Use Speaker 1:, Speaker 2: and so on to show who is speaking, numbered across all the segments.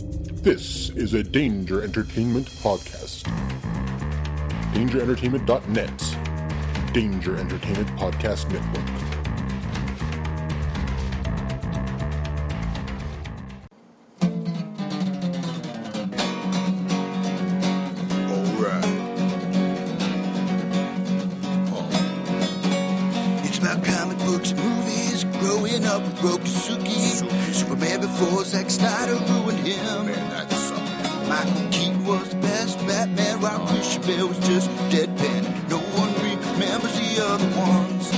Speaker 1: This is a Danger Entertainment podcast. DangerEntertainment.net. Danger Entertainment Podcast Network.
Speaker 2: Alright. Oh. It's about comic books and movies. Growing up with Rokusuki. Superman before Zack Snyder ruined him.
Speaker 3: Man, that sucked.
Speaker 2: Michael Keaton was the best Batman. While Christian Bale was just deadpan. No one remembers the other ones.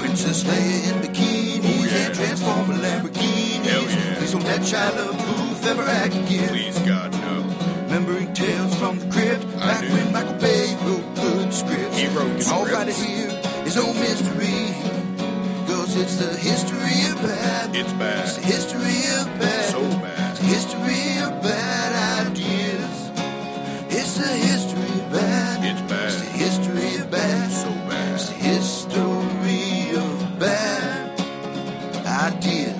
Speaker 2: Princess Leia in bikinis
Speaker 3: Oh, yeah.
Speaker 2: and Transformer Lamborghinis.
Speaker 3: Hell, yeah.
Speaker 2: Please don't let Shia LaBeouf ever act again.
Speaker 3: Please, God, no.
Speaker 2: Remembering tales from the crypt,
Speaker 3: I
Speaker 2: back
Speaker 3: do.
Speaker 2: when Michael Bay wrote good scripts.
Speaker 3: He wrote good
Speaker 2: All right
Speaker 3: scripts.
Speaker 2: here is no mystery, cause it's the history of bad.
Speaker 3: It's
Speaker 2: It's the
Speaker 3: bad.
Speaker 2: history of bad.
Speaker 3: So
Speaker 2: It's
Speaker 3: bad.
Speaker 2: the history of bad ideas. It's the history of bad.
Speaker 3: It's bad.
Speaker 2: It's the history of bad.
Speaker 3: So bad.
Speaker 2: It's the history of bad ideas.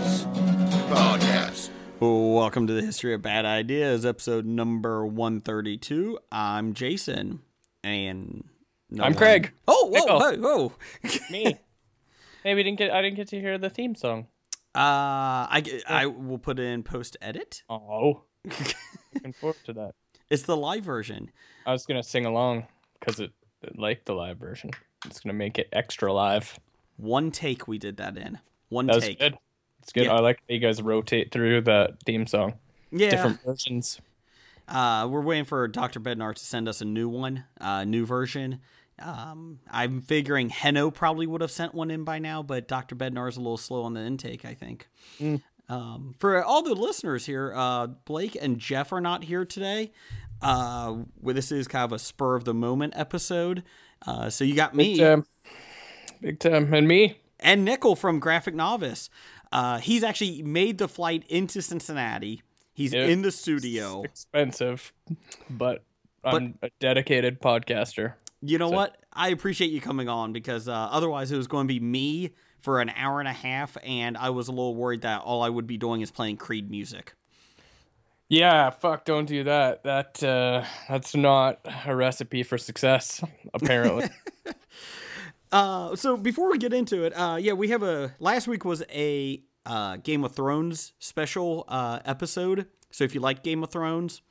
Speaker 3: Podcast.
Speaker 4: Welcome to the History of Bad Ideas, episode number 132. I'm Jason, and no
Speaker 5: I'm
Speaker 4: one-
Speaker 5: Craig.
Speaker 4: Oh, whoa,
Speaker 5: Pickle.
Speaker 4: whoa, whoa.
Speaker 5: me. Hey, we didn't get. I didn't get to hear the theme song.
Speaker 4: Uh, I, g- I will put in post edit.
Speaker 5: Oh, looking forward to that.
Speaker 4: It's the live version.
Speaker 5: I was gonna sing along because it, it liked the live version. It's gonna make it extra live.
Speaker 4: One take we did that in. One
Speaker 5: That was
Speaker 4: take.
Speaker 5: good. It's good.
Speaker 4: Yeah.
Speaker 5: I like that you guys rotate through the theme song,
Speaker 4: Yeah.
Speaker 5: different versions.
Speaker 4: Uh, we're waiting for Dr. Bednar to send us a new one, uh, new version. Um, I'm figuring Heno probably would have sent one in by now, but Dr. Bednar is a little slow on the intake, I think. Um, for all the listeners here, uh, Blake and Jeff are not here today. Uh, well, this is kind of a spur of the moment episode. Uh, so you got me
Speaker 5: Um, big time, and me.
Speaker 4: and Nickel from Graphic Novice. Uh, he's actually made the flight into Cincinnati. He's
Speaker 5: Yep.
Speaker 4: in the studio.
Speaker 5: Expensive, but I'm a dedicated podcaster.
Speaker 4: You know what? I appreciate you coming on because uh, otherwise it was going to be me for an hour and a half, and I was a little worried that all I would be doing is playing Creed music.
Speaker 5: Yeah, fuck, don't do that. That uh, that's not a recipe for success, apparently.
Speaker 4: Uh, so before we get into it, uh, yeah, we have a last week was a uh, Game of Thrones special uh, episode. So if you like Game of Thrones,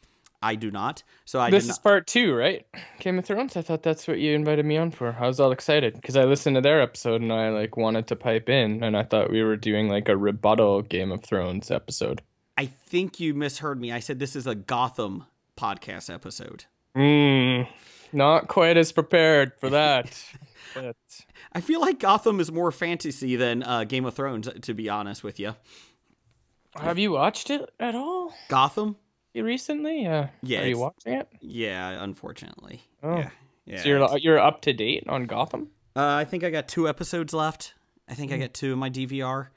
Speaker 4: I do not. So I
Speaker 5: this
Speaker 4: did
Speaker 5: is
Speaker 4: not.
Speaker 5: part two, right? Game of Thrones. I thought that's what you invited me on for. I was all excited because I listened to their episode and I like wanted to pipe in, and I thought we were doing like a rebuttal Game of Thrones episode.
Speaker 4: I think you misheard me. I said this is a Gotham podcast episode.
Speaker 5: Mm, not quite as prepared for that. but
Speaker 4: I feel like Gotham is more fantasy than uh, Game of Thrones, to be honest with you.
Speaker 5: have you watched it at all
Speaker 4: Gotham,
Speaker 5: recently? Yeah.
Speaker 4: Yeah,
Speaker 5: Are you
Speaker 4: it's-
Speaker 5: watching it?
Speaker 4: Yeah, unfortunately.
Speaker 5: Oh.
Speaker 4: Yeah. Yeah.
Speaker 5: So you're you're up to date on Gotham?
Speaker 4: uh, I think I got two episodes left. I think I
Speaker 5: Hmm.
Speaker 4: got two in my DVR.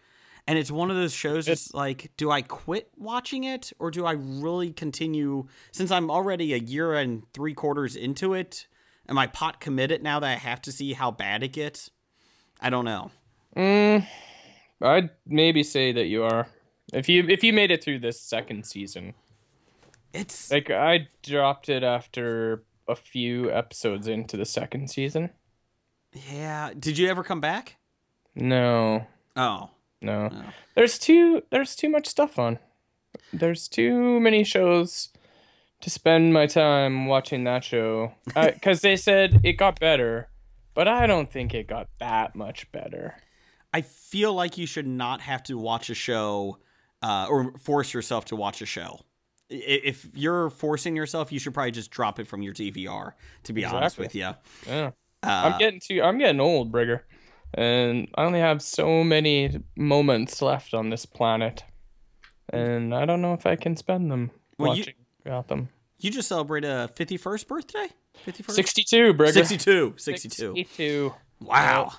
Speaker 4: And it's one of those shows it's like, do I quit watching it or do I really continue? Since I'm already a year and three quarters into it, am I pot committed now that I have to see how bad it gets? I don't know.
Speaker 5: Mm, I'd maybe say that you are. If you if you made it through this second season,
Speaker 4: It's
Speaker 5: like I dropped it after a few episodes into the second season.
Speaker 4: yeah. Did you ever come back?
Speaker 5: No,
Speaker 4: Oh,
Speaker 5: no.
Speaker 4: No.
Speaker 5: There's too there's too much stuff on. There's too many shows to spend my time watching that show. Because they said it got better, but I don't think it got that much better.
Speaker 4: I feel like you should not have to watch a show uh, or force yourself to watch a show. I- If you're forcing yourself, you should probably just drop it from your DVR. To be honest with
Speaker 5: Exactly.
Speaker 4: you,
Speaker 5: Yeah.
Speaker 4: uh,
Speaker 5: I'm getting too. I'm getting old, Brigger, and I only have so many moments left on this planet, and I don't know if I can spend them
Speaker 4: Well, you-
Speaker 5: watching Gotham.
Speaker 4: you just celebrate a 51st birthday. 51st?
Speaker 5: Sixty-two, Brigger.
Speaker 4: 62, 62.
Speaker 5: 62.
Speaker 4: Wow.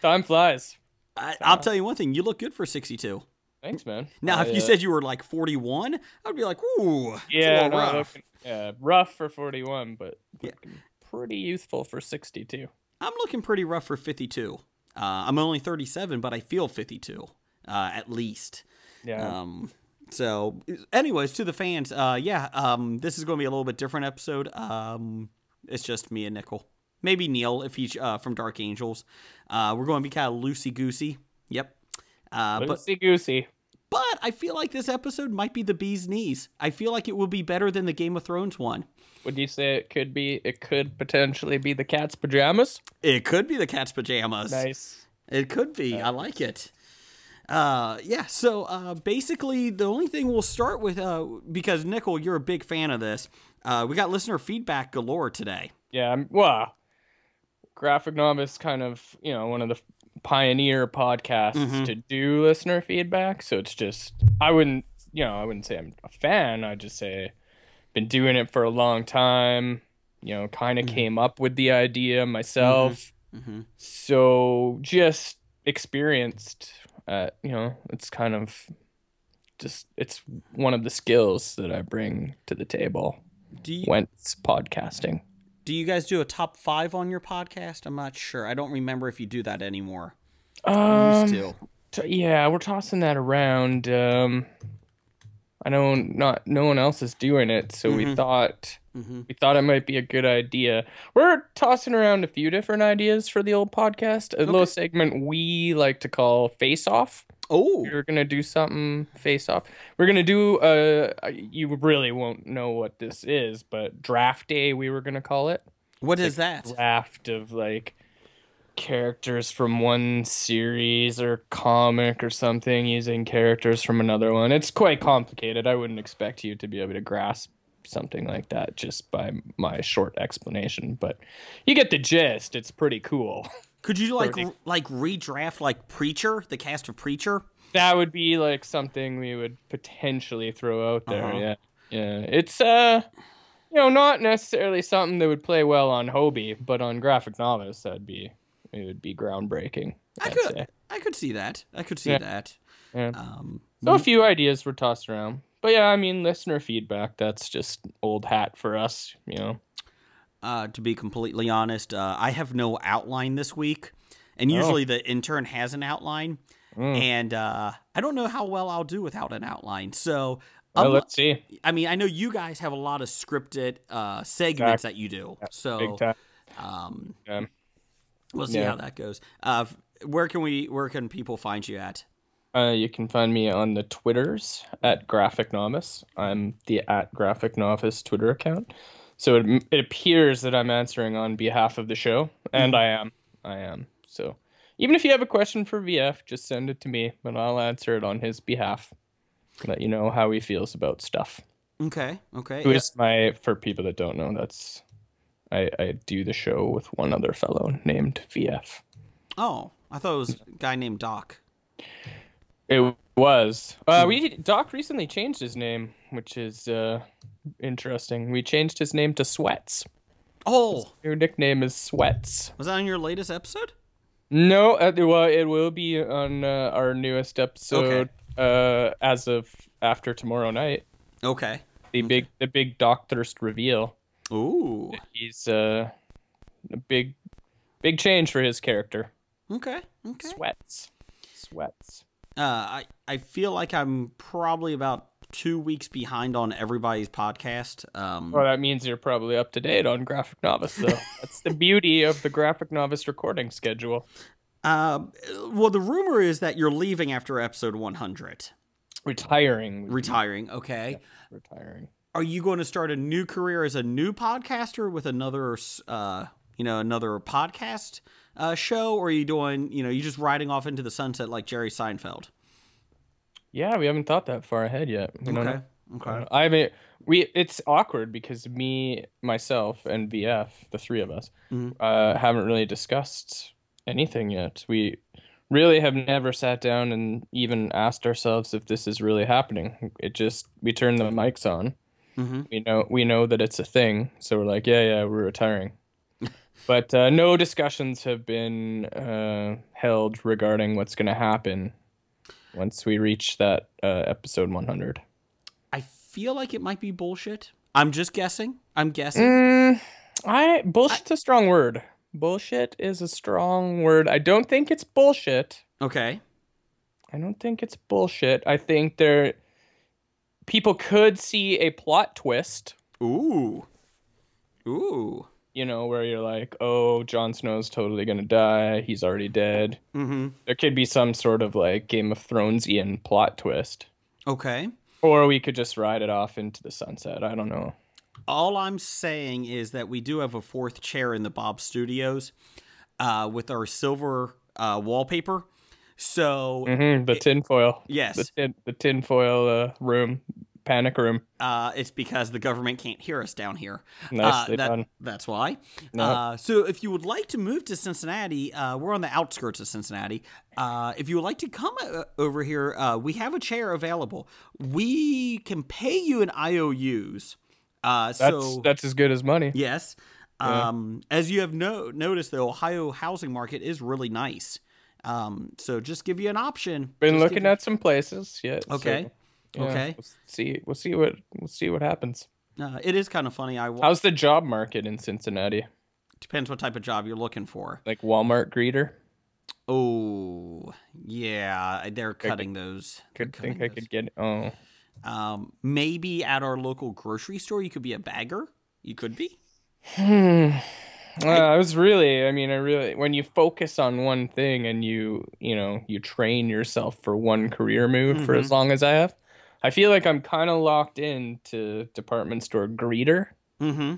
Speaker 5: Time flies.
Speaker 4: I, I'll tell you one thing. You look good for 62.
Speaker 5: Thanks, man.
Speaker 4: Now,
Speaker 5: I,
Speaker 4: if
Speaker 5: uh,
Speaker 4: you said you were like 41, I'd be like, ooh, that's a
Speaker 5: yeah,
Speaker 4: little
Speaker 5: no,
Speaker 4: rough.
Speaker 5: looking- yeah, rough for forty-one, but
Speaker 4: Yeah.
Speaker 5: looking pretty youthful for sixty-two.
Speaker 4: I'm looking pretty rough for 52. Uh, I'm only 37, but I feel 52 uh, at least.
Speaker 5: Yeah.
Speaker 4: Um, So, anyways, to the fans, uh, yeah, um, this is going to be a little bit different episode. Um, it's just me and Nickel, maybe Neil if he's uh, from Dark Angels. Uh, we're going to be kind of loosey goosey. Yep. Uh, but
Speaker 5: Loosey goosey.
Speaker 4: but I feel like this episode might be the bee's knees. I feel like it will be better than the Game of Thrones one.
Speaker 5: Would you say it could be? It could potentially be the cat's pajamas.
Speaker 4: It could be the cat's pajamas.
Speaker 5: Nice.
Speaker 4: It could be. I like it. Uh, yeah. So uh, basically, the only thing we'll start with, uh, because Nickel, you're a big fan of this. Uh, we got listener feedback galore today.
Speaker 5: Yeah. I'm- Well, Graphic Novice kind of you know one of the pioneer podcasts
Speaker 4: Mm-hmm.
Speaker 5: to do listener feedback. So it's just I wouldn't you know I wouldn't say I'm a fan. I'd just say been doing it for a long time. You know, kind of came up with the idea myself.
Speaker 4: Mm-hmm.
Speaker 5: so just experienced uh you know it's kind of just it's one of the skills that i bring to the table
Speaker 4: Do you
Speaker 5: when it's podcasting
Speaker 4: do you guys do a top five on your podcast? I'm not sure. I don't remember if you do that anymore. I used
Speaker 5: um,
Speaker 4: to.
Speaker 5: t- yeah we're tossing that around um i know not no one else is doing it so we thought
Speaker 4: Mhm.
Speaker 5: we thought it might be a good idea we're tossing around a few different ideas for the old podcast a little segment we like to call face off
Speaker 4: Oh,
Speaker 5: we are gonna do something face off. We're gonna do uh you really won't know what this is, but draft day we were gonna call it.
Speaker 4: what is that?
Speaker 5: Draft of like characters from one series or comic or something using characters from another one. It's quite complicated. I wouldn't expect you to be able to grasp something like that just by my short explanation, but you get the gist. It's pretty cool.
Speaker 4: Could you like
Speaker 5: Pretty.
Speaker 4: r- like redraft like Preacher, the cast of Preacher?
Speaker 5: that would be like something we would potentially throw out there.
Speaker 4: Uh-huh.
Speaker 5: Yeah, yeah. It's uh, you know, not necessarily something that would play well on Hobie, but on Graphic Novice, that'd be it would be groundbreaking.
Speaker 4: I
Speaker 5: I'd
Speaker 4: could
Speaker 5: say.
Speaker 4: I could see that. I could see
Speaker 5: Yeah.
Speaker 4: that.
Speaker 5: Yeah.
Speaker 4: Um,
Speaker 5: So a few ideas were tossed around, but yeah, I mean, listener feedback. That's just old hat for us. You know,
Speaker 4: uh, to be completely honest. Uh, I have no outline this week,
Speaker 5: Oh.
Speaker 4: and usually the intern has an outline,
Speaker 5: Hmm,
Speaker 4: and uh, I don't know how well I'll do without an outline. So,
Speaker 5: well,
Speaker 4: um,
Speaker 5: let's see.
Speaker 4: I mean, I know you guys have a lot of scripted uh, segments that you do,
Speaker 5: Big
Speaker 4: so
Speaker 5: time.
Speaker 4: um,
Speaker 5: Yeah.
Speaker 4: we'll see
Speaker 5: Yeah.
Speaker 4: how that goes. Uh, f- where can we? Where can people find you at?
Speaker 5: Uh, you can find me on the Twitters at Graphic Novice. I'm the at Graphic Novice Twitter account. So it, it appears that I'm answering on behalf of the show, and I am. I am. So even if you have a question for VF, just send it to me, and I'll answer it on his behalf. Let you know how he feels about stuff.
Speaker 4: Okay, okay.
Speaker 5: Who is my, for people that don't know, that's, I, I do the show with one other fellow named VF.
Speaker 4: Oh, I thought it was a guy named Doc.
Speaker 5: It was. Uh, we Doc recently changed his name, which is uh, interesting. We changed his name to Sweats.
Speaker 4: Oh,
Speaker 5: New nickname is Sweats.
Speaker 4: was that on your latest episode?
Speaker 5: No, uh, well, it will be on uh, our newest episode uh, as of after tomorrow night.
Speaker 4: Okay.
Speaker 5: The big, the big Doc Thirst reveal.
Speaker 4: Ooh.
Speaker 5: He's uh, a big, big change for his character.
Speaker 4: Okay. Okay.
Speaker 5: Sweats. Sweats.
Speaker 4: Uh, I I feel like I'm probably about two weeks behind on everybody's podcast. Um,
Speaker 5: Well, Oh, that means you're probably up to date on Graphic Novice, though. That's the beauty of the Graphic Novice recording schedule.
Speaker 4: um, well, the rumor is that you're leaving after episode 100,
Speaker 5: Retiring. would be
Speaker 4: retiring. Okay.
Speaker 5: retiring.
Speaker 4: Are you going to start a new career as a new podcaster with another, uh, you know, another podcast uh, show, or are you doing, you know, you just riding off into the sunset like Jerry Seinfeld?
Speaker 5: Yeah, we haven't thought that far ahead yet. We don't
Speaker 4: Okay.
Speaker 5: know.
Speaker 4: Okay.
Speaker 5: I mean, we it's awkward because me, myself, and VF, the three of us,
Speaker 4: Mhm.
Speaker 5: uh, haven't really discussed anything yet. We really have never sat down and even asked ourselves if this is really happening. It just we turn the mics on.
Speaker 4: hmm
Speaker 5: we know we know that it's a thing so we're like yeah yeah we're retiring but uh, no discussions have been uh, held regarding what's going to happen once we reach that uh, episode 100
Speaker 4: I feel like it might be bullshit. I'm just guessing. I'm guessing.
Speaker 5: mm, i bullshit's a strong word bullshit is a strong word i don't think it's bullshit
Speaker 4: Okay.
Speaker 5: i don't think it's bullshit i think there people could see a plot twist,
Speaker 4: Ooh. Ooh.
Speaker 5: you know, where you're like, oh, Jon Snow's totally gonna die. He's already dead.
Speaker 4: Mhm.
Speaker 5: There could be some sort of like Game of Thronesian plot twist,
Speaker 4: Okay.
Speaker 5: or we could just ride it off into the sunset. I don't know.
Speaker 4: All I'm saying is that we do have a fourth chair in the Bob Studios uh, with our silver uh, wallpaper. So
Speaker 5: hmm the tinfoil.
Speaker 4: yes.
Speaker 5: The tin, the tinfoil uh, room, panic room.
Speaker 4: Uh, it's because the government can't hear us down here.
Speaker 5: Nicely
Speaker 4: uh, that-
Speaker 5: done.
Speaker 4: That's why. Uh, so if you would like to move to Cincinnati, uh, we're on the outskirts of Cincinnati. Uh, if you would like to come uh, over here, uh, we have a chair available. We can pay you in IOUs. Uh,
Speaker 5: That's
Speaker 4: so
Speaker 5: that's as good as money.
Speaker 4: yes. Um, As you have no- noticed, the Ohio housing market is really nice. Um, so just give you an option.
Speaker 5: Been
Speaker 4: Just
Speaker 5: looking
Speaker 4: give-
Speaker 5: at some places yet. so,
Speaker 4: Okay.
Speaker 5: yeah,
Speaker 4: Okay.
Speaker 5: We'll see. We'll see what we'll see what happens.
Speaker 4: Uh, it is kind of funny. I
Speaker 5: How's the job market in Cincinnati?
Speaker 4: depends what type of job you're looking for.
Speaker 5: Like Walmart greeter.
Speaker 4: Oh, yeah, they're cutting those. They're
Speaker 5: Could think
Speaker 4: cutting
Speaker 5: I could get. Oh,
Speaker 4: those. Um, maybe at our local grocery store, you could be a bagger. You could be.
Speaker 5: Uh, I was really. I mean, I really. When you focus on one thing and you, you know, you train yourself for one career move for
Speaker 4: Mm-hmm.
Speaker 5: as long as I have, I feel like I'm kind of locked in to department store greeter.
Speaker 4: Mm-hmm.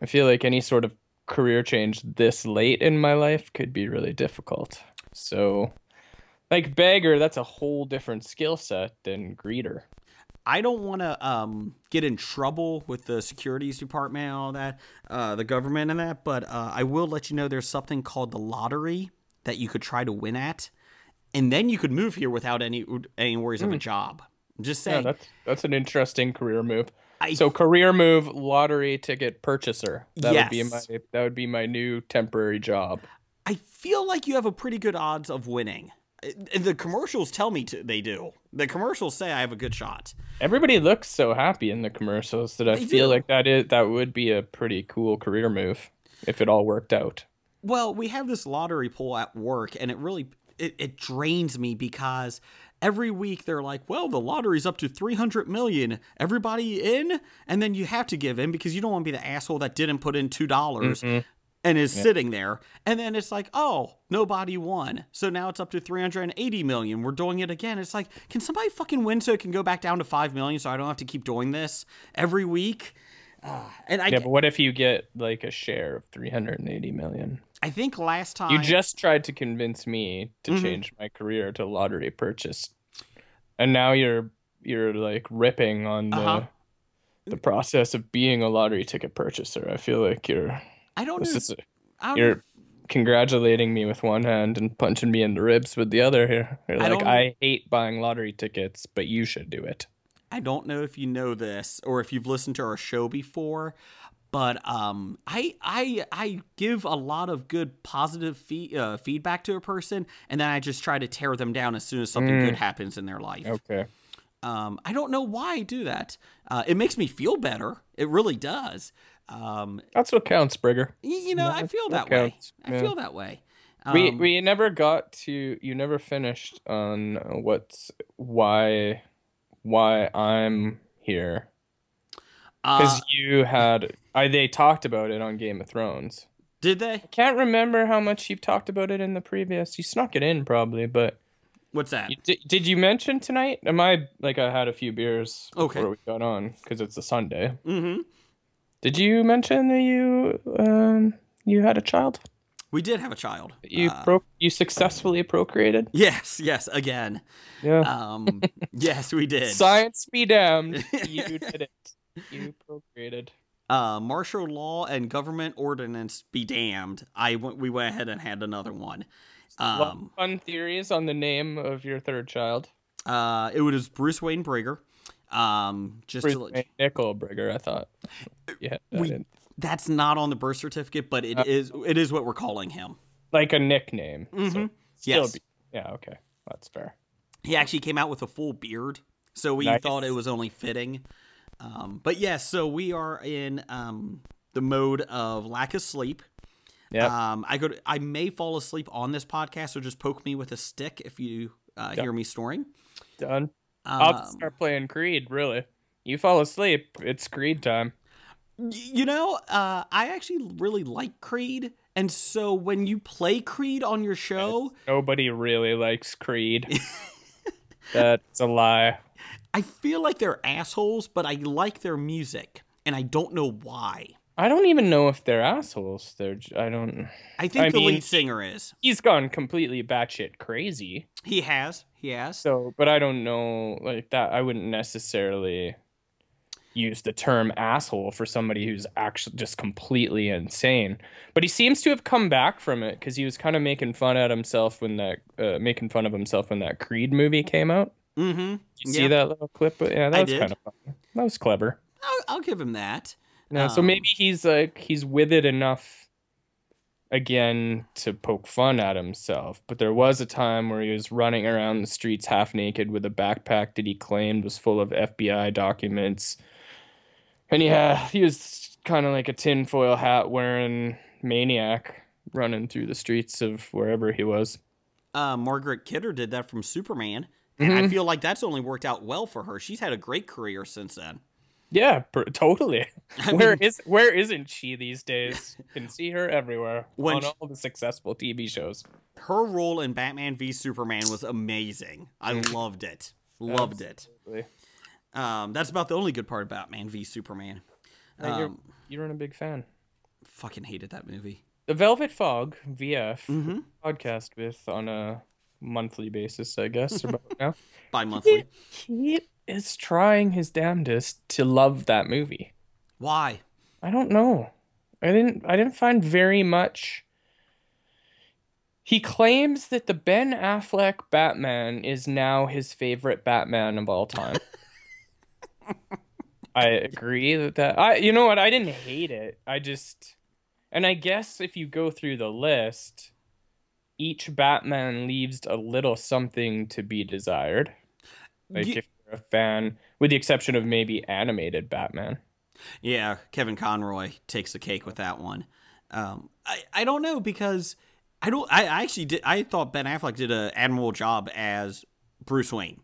Speaker 5: I feel like any sort of career change this late in my life could be really difficult. So, like beggar, that's a whole different skill set than greeter.
Speaker 4: I don't want to um, get in trouble with the securities department and all that, uh, the government and that, but uh, I will let you know there's something called the lottery that you could try to win at, and then you could move here without any any worries of a job. I'm just
Speaker 5: Hmm. Yeah,
Speaker 4: saying.
Speaker 5: that's that's an interesting career move.
Speaker 4: I-
Speaker 5: so career move, lottery ticket purchaser. That would be my
Speaker 4: Yes.
Speaker 5: that would be my new temporary job.
Speaker 4: I feel like you have a pretty good odds of winning. Uh, The commercials tell me to, they do. The commercials say I have a good shot.
Speaker 5: Everybody looks so happy in the commercials that I
Speaker 4: They
Speaker 5: feel
Speaker 4: do.
Speaker 5: like that is that would be a pretty cool career move if it all worked out.
Speaker 4: Well, we have this lottery pool at work, and it really it, it drains me because every week they're like, "Well, the lottery's up to three hundred million. Everybody in," and then you have to give in because you don't want to be the asshole that didn't put in two dollars.
Speaker 5: Mm-hmm.
Speaker 4: And is sitting there, and then it's like, oh, nobody won. So now it's up to 380 million. We're doing it again. It's like, can somebody fucking win so it can go back down to 5 million so I don't have to keep doing this every week? Ah, and I,
Speaker 5: Yeah, but what if you get like a share of 380 million?
Speaker 4: I think last time. Mm-hmm.
Speaker 5: You just tried to convince me to change my career to lottery purchase, and now you're you're like ripping on the
Speaker 4: Uh-huh.
Speaker 5: the process of being a lottery ticket purchaser. I feel like you're
Speaker 4: I don't
Speaker 5: this
Speaker 4: know.
Speaker 5: is a-
Speaker 4: I don't know.
Speaker 5: you're congratulating me with one hand and punching me in the ribs with the other. Here, you're
Speaker 4: I
Speaker 5: like
Speaker 4: don't-
Speaker 5: I hate buying lottery tickets, but you should do it.
Speaker 4: I don't know if you know this or if you've listened to our show before, but um, I I I give a lot of good positive fee- uh, feedback to a person, and then I just try to tear them down as soon as something
Speaker 5: Mm.
Speaker 4: good happens in their life.
Speaker 5: Okay.
Speaker 4: Um, I don't know why I do that. Uh, it makes me feel better. It really does. Um,
Speaker 5: That's what counts, Brigger.
Speaker 4: y- you know, I feel that way.
Speaker 5: counts.
Speaker 4: I
Speaker 5: Yeah.
Speaker 4: feel that way. Um,
Speaker 5: we we never got to you never finished on what's why why I'm here
Speaker 4: uh,
Speaker 5: because you had I they talked about it on Game of Thrones.
Speaker 4: did they?
Speaker 5: Can't remember how much you've talked about it in the previous. You snuck it in probably, but
Speaker 4: What's that?
Speaker 5: you, did, did you mention tonight? Am I like I had a few beers
Speaker 4: Okay.
Speaker 5: before we got on because it's a Sunday.
Speaker 4: Mm-hmm.
Speaker 5: Did you mention that you um you had a child?
Speaker 4: We did have a child.
Speaker 5: That You
Speaker 4: Uh,
Speaker 5: pro- you successfully procreated.
Speaker 4: yes, yes, again.
Speaker 5: Yeah.
Speaker 4: Um, yes, we did.
Speaker 5: Science be damned. You did it. You procreated.
Speaker 4: uh, martial law and government ordinance be damned. I went, we went ahead and had another one.
Speaker 5: Lot of
Speaker 4: Um,
Speaker 5: fun theories on the name of your third child.
Speaker 4: uh, it was Bruce Wayne Brigger. Um, just
Speaker 5: Bruce
Speaker 4: to let,
Speaker 5: Wayne Nickel Brigger, I thought. Yeah.
Speaker 4: we- that's not on the birth certificate, but
Speaker 5: Uh,
Speaker 4: it is it is what we're calling him.
Speaker 5: Like a nickname. so
Speaker 4: Mhm.
Speaker 5: still
Speaker 4: Yes.
Speaker 5: be- yeah, okay. That's fair.
Speaker 4: He actually came out with a full beard, so we
Speaker 5: Nice.
Speaker 4: thought it was only fitting. Um, but yes, so we are in um, the mode of lack of sleep.
Speaker 5: Yeah.
Speaker 4: Um, I could I may fall asleep on this podcast, so just poke me with a stick if you uh, hear me snoring.
Speaker 5: done. I'll
Speaker 4: Um,
Speaker 5: just start playing Creed, really. You fall asleep, it's Creed time.
Speaker 4: Y- You know, uh, I actually really like Creed, and so when you play Creed on your show,
Speaker 5: Nobody really likes Creed. That's a lie.
Speaker 4: I feel like they're assholes, but I like their music, and I don't know why.
Speaker 5: I don't even know if they're assholes. They're j- I don't.
Speaker 4: I think
Speaker 5: I
Speaker 4: the
Speaker 5: mean-
Speaker 4: lead singer is.
Speaker 5: He's gone completely batshit crazy.
Speaker 4: He has. He has.
Speaker 5: So, but I don't know like that. I wouldn't necessarily use the term asshole for somebody who's actually just completely insane. But he seems to have come back from it because he was kind of making fun at himself when that uh, making fun of himself when that Creed movie came out.
Speaker 4: mm-hmm.
Speaker 5: Did you see that little clip? Yeah, that
Speaker 4: I
Speaker 5: was
Speaker 4: did.
Speaker 5: kind of fun. That was clever.
Speaker 4: I'll, I'll give him that.
Speaker 5: Yeah, so
Speaker 4: Um,
Speaker 5: maybe he's like he's with it enough again to poke fun at himself. But there was a time where he was running around the streets half naked with a backpack that he claimed was full of FBI documents. And yeah, he was kind of like a tinfoil hat wearing maniac running through the streets of wherever he was.
Speaker 4: Uh, Margaret Kidder did that from Superman, and
Speaker 5: Mm-hmm.
Speaker 4: I feel like that's only worked out well for her. She's had a great career since then.
Speaker 5: Yeah, per- totally.
Speaker 4: I
Speaker 5: Where
Speaker 4: mean-
Speaker 5: is where isn't she these days? You can see her everywhere
Speaker 4: When
Speaker 5: on
Speaker 4: sh-
Speaker 5: all the successful TV shows.
Speaker 4: Her role in Batman v Superman was amazing. I loved it. Loved it.
Speaker 5: Mm. Absolutely.
Speaker 4: Um, that's about the only good part about Batman v Superman.
Speaker 5: Uh, you're-
Speaker 4: Um,
Speaker 5: you weren't a big fan.
Speaker 4: fucking hated that movie.
Speaker 5: The Velvet Fog VF
Speaker 4: Mm-hmm.
Speaker 5: podcast with on a monthly basis, I guess, about now.
Speaker 4: Bi-monthly.
Speaker 5: He is trying his damnedest to love that movie.
Speaker 4: Why?
Speaker 5: I don't know. I didn't I didn't find very much. He claims that the Ben Affleck Batman is now his favorite Batman of all time. I agree that that I you know what I didn't hate it. I just and I guess if you go through the list each Batman leaves a little something to be desired. Like
Speaker 4: Ye-
Speaker 5: if you're a fan with the exception of maybe animated Batman.
Speaker 4: Yeah, Kevin Conroy takes the cake with that one. Um, I, I don't know because I don't. I, I actually did. I thought Ben Affleck did an admirable job as Bruce Wayne.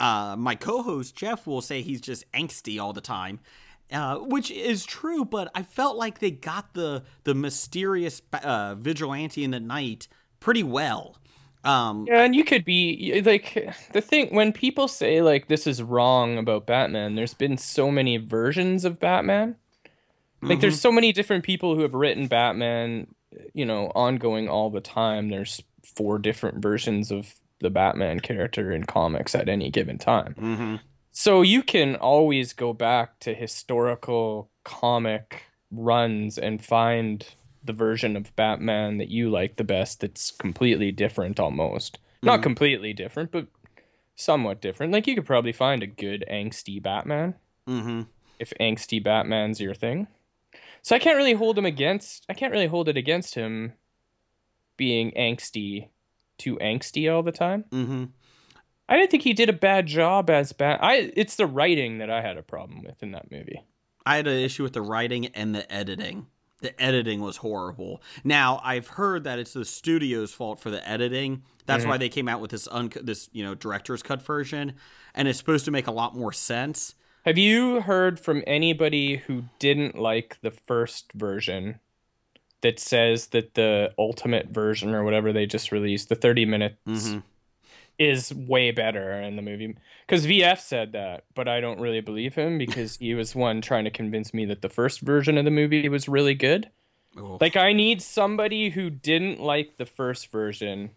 Speaker 4: Uh, my co-host Jeff will say he's just angsty all the time, uh, which is true. But I felt like they got the the mysterious uh, vigilante in the night pretty well. Um,
Speaker 5: Yeah, and you could be like the thing when people say like this is wrong about Batman. There's been so many versions of Batman. Like there's so many different people who have written Batman, you know, ongoing all the time. There's four different versions of the Batman character in comics at any given time.
Speaker 4: mhm.
Speaker 5: So you can always go back to historical comic runs and find the version of Batman that you like the best that's completely different almost. Not completely different, but somewhat different. Like you could probably find a good angsty Batman
Speaker 4: Mm-hmm.
Speaker 5: if angsty Batman's your thing. So I can't really hold him against I can't really hold it against him being angsty too angsty all the time.
Speaker 4: Mm-hmm.
Speaker 5: I didn't think he did a bad job as bad. I it's the writing that I had a problem with in that movie.
Speaker 4: I had an issue with the writing and the editing. The editing was horrible. Now I've heard that it's the studio's fault for the editing.
Speaker 5: Mm-hmm.
Speaker 4: That's why they came out with this un- this you know director's cut version, and it's supposed to make a lot more sense.
Speaker 5: Have you heard from anybody who didn't like the first version that says that the ultimate version or whatever they just released, the 30 minutes
Speaker 4: Mhm.
Speaker 5: is way better in the movie? Cuz VF said that, but I don't really believe him because he was one trying to convince me that the first version of the movie was really good. Like I need somebody who didn't like the first version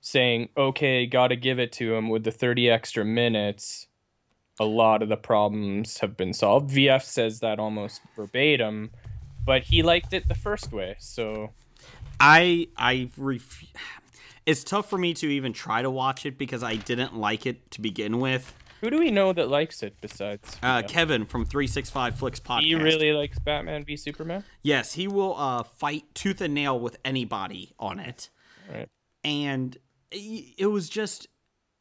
Speaker 5: saying, "Okay, got to give it to him with the 30 extra minutes." A lot of the problems have been solved. VF says that almost verbatim, but he liked it the first way. So,
Speaker 4: I I ref- it's tough for me to even try to watch it because I didn't like it to begin with.
Speaker 5: who do we know that likes it besides?
Speaker 4: Uh,
Speaker 5: VF?
Speaker 4: Kevin from Three Six Five Flicks podcast.
Speaker 5: he really likes Batman v Superman.
Speaker 4: Yes, he will uh, fight tooth and nail with anybody on it.
Speaker 5: Right.
Speaker 4: And i- it was just,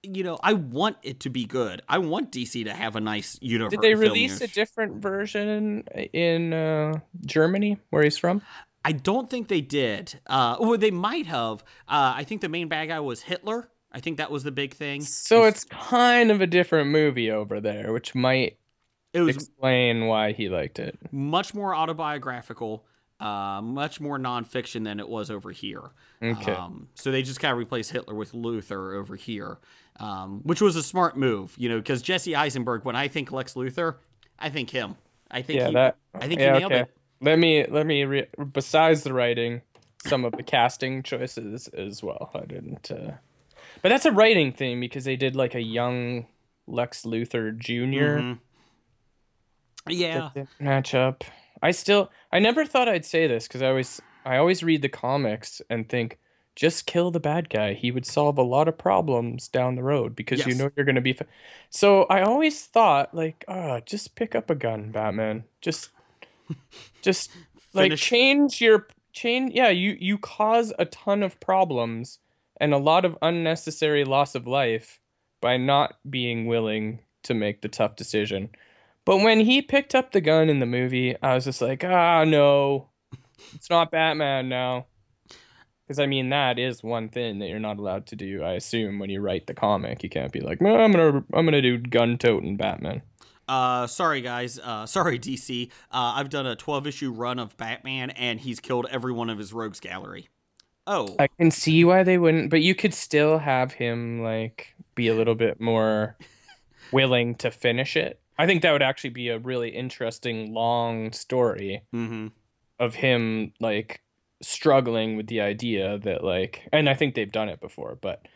Speaker 4: you know, I want it to be good. I want DC to have a nice universe.
Speaker 5: Did they
Speaker 4: film
Speaker 5: release a
Speaker 4: universe.
Speaker 5: different version in uh, Germany, where he's from?
Speaker 4: I don't think they did. Uh, or they might have. Uh, I think the main bad guy was Hitler. I think that was the big thing.
Speaker 5: So it's kind of a different movie over there, which might
Speaker 4: It was
Speaker 5: explain why he liked it.
Speaker 4: much more autobiographical, uh, much more nonfiction than it was over here.
Speaker 5: Okay.
Speaker 4: Um, so they just kind of replaced Hitler with Luther over here, um, which was a smart move, you know, because Jesse Eisenberg. When I think Lex Luthor, I think him. I think
Speaker 5: yeah,
Speaker 4: he,
Speaker 5: that.
Speaker 4: I think
Speaker 5: yeah,
Speaker 4: he nailed
Speaker 5: okay.
Speaker 4: it.
Speaker 5: Let me let me re- besides the writing, some of the casting choices as well. I didn't. Uh... But that's a writing thing because they did like a young Lex Luthor junior
Speaker 4: Yeah,
Speaker 5: matchup. I still I never thought I'd say this because I always I always read the comics and think just kill the bad guy. He would solve a lot of problems down the road because you
Speaker 4: Yes.
Speaker 5: know you're gonna be. Fa- so I always thought like, ah, just pick up a gun, Batman. Just, just like
Speaker 4: Finish.
Speaker 5: change your change. Yeah, you you cause a ton of problems and a lot of unnecessary loss of life by not being willing to make the tough decision. But when he picked up the gun in the movie, I was just like, ah, no, it's not Batman now. Because I mean, that is one thing that you're not allowed to do. I assume when you write the comic, you can't be like, no, I'm gonna, I'm gonna do gun toting Batman.
Speaker 4: Uh, sorry guys. Uh, sorry DC. Uh, I've done a 12 issue run of Batman, and he's killed every one of his rogues gallery. Oh,
Speaker 5: I can see why they wouldn't, but you could still have him like be a little bit more willing to finish it. I think that would actually be a really interesting long story
Speaker 4: mm-hmm.
Speaker 5: of him like struggling with the idea that like and I think they've done it before, but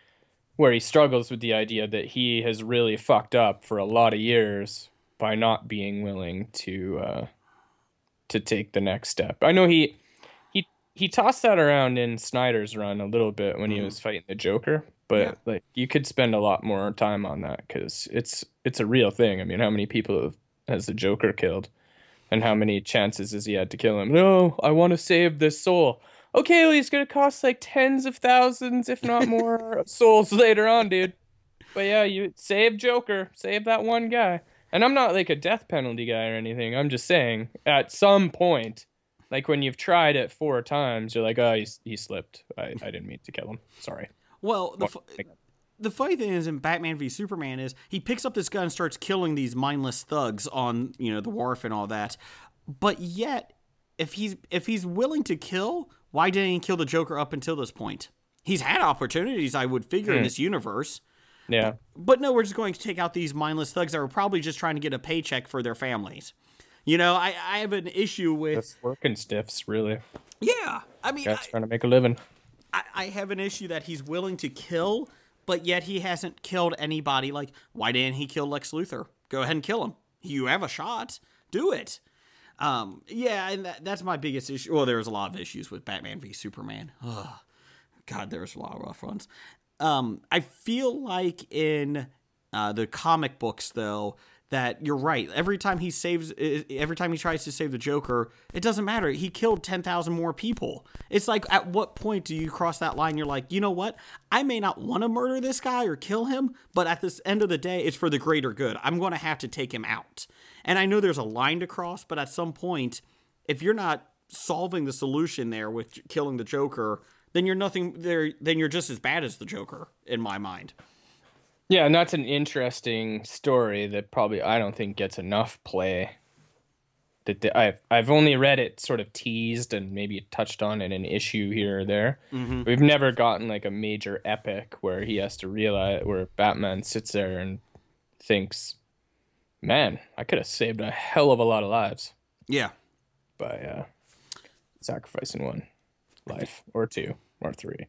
Speaker 5: where he struggles with the idea that he has really fucked up for a lot of years by not being willing to uh to take the next step. I know he he he tossed that around in Snyder's run a little bit when he was fighting the Joker, but
Speaker 4: Yeah.
Speaker 5: like you could spend a lot more time on that cuz it's it's a real thing. I mean, how many people has the Joker killed? and how many chances has he had to kill him? No, I want to save this soul. Okay, well, he's gonna cost like tens of thousands, if not more, of souls later on, dude. But yeah, you save Joker, save that one guy. And I'm not like a death penalty guy or anything. I'm just saying, at some point, like when you've tried it four times, you're like, oh, he, he slipped. I, I didn't mean to kill him. Sorry.
Speaker 4: Well, the, fu- the funny thing is in Batman v Superman is he picks up this gun and starts killing these mindless thugs on you know the wharf and all that, but yet if he's if he's willing to kill, why didn't he kill the Joker up until this point? He's had opportunities, I would figure, in this universe.
Speaker 5: Yeah.
Speaker 4: But no, we're just going to take out these mindless thugs that were probably just trying to get a paycheck for their families. You know, I, I have an issue with.
Speaker 5: That's working stiffs, really.
Speaker 4: yeah. I mean,
Speaker 5: Guys
Speaker 4: I-
Speaker 5: trying to make a living.
Speaker 4: I, I have an issue that he's willing to kill, but yet he hasn't killed anybody. Like, why didn't he kill Lex Luthor? Go ahead and kill him. You have a shot. Do it. Um, yeah, and that, that's my biggest issue. Well, there was a lot of issues with Batman v Superman. Ugh. God, there was a lot of rough ones. Um, I feel like in uh, the comic books, though, that you're right. Every time he saves, i- every time he tries to save the Joker, it doesn't matter. He killed ten thousand more people. It's like, at what point do you cross that line? You're like, you know what? I may not want to murder this guy or kill him, but at this end of the day, it's for the greater good. I'm going to have to take him out. And I know there's a line to cross, but at some point, if you're not solving the solution there with j- killing the Joker, then you're nothing there. Then you're just as bad as the Joker in my mind.
Speaker 5: Yeah, and that's an interesting story that probably I don't think gets enough play. That the, I've I've only read it sort of teased and maybe touched on in an issue here or there. We've never gotten like a major epic where he has to realize where Batman sits there and thinks, "Man, I could have saved a hell of a lot of lives
Speaker 4: Yeah.
Speaker 5: by uh, sacrificing one life or two or three.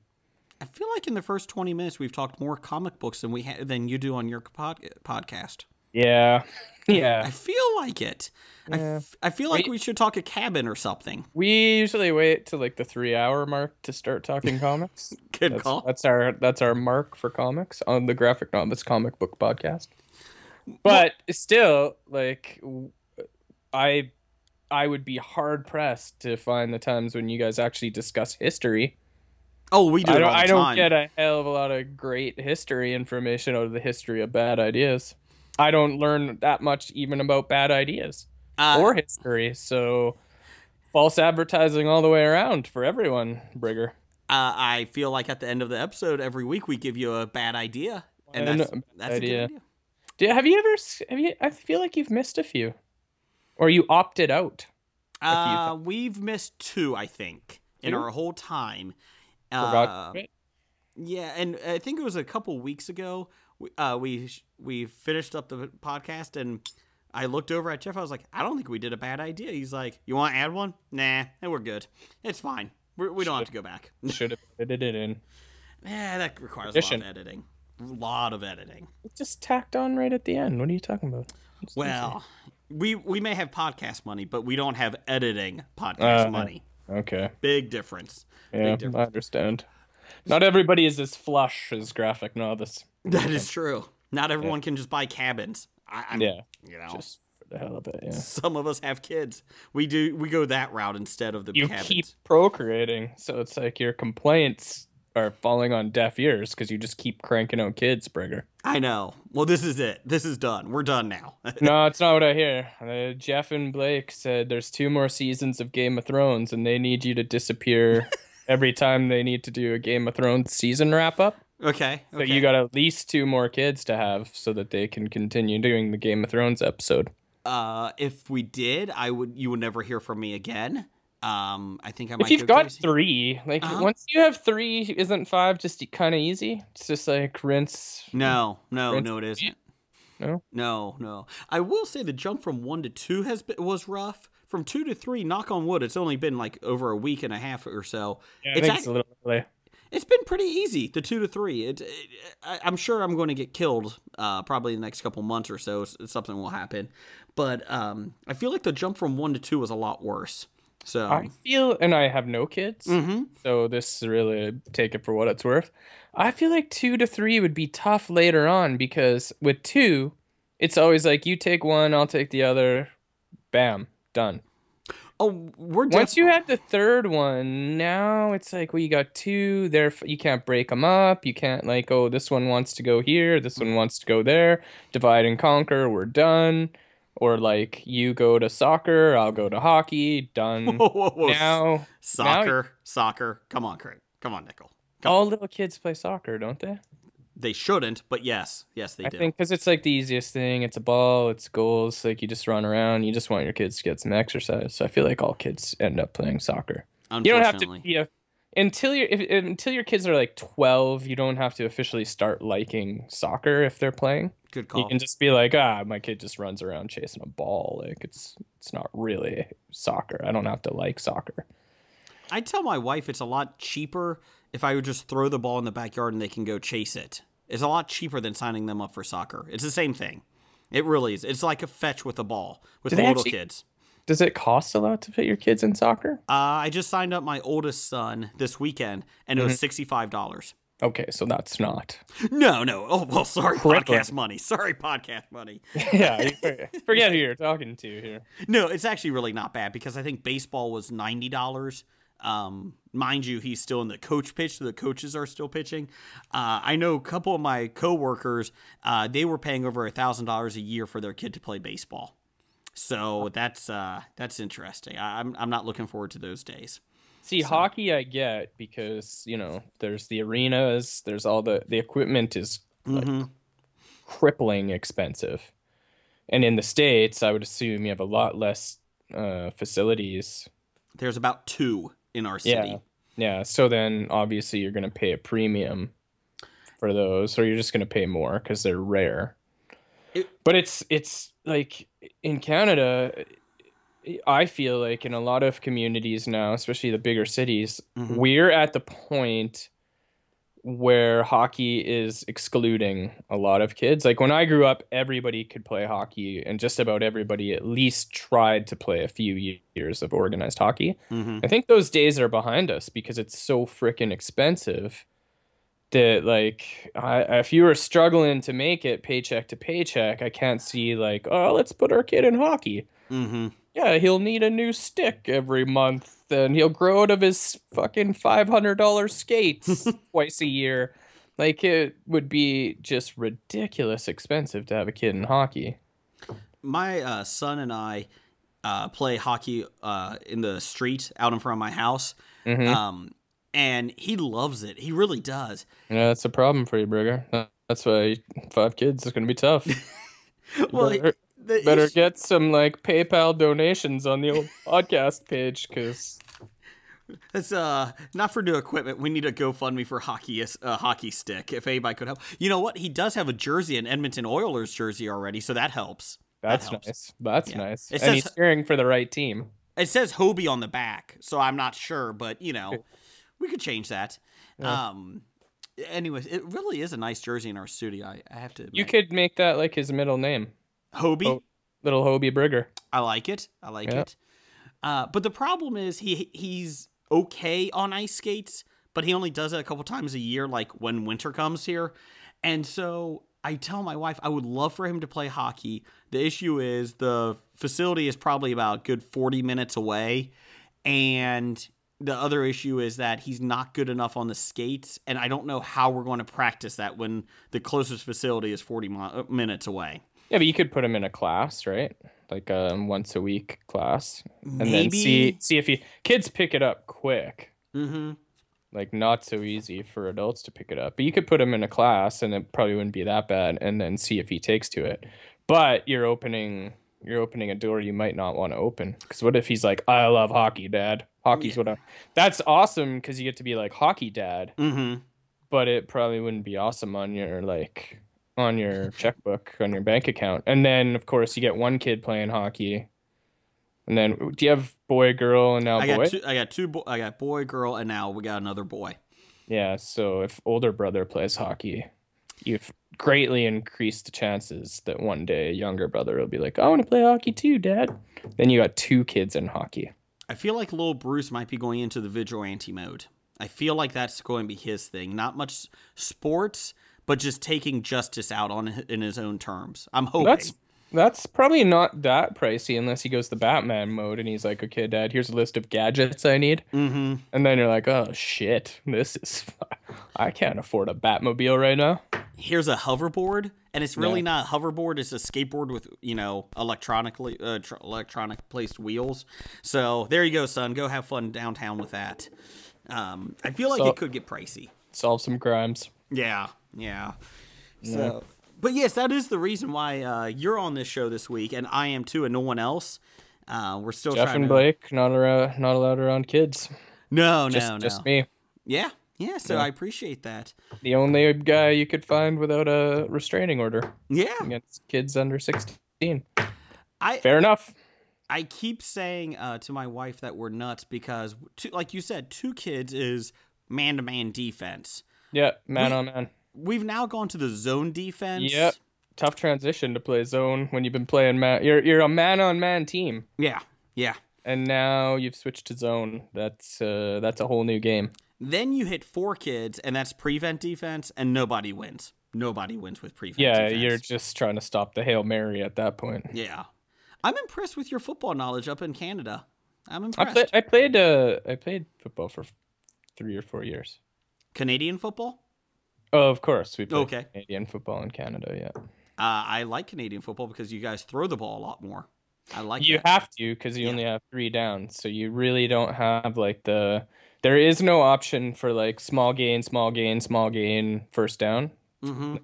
Speaker 4: I feel like in the first 20 minutes we've talked more comic books than we ha- than you do on your pod- podcast.
Speaker 5: Yeah, yeah.
Speaker 4: I feel like it. I f- I feel like we should talk a cabin or something.
Speaker 5: We usually wait to like the three hour mark to start talking comics.
Speaker 4: Good
Speaker 5: That's,
Speaker 4: call.
Speaker 5: that's our that's our mark for comics on the graphic novels comic book podcast. But still, like w- I I would be hard pressed to find the times when you guys actually discuss history.
Speaker 4: Oh, we do.
Speaker 5: I
Speaker 4: it
Speaker 5: don't
Speaker 4: all the
Speaker 5: I don't
Speaker 4: time.
Speaker 5: get a hell of a lot of great history information out of the history of bad ideas. I don't learn that much even about bad ideas
Speaker 4: Uh,
Speaker 5: or history. So false advertising all the way around for everyone, Brigger.
Speaker 4: uh, I feel like at the end of the episode every week we give you a bad idea, and
Speaker 5: One
Speaker 4: that's
Speaker 5: bad
Speaker 4: that's a
Speaker 5: idea.
Speaker 4: good idea.
Speaker 5: Did, have you ever? s- Have you? I feel like you've missed a few, or you opted out.
Speaker 4: Uh, we've missed two, I think, in
Speaker 5: Two?
Speaker 4: our whole time. Uh,
Speaker 5: Forgot.
Speaker 4: Yeah, and I think it was a couple weeks ago. We uh, we sh- we finished up the podcast, and I looked over at Jeff. I was like, I don't think we did a bad idea. He's like, You want to add one? Nah, and we're good. It's fine. We're, we don't have to go back.
Speaker 5: Should have edited it in.
Speaker 4: Yeah, that requires
Speaker 5: Tradition.
Speaker 4: a lot of editing. A lot of editing.
Speaker 5: It just tacked on right at the end. What are you talking about?
Speaker 4: Well, we we may have podcast money, but we don't have editing podcast
Speaker 5: Uh,
Speaker 4: money.
Speaker 5: Okay.
Speaker 4: Big difference.
Speaker 5: Yeah, I understand. Not everybody is as flush as graphic novice.
Speaker 4: That is true. Not everyone can just buy cabins. I, I'm,
Speaker 5: Yeah,
Speaker 4: you know,
Speaker 5: just for the hell of it. Yeah.
Speaker 4: some of us have kids. We do. We go that route instead of the
Speaker 5: You
Speaker 4: cabins.
Speaker 5: keep procreating, so it's like your complaints are falling on deaf ears because you just keep cranking out kids, Brigger.
Speaker 4: I know. Well, this is it. This is done. We're done now.
Speaker 5: no, it's not what I hear. Uh, Jeff and Blake said there's two more seasons of Game of Thrones, and they need you to disappear every time they need to do a Game of Thrones season wrap up.
Speaker 4: okay.
Speaker 5: So
Speaker 4: okay.
Speaker 5: you got at least two more kids to have so that they can continue doing the Game of Thrones episode.
Speaker 4: Uh, if we did, I would. You would never hear from me again. Um, I think I might.
Speaker 5: if you've
Speaker 4: go
Speaker 5: got
Speaker 4: crazy.
Speaker 5: three, like
Speaker 4: Uh-huh.
Speaker 5: once you have three, isn't five just kind of easy? It's just like rinse.
Speaker 4: No, no,
Speaker 5: Friends
Speaker 4: no, it isn't.
Speaker 5: No?
Speaker 4: No, no. I will say the jump from one to two has been, was rough. From two to three, knock on wood, it's only been like over a week and a half or so.
Speaker 5: Yeah,
Speaker 4: It's
Speaker 5: it's,
Speaker 4: act-
Speaker 5: a little early.
Speaker 4: It's been pretty easy, the two to three. It, it, I, I'm sure I'm going to get killed uh, probably in the next couple months or so. s- Something will happen. But um, I feel like the jump from one to two was a lot worse. So,
Speaker 5: I feel, and I have no kids,
Speaker 4: hmm
Speaker 5: so this is really take it for what it's worth. I feel like two to three would be tough later on because with two, it's always like you take one, I'll take the other, bam, done.
Speaker 4: oh, we're
Speaker 5: Once
Speaker 4: def-
Speaker 5: you had the third one, now it's like, well, you got two. There, you can't break them up. You can't like, oh, this one wants to go here, this one wants to go there. Divide and conquer. We're done. Or like, you go to soccer, I'll go to hockey. Done.
Speaker 4: Whoa, whoa, whoa.
Speaker 5: now,
Speaker 4: soccer, soccer. Come on, Craig. Come on, Nickel. Come
Speaker 5: all little kids play soccer, don't they?
Speaker 4: They shouldn't, but yes, yes, they
Speaker 5: I
Speaker 4: do.
Speaker 5: think because it's like the easiest thing. It's a ball. It's goals. Like you just run around. You just want your kids to get some exercise. So I feel like all kids end up playing soccer. you don't have to
Speaker 4: Unfortunately,
Speaker 5: be a until your if, until your kids are like 12 you don't have to officially start liking soccer if they're playing
Speaker 4: good
Speaker 5: you
Speaker 4: call.
Speaker 5: can just be like ah my kid just runs around chasing a ball like it's it's not really soccer i don't have to like soccer
Speaker 4: I tell my wife it's a lot cheaper if I would just throw the ball in the backyard and they can go chase it. It's a lot cheaper than signing them up for soccer. It's the same thing. It really is. It's like a fetch with a ball with
Speaker 5: they
Speaker 4: little
Speaker 5: actually-
Speaker 4: kids.
Speaker 5: does it cost a lot to put your kids in soccer
Speaker 4: Uh, I just signed up my oldest son this weekend, and it
Speaker 5: Mm-hmm.
Speaker 4: was sixty-five dollars.
Speaker 5: okay so that's not
Speaker 4: No, no. Oh well, sorry,
Speaker 5: Crippling.
Speaker 4: podcast money. Sorry, podcast money.
Speaker 5: yeah you forget- forget who you're talking to here
Speaker 4: No, it's actually really not bad because I think baseball was ninety dollars. Um, mind you, he's still in the coach pitch, so the coaches are still pitching. Uh, I know a couple of my coworkers, uh, they were paying over thousand dollars a year for their kid to play baseball. So that's uh, that's interesting. I, I'm I'm not looking forward to those days.
Speaker 5: See, hockey I get because, you know, there's the arenas, there's all the the equipment is like
Speaker 4: Mm-hmm.
Speaker 5: crippling expensive. And in the states, I would assume you have a lot less uh facilities.
Speaker 4: There's about two in our city.
Speaker 5: Yeah. Yeah, so then obviously you're going to pay a premium for those or you're just going to pay more cuz they're rare.
Speaker 4: It-
Speaker 5: but it's it's like in Canada I feel like in a lot of communities now, especially the bigger cities,
Speaker 4: Mhm.
Speaker 5: we're at the point where hockey is excluding a lot of kids. Like when I grew up, everybody could play hockey, and just about everybody at least tried to play a few ye- years of organized hockey.
Speaker 4: Mhm.
Speaker 5: I think those days are behind us because it's so freaking expensive that like I, if you were struggling to make it paycheck to paycheck, I can't see like oh let's put our kid in hockey
Speaker 4: Mm-hmm.
Speaker 5: yeah, he'll need a new stick every month, and he'll grow out of his fucking five hundred dollar skates twice a year. Like it would be just ridiculous expensive to have a kid in hockey.
Speaker 4: my uh, son and I uh, play hockey uh, in the street out in front of my house,
Speaker 5: Mhm.
Speaker 4: um, and he loves it. He really does.
Speaker 5: Yeah, that's a problem for you, Brigger. That's why five kids is gonna be tough.
Speaker 4: Well,
Speaker 5: Better-
Speaker 4: the
Speaker 5: Better
Speaker 4: issue-
Speaker 5: get some like PayPal donations on the old podcast page because
Speaker 4: That's uh not for new equipment. We need a GoFundMe for hockey uh, hockey stick. If anybody could help, you know what? He does have a jersey, an Edmonton Oilers jersey already, so that helps.
Speaker 5: that's
Speaker 4: helps.
Speaker 5: nice. That's
Speaker 4: Yeah.
Speaker 5: nice.
Speaker 4: It
Speaker 5: and
Speaker 4: says-
Speaker 5: he's cheering for the right team.
Speaker 4: It says Hobie on the back, so I'm not sure, but you know, we could change that. Um, anyways, it really is a nice jersey in our studio. I, I have to.
Speaker 5: You
Speaker 4: admit.
Speaker 5: could make that like his middle name,
Speaker 4: Hobie.
Speaker 5: Oh. little Hobie Brigger.
Speaker 4: I like it. I like
Speaker 5: Yeah.
Speaker 4: it. Uh, but the problem is he he's okay on ice skates, but he only does it a couple times a year, like when winter comes here. And so I tell my wife I would love for him to play hockey. The issue is the facility is probably about a good forty minutes away, and the other issue is that he's not good enough on the skates, and I don't know how we're going to practice that when the closest facility is forty mi- uh, minutes away.
Speaker 5: Yeah, but you could put him in a class, right? Like a once a week class, and then
Speaker 4: Maybe.
Speaker 5: see see if he kids pick it up quick.
Speaker 4: Mm-hmm.
Speaker 5: Like not so easy for adults to pick it up. But you could put him in a class, and it probably wouldn't be that bad. And then see if he takes to it. But you're opening you're opening a door you might not want to open because what if he's like, I love hockey, Dad. Hockey's what I. That's awesome because you get to be like hockey dad,
Speaker 4: Mm-hmm.
Speaker 5: but it probably wouldn't be awesome on your like on your checkbook on your bank account and then of course you get one kid playing hockey and then do you have boy girl and now
Speaker 4: I
Speaker 5: Oh, boy
Speaker 4: got two. I got two. Bo- I got boy, girl, and now we got another boy.
Speaker 5: yeah so if older brother plays hockey you've greatly increased the chances that one day younger brother will be like i want to play hockey too dad then you got two kids in hockey
Speaker 4: I feel like little Bruce might be going into the vigilante mode. I feel like that's going to be his thing. Not much sports, but just taking justice out on hi- in his own terms. I'm hoping.
Speaker 5: That's that's probably not that pricey unless he goes the Batman mode and he's like, okay, Dad, here's a list of gadgets I need, mm-hmm. and then you're like, oh shit, this is, I can't afford a Batmobile right now.
Speaker 4: Here's a hoverboard, and it's really not a hoverboard. It's a skateboard with you know electronically uh, tr- electronic placed wheels. So there you go, son. Go have fun downtown with that. Um, I feel like
Speaker 5: So-
Speaker 4: it could get pricey.
Speaker 5: Solve some crimes.
Speaker 4: Yeah, yeah. So, but yes, that is the reason why uh, you're on this show this week, and I am too, and no one else. Uh, we're still
Speaker 5: Jeff
Speaker 4: trying
Speaker 5: and
Speaker 4: to.
Speaker 5: Blake not around, not allowed around kids.
Speaker 4: No, no,
Speaker 5: Just,
Speaker 4: no.
Speaker 5: just me,
Speaker 4: Yeah, yeah. So I appreciate that.
Speaker 5: the only guy you could find without a restraining order
Speaker 4: Yeah,
Speaker 5: against kids under sixteen.
Speaker 4: I
Speaker 5: Fair enough.
Speaker 4: I keep saying uh, to my wife that we're nuts because, two, like you said, two kids is man to man defense.
Speaker 5: Yeah, man on man.
Speaker 4: We've now gone to the zone defense.
Speaker 5: Yep. Tough transition to play zone when you've been playing man. You're you're a man on man team.
Speaker 4: Yeah. Yeah.
Speaker 5: and now you've switched to zone. That's uh, that's a whole new game.
Speaker 4: Then you hit four kids, and that's prevent defense, and nobody wins. Nobody wins with prevent.
Speaker 5: Yeah,
Speaker 4: defense.
Speaker 5: you're just trying to stop the hail mary at that point.
Speaker 4: Yeah. I'm impressed with your football knowledge up in Canada. I'm
Speaker 5: I,
Speaker 4: impressed.
Speaker 5: play, I played uh, I played football for three or four years.
Speaker 4: Canadian football?
Speaker 5: Oh, of course, we played
Speaker 4: Okay.
Speaker 5: Canadian football in Canada. Yeah,
Speaker 4: Uh, I like Canadian football because you guys throw the ball a lot more. I like
Speaker 5: you
Speaker 4: that.
Speaker 5: have to because you only have three downs, so you really don't have like the. There is no option for like small gain, small gain, small gain, first down.
Speaker 4: Mhm.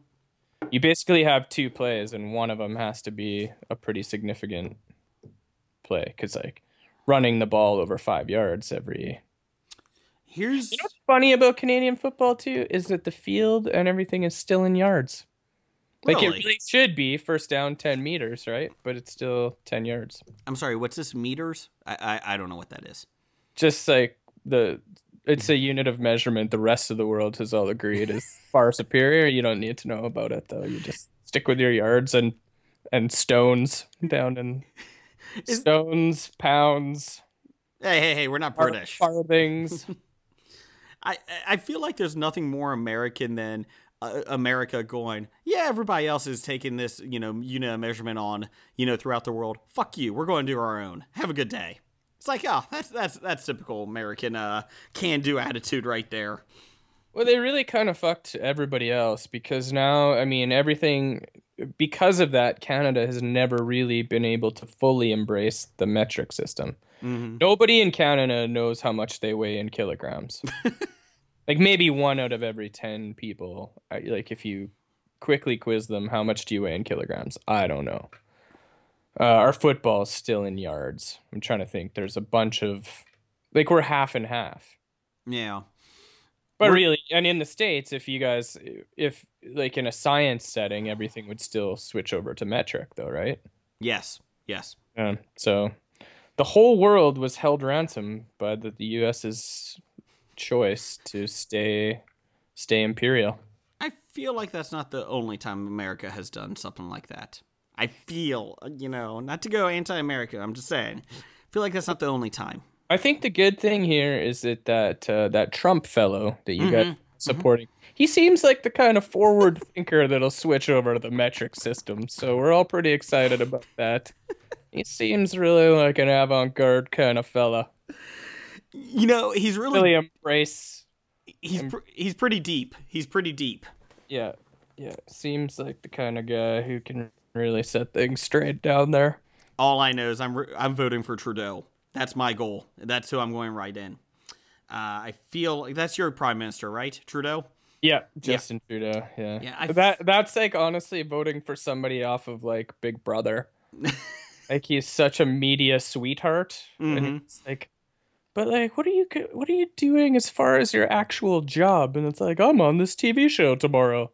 Speaker 5: You basically have two plays, and one of them has to be a pretty significant play because, like, running the ball over five yards every.
Speaker 4: Here's
Speaker 5: You know what's funny about Canadian football too is that the field and everything is still in yards. Like
Speaker 4: Really?
Speaker 5: it really should be first down ten meters, right? But it's still ten yards.
Speaker 4: I'm sorry, what's this meters? I, I I don't know what that is.
Speaker 5: Just like the, it's a unit of measurement. The rest of the world has all agreed is far superior. You don't need to know about it though. You just stick with your yards and and stones down in
Speaker 4: Is-
Speaker 5: stones, pounds,
Speaker 4: Hey, hey, hey, we're not British.
Speaker 5: farthings.
Speaker 4: I I feel like there's nothing more American than uh, America going, yeah, everybody else is taking this, you know, unit of measurement on, you know, throughout the world. Fuck you. We're going to do our own. Have a good day. It's like, oh, that's that's that's typical American uh, can-do attitude right there.
Speaker 5: Well, they really kind of fucked everybody else because now, I mean, everything because of that, Canada has never really been able to fully embrace the metric system. Nobody in Canada knows how much they weigh in kilograms. like maybe one out of every 10 people, I- like if you quickly quiz them. How much do you weigh in kilograms? I don't know. Uh, our football is still in yards. I'm trying to think. There's a bunch of like we're half and half.
Speaker 4: Yeah.
Speaker 5: But
Speaker 4: We're-
Speaker 5: really, and in the states, if you guys, if like in a science setting, everything would still switch over to metric, though, right?
Speaker 4: Yes. Yes.
Speaker 5: Yeah. So the whole world was held ransom by the, the U.S.'s choice to stay stay imperial.
Speaker 4: I feel like that's not the only time America has done something like that. I feel, uh, you know, not to go anti-American. I'm just saying. I feel like that's not the only time.
Speaker 5: I think the good thing here is that that uh, that Trump fellow that you got supporting, he seems like the kind of forward thinker that'll switch over to the metric system. So we're all pretty excited about that. He seems really like an avant-garde kind of fella.
Speaker 4: You know, he's really,
Speaker 5: Really embrace,
Speaker 4: he's pr- he's pretty deep. He's pretty deep.
Speaker 5: yeah, yeah. Seems like the kind of guy who can really set things straight down there.
Speaker 4: All I know is I'm re- I'm voting for Trudeau. That's my goal. That's who I'm going right in. Uh, I feel like that's your prime minister, right, Trudeau?
Speaker 5: Yeah, Justin Trudeau. Yeah,
Speaker 4: Yeah, I-
Speaker 5: that that's like honestly voting for somebody off of like Big Brother. like he's such a media sweetheart. And
Speaker 4: Mhm.
Speaker 5: it's like, but like, what are you co- what are you doing as far as your actual job? And it's like, I'm on this TV show tomorrow.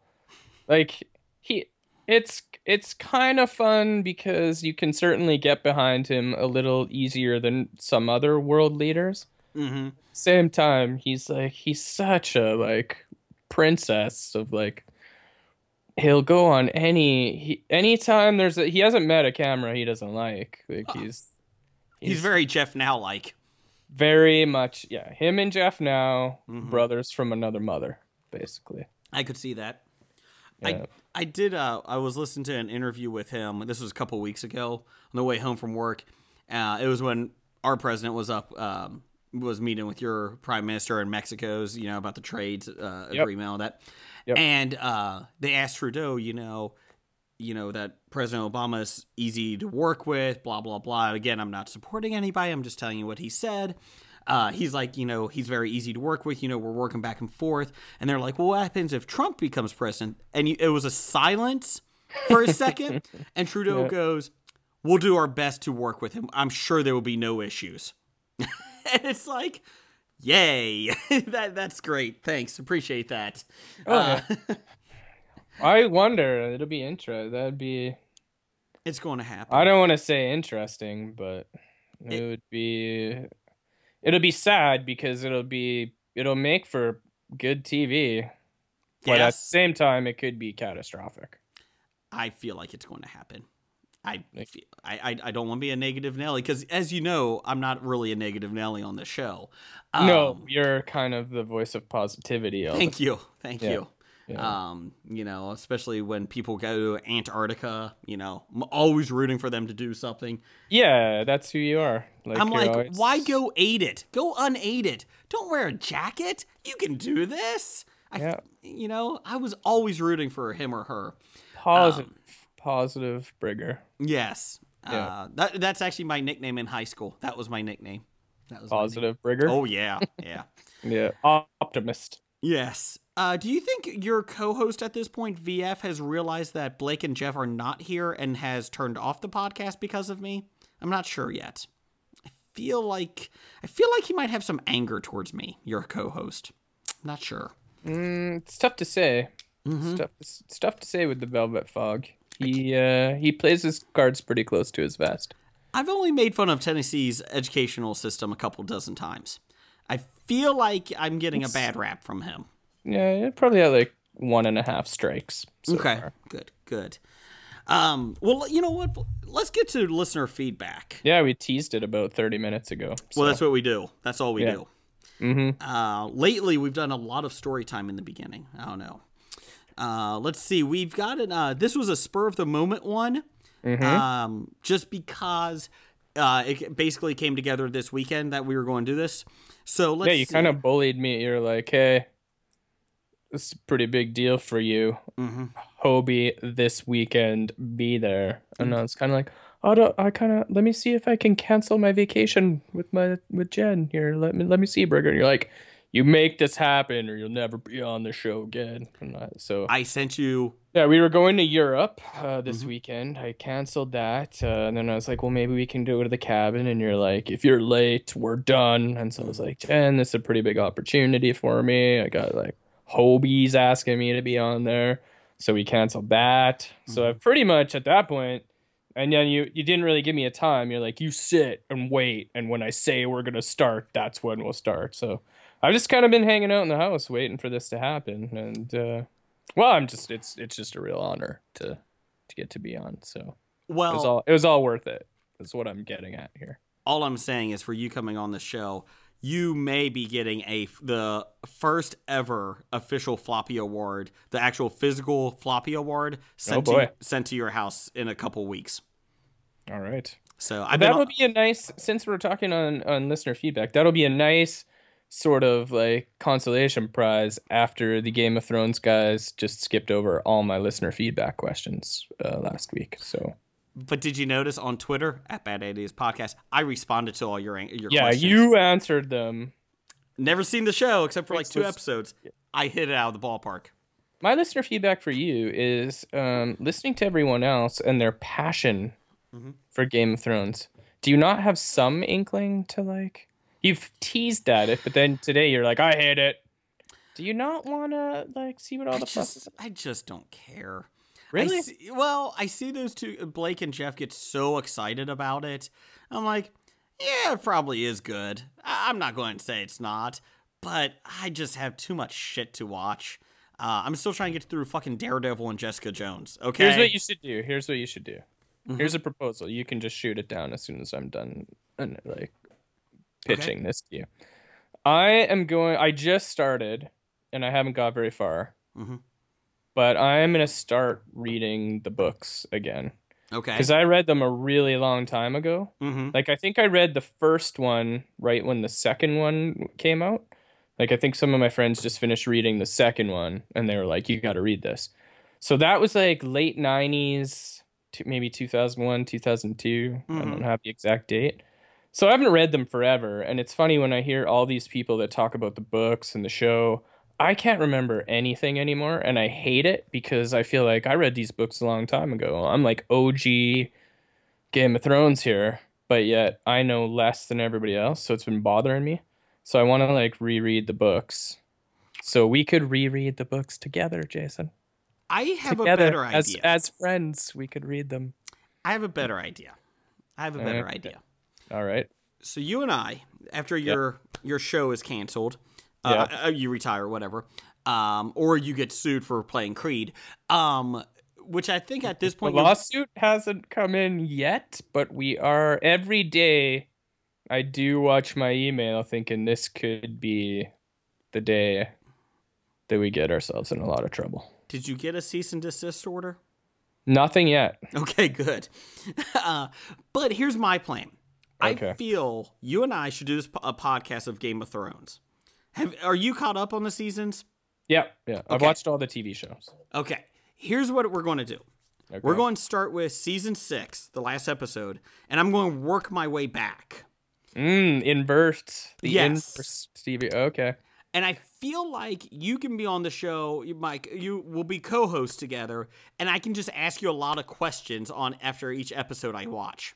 Speaker 5: Like he, it's it's kind of fun because you can certainly get behind him a little easier than some other world leaders
Speaker 4: Mm-hmm.
Speaker 5: same time he's like he's such a like princess of like he'll go on any he, anytime there's a he hasn't met a camera he doesn't like like he's
Speaker 4: Uh, He's, very Jeff now like.
Speaker 5: very much yeah him and jeff now
Speaker 4: Mhm.
Speaker 5: brothers from another mother basically
Speaker 4: I could see that.
Speaker 5: Yeah.
Speaker 4: I I did. Uh, I was listening to an interview with him. This was a couple weeks ago on the way home from work. Uh, it was when our president was up, um, was meeting with your prime minister and Mexico's, you know, about the trade uh,
Speaker 5: Yep.
Speaker 4: agreement and all that.
Speaker 5: Yep.
Speaker 4: And uh, they asked Trudeau, you know, you know that President Obama is easy to work with, blah blah blah. Again, I'm not supporting anybody. I'm just telling you what he said. Uh, he's like, you know, he's very easy to work with. You know, we're working back and forth. And they're like, well, what happens if Trump becomes president? And you, it was a silence for a second. and Trudeau goes, we'll do our best to work with him. I'm sure there will be no issues. and it's like, yay, that that's great. Thanks, appreciate that.
Speaker 5: Oh,
Speaker 4: Uh,
Speaker 5: i wonder it'll be intro that'd be
Speaker 4: it's going to happen.
Speaker 5: i don't want to say interesting but it,
Speaker 4: It-
Speaker 5: would be it'll be sad because it'll be it'll make for good tv But at the
Speaker 4: Yes,
Speaker 5: same time, it could be catastrophic.
Speaker 4: I feel like it's going to happen. I
Speaker 5: Like-
Speaker 4: feel, I, I I don't want to be a negative Nelly because, as you know, I'm not really a negative Nelly on the show.
Speaker 5: no,
Speaker 4: Um,
Speaker 5: you're kind of the voice of positivity. all the-
Speaker 4: Thank you. Thank
Speaker 5: Yeah.
Speaker 4: you.
Speaker 5: Yeah.
Speaker 4: Um, you know, especially when people go to Antarctica, you know, I'm always rooting for them to do something.
Speaker 5: yeah, that's who you are. Like,
Speaker 4: I'm
Speaker 5: you're
Speaker 4: like,
Speaker 5: always-
Speaker 4: why go aid it? Go unaid it. Don't wear a jacket. You can do this. I,
Speaker 5: Yeah.
Speaker 4: you know, I was always rooting for him or her. um,
Speaker 5: positive, positive Brigger,
Speaker 4: Yes.
Speaker 5: Yeah.
Speaker 4: Uh, that, that's actually my nickname in high school. That was my nickname. That was my nick-
Speaker 5: positive Brigger?
Speaker 4: Oh yeah, yeah.
Speaker 5: yeah, optimist.
Speaker 4: Yes. Uh, do you think your co-host at this point, VF, has realized that Blake and Jeff are not here and has turned off the podcast because of me? I'm not sure yet. I feel like I feel like he might have some anger towards me, your co-host. Not sure.
Speaker 5: Mm, it's tough to say.
Speaker 4: Mm-hmm.
Speaker 5: It's tough. It's tough to say with the Velvet Fog. He uh, he plays his cards pretty close to his vest.
Speaker 4: I've only made fun of Tennessee's educational system a couple dozen times. I feel like I'm getting a bad rap from him.
Speaker 5: Yeah, he probably had like one and a half strikes. so
Speaker 4: okay.
Speaker 5: far.
Speaker 4: Good. Good. Um, well, you know what? Let's get to listener feedback.
Speaker 5: Yeah, we teased it about thirty minutes ago.
Speaker 4: Well, that's what we do. That's all we
Speaker 5: Yeah.
Speaker 4: do.
Speaker 5: hmm
Speaker 4: Uh, lately, we've done a lot of story time in the beginning. I don't know. Uh, let's see. We've got an. Uh, this was a spur of the moment one,
Speaker 5: Mm-hmm.
Speaker 4: um, just because uh, it basically came together this weekend that we were going to do this. So let's.
Speaker 5: yeah, you kind of bullied me. You're like, hey, this is a pretty big deal for you.
Speaker 4: Mm-hmm.
Speaker 5: Hobie this weekend, be there. And I was kind of like, I don't, I kind of let me see if I can cancel my vacation with my with Jen here. Let me let me see Burger. And you're like, you make this happen or you'll never be on the show again. And I- so
Speaker 4: I sent you.
Speaker 5: yeah, we were going to Europe uh, this weekend. I canceled that, uh, and then I was like, "Well, maybe we can go to the cabin." And you're like, "If you're late, we're done." And so I was like, "Jen, this is a pretty big opportunity for me." I got like Hobie's asking me to be on there, so we canceled that. So I pretty much at that point, and then you you didn't really give me a time. You're like, "You sit and wait, and when I say we're gonna start, that's when we'll start." So I've just kind of been hanging out in the house waiting for this to happen, and. uh well, I'm just it's it's just a real honor to to get to be on. So it was
Speaker 4: Well,
Speaker 5: all it was all worth it. Is what I'm getting at here.
Speaker 4: all I'm saying is for you coming on the show, you may be getting a the first ever official floppy award, the actual physical floppy award sent
Speaker 5: Oh, boy.
Speaker 4: to sent to your house in a couple weeks.
Speaker 5: All right.
Speaker 4: So I've been
Speaker 5: That'll
Speaker 4: on,
Speaker 5: be a nice since we're talking on on listener feedback. That'll be a nice sort of like consolation prize after the Game of Thrones guys just skipped over all my listener feedback questions uh, last week. So
Speaker 4: but did you notice on Twitter at Bad Ideas Podcast, I responded to all your an- your
Speaker 5: yeah,
Speaker 4: questions.
Speaker 5: you answered them.
Speaker 4: never seen the show except for like two
Speaker 5: was-
Speaker 4: episodes. I hit it out of the ballpark.
Speaker 5: my listener feedback for you is um, listening to everyone else and their passion
Speaker 4: Mm-hmm.
Speaker 5: for Game of Thrones. Do you not have some inkling to like? You've teased at it, but then today you're like, I hate it. Do you not want to like see what all
Speaker 4: I
Speaker 5: the fuss
Speaker 4: just, I just don't care. I
Speaker 5: Really?
Speaker 4: see- well, I see those two, uh, Blake and Jeff, get so excited about it. I'm like, yeah, it probably is good. I- I'm not going to say it's not, but I just have too much shit to watch. Uh, I'm still trying to get through fucking Daredevil and Jessica Jones. Okay.
Speaker 5: Here's what you should do. Here's what you should do. Here's a proposal. You can just shoot it down as soon as I'm done and like pitching this to you. I am going I just started and I haven't got very far.
Speaker 4: Mhm.
Speaker 5: But I am going to start reading the books again
Speaker 4: okay.
Speaker 5: cuz I read them a really long time ago.
Speaker 4: mm-hmm.
Speaker 5: Like I think I read the first one right when the second one came out. Like I think some of my friends just finished reading the second one and they were like, "You got to read this." So that was like late '90s, to maybe 2001, 2002. I don't
Speaker 4: Mhm.
Speaker 5: have the exact date. So I haven't read them forever, and it's funny when I hear all these people that talk about the books and the show. I can't remember anything anymore, and I hate it because I feel like I read these books a long time ago. I'm like OG Game of Thrones here, but yet I know less than everybody else, so it's been bothering me. So I want to like reread the books. So we could reread the books together, Jason.
Speaker 4: I have
Speaker 5: together
Speaker 4: a better idea.
Speaker 5: as as friends, we could read them.
Speaker 4: I have a better idea. I have a better
Speaker 5: right.
Speaker 4: idea.
Speaker 5: All right.
Speaker 4: so you and I, after your your show is canceled, uh, uh, you retire, whatever, um, or you get sued for playing Creed, um, which I think at this
Speaker 5: The
Speaker 4: point, you're-
Speaker 5: lawsuit hasn't come in yet, but we are every day. I do watch my email, thinking this could be the day that we get ourselves in a lot of trouble.
Speaker 4: did you get a cease and desist order?
Speaker 5: Nothing yet.
Speaker 4: Okay, good. uh, but here's my plan. I
Speaker 5: Okay.
Speaker 4: feel you and I should do this po- a podcast of Game of Thrones. Have, are you caught up on the seasons?
Speaker 5: Yeah, yeah. I've
Speaker 4: Okay.
Speaker 5: watched all the TV shows.
Speaker 4: Okay, here's what we're going to do. We're
Speaker 5: Okay.
Speaker 4: going to start with season six, the last episode, and I'm going to work my way back.
Speaker 5: Mm, invert. The
Speaker 4: Yes.
Speaker 5: Inverse TV. Okay.
Speaker 4: and I feel like you can be on the show, you- Mike. You will be co-hosts together, and I can just ask you a lot of questions on after each episode I watch.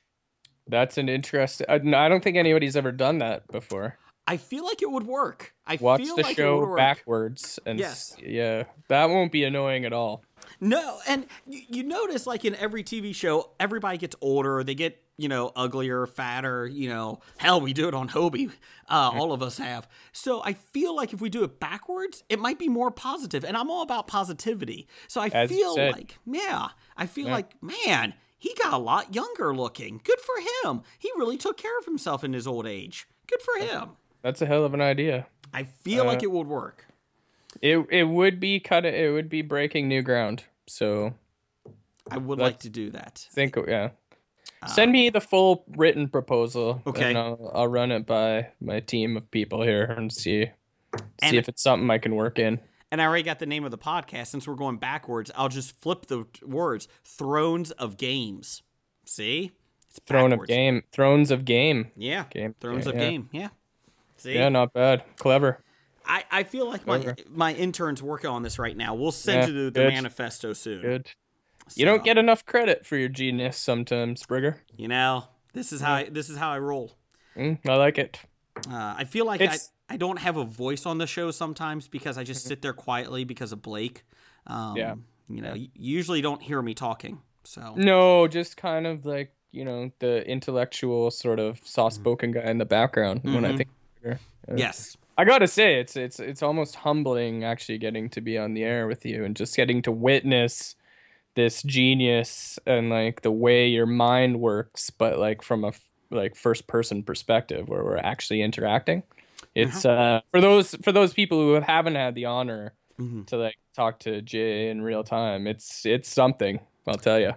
Speaker 5: That's an interesting. I, no, I don't think anybody's ever done that before.
Speaker 4: I feel like it would work. I
Speaker 5: Watch
Speaker 4: feel
Speaker 5: the
Speaker 4: like it would
Speaker 5: show
Speaker 4: work.
Speaker 5: backwards. And s- Yeah. That won't be annoying at all.
Speaker 4: No, and you, you notice like in every TV show, everybody gets older. They get you know uglier, fatter. You know, hell, we do it on Hobie. Uh, all of us have. So I feel like if we do it backwards, it might be more positive. And I'm all about positivity. So I
Speaker 5: As you
Speaker 4: feel
Speaker 5: said.
Speaker 4: like yeah, I feel like man, he got a lot younger looking. Good for him. He really took care of himself in his old age. Good for him.
Speaker 5: That's a hell of an idea.
Speaker 4: I feel
Speaker 5: Uh,
Speaker 4: like it would work.
Speaker 5: It it would be kind of it would be breaking new ground. So
Speaker 4: I would like to do that.
Speaker 5: think yeah. Send me the full written proposal.
Speaker 4: Ah. Okay.
Speaker 5: And I'll, I'll run it by my team of people here and see
Speaker 4: And-
Speaker 5: see if it's something I can work in.
Speaker 4: and I already got the name of the podcast. Since we're going backwards, I'll just flip the t- words: Thrones of Games. See, it's
Speaker 5: Throne of
Speaker 4: backwards.
Speaker 5: game. Thrones of game.
Speaker 4: Yeah,
Speaker 5: Game-
Speaker 4: Thrones
Speaker 5: yeah,
Speaker 4: of
Speaker 5: yeah.
Speaker 4: Game. Yeah. See,
Speaker 5: Yeah, not bad. Clever.
Speaker 4: I, I feel like my
Speaker 5: Okay.
Speaker 4: my intern's working on this right now. We'll send
Speaker 5: Yeah,
Speaker 4: you the, the
Speaker 5: good.
Speaker 4: manifesto soon.
Speaker 5: Good. You don't
Speaker 4: So,
Speaker 5: get enough credit for your genius sometimes, Brigger.
Speaker 4: You know, this is how I, this is how I roll.
Speaker 5: Mm, I like it.
Speaker 4: Uh, I feel like I,
Speaker 5: It's- Mm-hmm.
Speaker 4: I don't have a voice on the show sometimes because I just sit there quietly because of Blake. Um,
Speaker 5: Yeah.
Speaker 4: You know, you usually don't hear me talking. So
Speaker 5: No, just kind of like you know the intellectual sort of soft-spoken guy in the background. When I
Speaker 4: Mhm.
Speaker 5: think, Brigger. Uh,
Speaker 4: yes,
Speaker 5: I gotta say it's it's it's almost humbling actually getting to be on the air with you and just getting to witness this genius and like the way your mind works, but like from a f- like first person perspective where we're actually interacting. It's uh for those for those people who haven't had the honor
Speaker 4: Mhm.
Speaker 5: to like talk to Jay in real time. It's it's something. I'll tell you.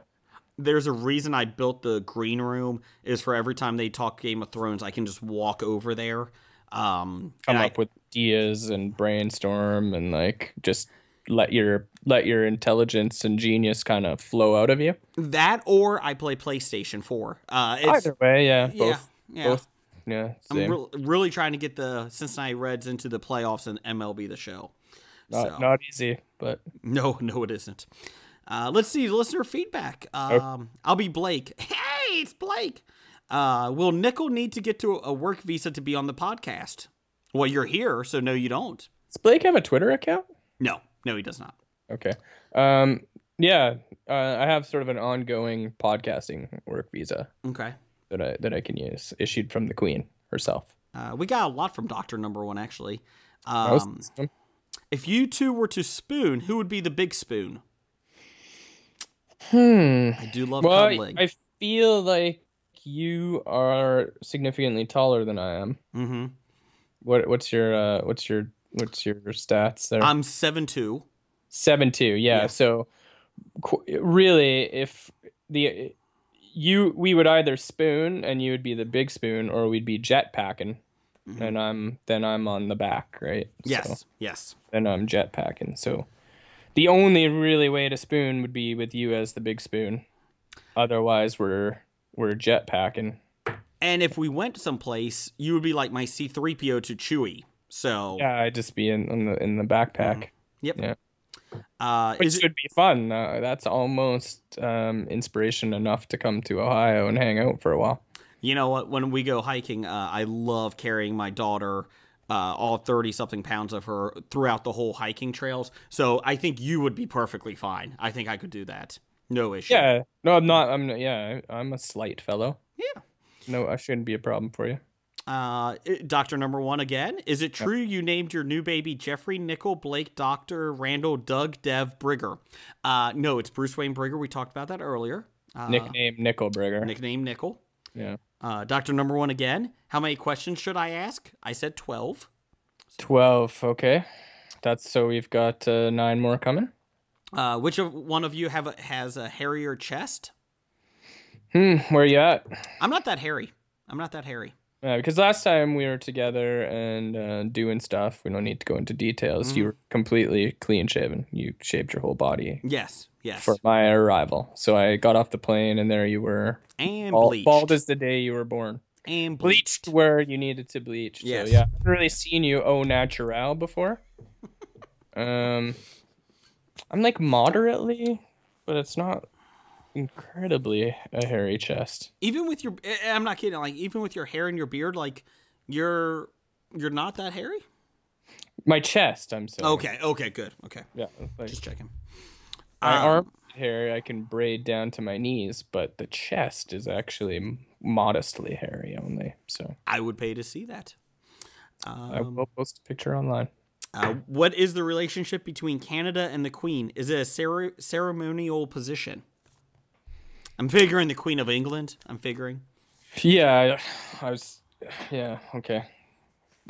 Speaker 4: there's a reason I built the green room is for every time they talk Game of Thrones, I can just walk over there. Um,
Speaker 5: Come
Speaker 4: and I-
Speaker 5: up with ideas and brainstorm and like just let your let your intelligence and genius kind of flow out of you.
Speaker 4: that, or I play PlayStation Four. Uh, it's,
Speaker 5: Either way, yeah,
Speaker 4: yeah,
Speaker 5: both,
Speaker 4: yeah.
Speaker 5: both, yeah.
Speaker 4: I'm
Speaker 5: Same.
Speaker 4: re- really trying to get the Cincinnati Reds into the playoffs and MLB the show.
Speaker 5: not,
Speaker 4: so.
Speaker 5: not easy, but
Speaker 4: No, no, it isn't. Uh, let's see listener feedback. Um, I'll be Blake. Hey, it's Blake. Uh, will Nickel need to get to a work visa to be on the podcast? Well, you're here, so no, you don't.
Speaker 5: does Blake have a Twitter account?
Speaker 4: No, no, he does not.
Speaker 5: Okay. Um. Yeah. Uh, I have sort of an ongoing podcasting work visa
Speaker 4: Okay.
Speaker 5: that I that I can use, issued from the Queen herself.
Speaker 4: Uh, we got a lot from Doctor Number One actually.
Speaker 5: That was-
Speaker 4: Um, if you two were to spoon, who would be the big spoon?
Speaker 5: hmm.
Speaker 4: I do love
Speaker 5: Well, I-
Speaker 4: cuddling.
Speaker 5: I feel like you are significantly taller than I am.
Speaker 4: mm-hmm.
Speaker 5: What what's your uh what's your what's your stats there?
Speaker 4: I'm seven two.
Speaker 5: seven two. Yeah.
Speaker 4: Um, Yeah.
Speaker 5: So qu- really, if the you we would either spoon and you would be the big spoon, or we'd be jetpacking, and I'm then I'm on the back, right?
Speaker 4: Yes,
Speaker 5: So,
Speaker 4: yes.
Speaker 5: then I'm jetpacking. So the only really way to spoon would be with you as the big spoon. Otherwise, we're we're jetpacking.
Speaker 4: And if we went someplace, you would be like my C three PO to Chewy. So
Speaker 5: Yeah, I'd just be in, in the in the backpack,
Speaker 4: Yep.
Speaker 5: Yeah.
Speaker 4: Uh,
Speaker 5: which
Speaker 4: is it-
Speaker 5: should be fun. Uh, that's almost um, inspiration enough to come to Ohio and hang out for a while.
Speaker 4: you know what? When we go hiking, uh, I love carrying my daughter, uh, all thirty something pounds of her throughout the whole hiking trails. So I think you would be perfectly fine. I think I could do that. No issue.
Speaker 5: Yeah. No, I'm not. I'm not, yeah. I- I'm a slight fellow.
Speaker 4: Yeah.
Speaker 5: No, I shouldn't be a problem for you.
Speaker 4: Uh, Doctor Number One again. Is it true you named your new baby Jeffrey Nickel, Blake, Doctor Randall, Doug, Dev, Brigger? Uh, no, it's Bruce Wayne Brigger. We talked about that earlier. Uh,
Speaker 5: Nickname Nickelbrigger.
Speaker 4: nickname Nickel.
Speaker 5: yeah.
Speaker 4: Uh, Doctor Number One again. How many questions should I ask? I said twelve.
Speaker 5: Twelve. Okay. That's so we've got uh, nine more coming.
Speaker 4: Uh, which of one of you have a, has a hairier chest?
Speaker 5: Hmm. Where you at?
Speaker 4: I'm not that hairy. I'm not that hairy.
Speaker 5: Uh, because last time we were together and uh, doing stuff, we don't need to go into details.
Speaker 4: Mm-hmm.
Speaker 5: You were completely clean shaven. You shaved your whole body
Speaker 4: Yes, yes,
Speaker 5: for my arrival. So I got off the plane, and there you were,
Speaker 4: and
Speaker 5: bald,
Speaker 4: bleached,
Speaker 5: bald as the day you were born.
Speaker 4: and bleached.
Speaker 5: Bleached where you needed to bleach. So
Speaker 4: Yes.
Speaker 5: yeah, I haven't really seen you au natural before. um, I'm like moderately, but it's not incredibly a hairy chest.
Speaker 4: Even with your, I- I'm not kidding. Like even with your hair and your beard, like you're you're not that hairy.
Speaker 5: My chest, I'm saying.
Speaker 4: Okay, okay, good. Okay,
Speaker 5: Yeah. like-
Speaker 4: just checking.
Speaker 5: My
Speaker 4: Um,
Speaker 5: arm hair I can braid down to my knees, but the chest is actually m- modestly hairy only. So
Speaker 4: I would pay to see that.
Speaker 5: I
Speaker 4: Um,
Speaker 5: will post a picture online.
Speaker 4: Uh, what is the relationship between Canada and the Queen? Is it a cere- ceremonial position? I'm figuring the Queen of England. I'm figuring.
Speaker 5: Yeah, I, I was. Yeah, okay.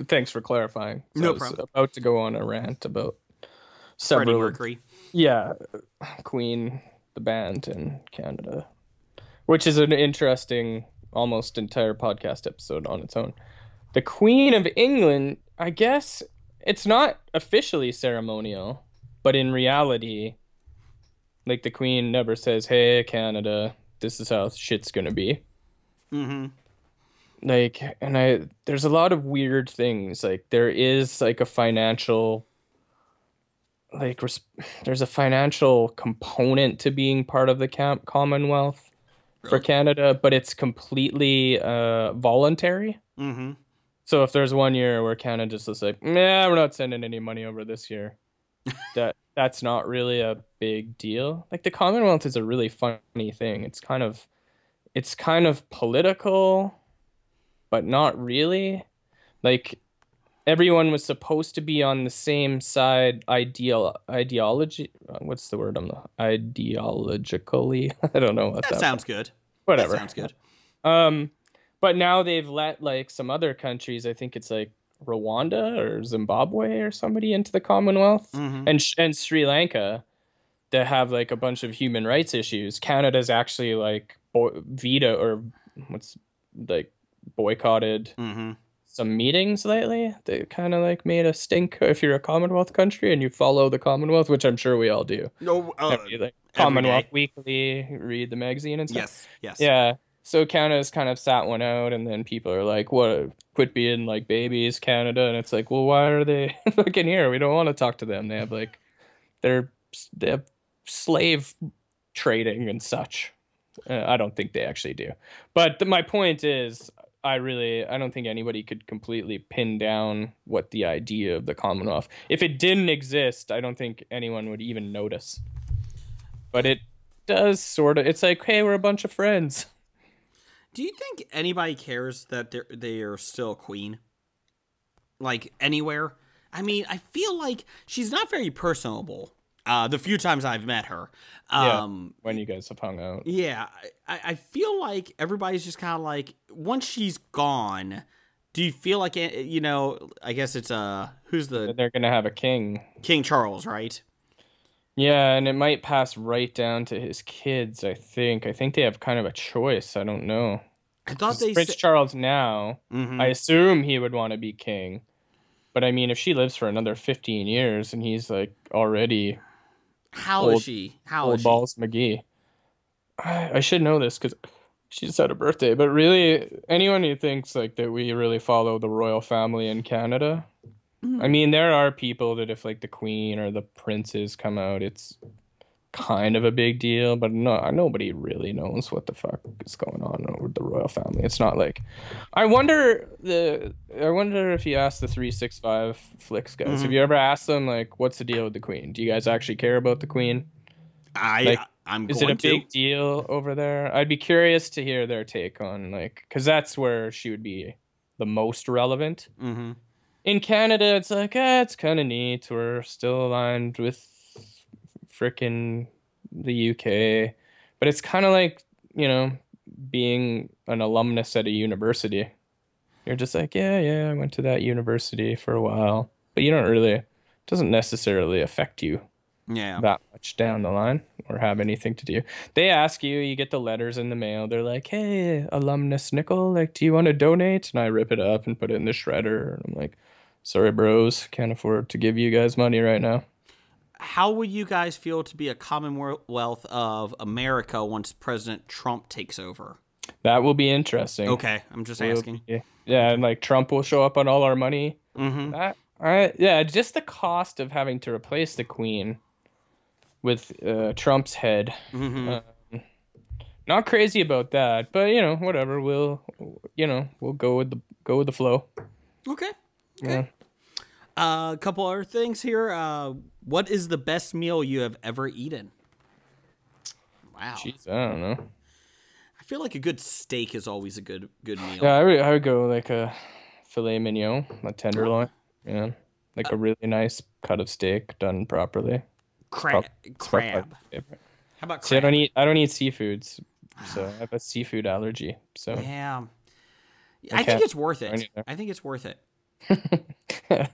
Speaker 5: Thanks for clarifying. So
Speaker 4: No
Speaker 5: I was
Speaker 4: problem.
Speaker 5: About to go on a rant about
Speaker 4: Freddie
Speaker 5: several.
Speaker 4: Mercury.
Speaker 5: Yeah, Queen, the band in Canada, which is an interesting, almost entire podcast episode on its own. The Queen of England, I guess it's not officially ceremonial, but in reality, like the Queen never says, "Hey, Canada, this is how shit's gonna be."
Speaker 4: Mm-hmm.
Speaker 5: like and i there's a lot of weird things like there is like a financial like res- there's a financial component to being part of the camp commonwealth for canada but it's completely uh voluntary
Speaker 4: Mm-hmm.
Speaker 5: so if there's one year where canada's just like nah we're not sending any money over this year that that's not really a big deal like the commonwealth is a really funny thing it's kind of it's kind of political but not really. Like everyone was supposed to be on the same side ideal ideology. What's the word? I'm not ideologically. I don't know what
Speaker 4: That
Speaker 5: that.
Speaker 4: sounds good.
Speaker 5: whatever.
Speaker 4: That sounds good.
Speaker 5: Um, but now they've let like some other countries. I think it's like Rwanda or Zimbabwe or somebody into the Commonwealth
Speaker 4: Mhm.
Speaker 5: and Sh- and Sri Lanka that have like a bunch of human rights issues. Canada's actually like bo- veto or what's like boycotted
Speaker 4: Mm-hmm.
Speaker 5: some meetings lately that kind of like made a stink if you're a Commonwealth country and you follow the Commonwealth, which I'm sure we all do.
Speaker 4: No. Uh,
Speaker 5: Every, like, Commonwealth Weekly, read the magazine and stuff.
Speaker 4: yes. Yes.
Speaker 5: Yeah. So Canada's kind of sat one out, and then people are like, "What? Quit being like babies, Canada." And it's like, well, why are they fucking here? We don't want to talk to them. They have like, they're they have slave trading and such. Uh, I don't think they actually do. But th- my point is, I really, I don't think anybody could completely pin down what the idea of the Commonwealth. If it didn't exist, I don't think anyone would even notice. But it does sort of. It's like, hey, we're a bunch of friends.
Speaker 4: Do you think anybody cares that they're they are still queen? Like anywhere? I mean, I feel like she's not very personable. Uh, the few times I've met her, um,
Speaker 5: when you guys have hung out.
Speaker 4: yeah, I, I feel like everybody's just kind of like once she's gone. Do you feel like it, you know? I guess it's uh, who's the
Speaker 5: They're gonna have a king.
Speaker 4: King Charles, right?
Speaker 5: Yeah, and it might pass right down to his kids. I think. I think they have kind of a choice. I don't know.
Speaker 4: I thought they
Speaker 5: Prince
Speaker 4: said-
Speaker 5: Charles now.
Speaker 4: Mhm.
Speaker 5: I assume he would want to be king. But I mean, if she lives for another fifteen years and he's like already
Speaker 4: how is
Speaker 5: old-
Speaker 4: she? How is
Speaker 5: old
Speaker 4: she?
Speaker 5: balls McGee, I, I should know this because she just had a birthday. But really, anyone who thinks like that we really follow the royal family in Canada, I mean, there are people that if like the queen or the princes come out, it's kind of a big deal. But no, nobody really knows what the fuck is going on with the royal family. It's not like I wonder the I wonder if you ask the three six five flicks guys, have you ever asked them like, what's the deal with the queen? Do you guys actually care about the queen?
Speaker 4: I
Speaker 5: Like,
Speaker 4: I'm
Speaker 5: Is it
Speaker 4: going
Speaker 5: a
Speaker 4: to.
Speaker 5: big deal over there? I'd be curious to hear their take on like, because that's where she would be the most relevant
Speaker 4: hmm
Speaker 5: in Canada, it's like, ah, it's kind of neat. We're still aligned with frickin' the UK. But it's kind of like, you know, being an alumnus at a university. You're just like, yeah, yeah, I went to that university for a while. But you don't really, it doesn't necessarily affect you
Speaker 4: Yeah.
Speaker 5: that much down the line or have anything to do. They ask you, you get the letters in the mail. They're like, hey, alumnus nickel, like, do you want to donate? And I rip it up and put it in the shredder. And I'm like, sorry, bros, can't afford to give you guys money right now.
Speaker 4: how would you guys feel to be a commonwealth of america once president trump takes over
Speaker 5: That will be interesting.
Speaker 4: okay i'm just
Speaker 5: Will
Speaker 4: asking
Speaker 5: be- Yeah, and like Trump will show up on all our money.
Speaker 4: mm-hmm.
Speaker 5: That, I, yeah, just the cost of having to replace the queen with uh, Trump's head. Um,
Speaker 4: Mm-hmm.
Speaker 5: not crazy about that, but you know, whatever. We'll, you know, we'll go with the go with the flow.
Speaker 4: okay okay uh, a couple other things here uh, what is the best meal you have ever eaten wow
Speaker 5: Jeez, I don't know.
Speaker 4: i feel like a good steak is always a good good meal
Speaker 5: Yeah, I would, I would go like a filet mignon, a tenderloin. Yeah, like a really nice cut of steak done properly.
Speaker 4: Cra-
Speaker 5: It's my
Speaker 4: crab
Speaker 5: favorite.
Speaker 4: how about
Speaker 5: See, I
Speaker 4: crab
Speaker 5: don't eat I don't eat seafood, so I have a seafood allergy. So
Speaker 4: yeah i think
Speaker 5: can't-
Speaker 4: it's worth it
Speaker 5: either.
Speaker 4: i think it's worth it
Speaker 5: yeah,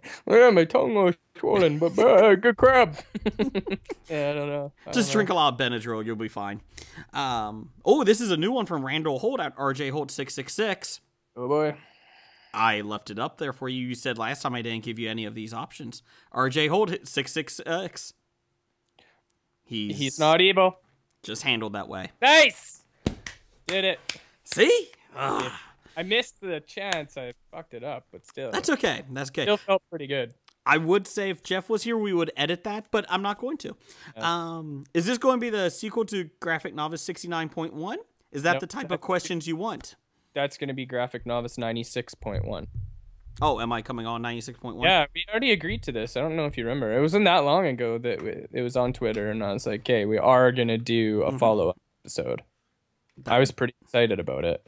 Speaker 5: my tongue was swollen, but uh, good crab. yeah, I don't know. I
Speaker 4: Just drink a lot of Benadryl, you'll be fine. Um, oh, this is a new one from Randall Holt at RJ Holt six six six.
Speaker 5: don't- oh boy.
Speaker 4: I left it up there for you. You said last time I didn't give you any of these options. RJ Holt six six six. He's
Speaker 5: He's not evil.
Speaker 4: just handled that way.
Speaker 5: Nice. Did it.
Speaker 4: See, Ugh.
Speaker 5: I missed the chance. I fucked it up, but still,
Speaker 4: That's okay. That's okay.
Speaker 5: still felt pretty good.
Speaker 4: I would say if Jeff was here, we would edit that, but I'm not going to. Um, is this going to be the sequel to Graphic Novice 69.1? Is that
Speaker 5: Nope.
Speaker 4: the type of questions you want?
Speaker 5: That's gonna be graphic novice ninety six point one.
Speaker 4: Oh, am I coming on 96.1?
Speaker 5: Yeah, we already agreed to this. I don't know if you remember. It wasn't that long ago that we, it was on Twitter, and I was like, "Hey, we are gonna do a follow up episode." I was pretty excited about it.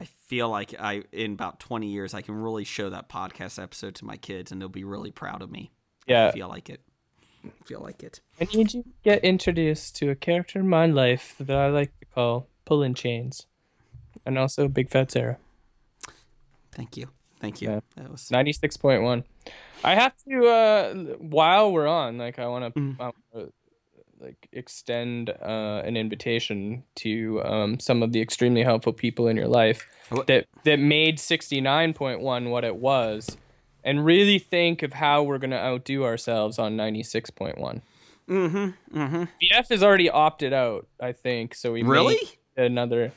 Speaker 4: I feel like I in about 20 years I can really show that podcast episode to my kids and they'll be really proud of me. I
Speaker 5: Yeah.
Speaker 4: feel like it. I feel like it.
Speaker 5: I need you to get introduced to a character in my life that I like to call Pullin' Chains, and also Big Fat Sarah.
Speaker 4: Thank you. Thank you.
Speaker 5: Yeah.
Speaker 4: That was
Speaker 5: Ninety six point one. I have to. Uh, while we're on, like, I want to,
Speaker 4: Mm.
Speaker 5: like, extend uh, an invitation to um, some of the extremely helpful people in your life
Speaker 4: What-
Speaker 5: that that made sixty nine point one what it was, and really think of how we're gonna outdo ourselves on ninety six point one. Mm-hmm. Mm-hmm. BF has already opted out, I think. So we may
Speaker 4: Really?
Speaker 5: get another.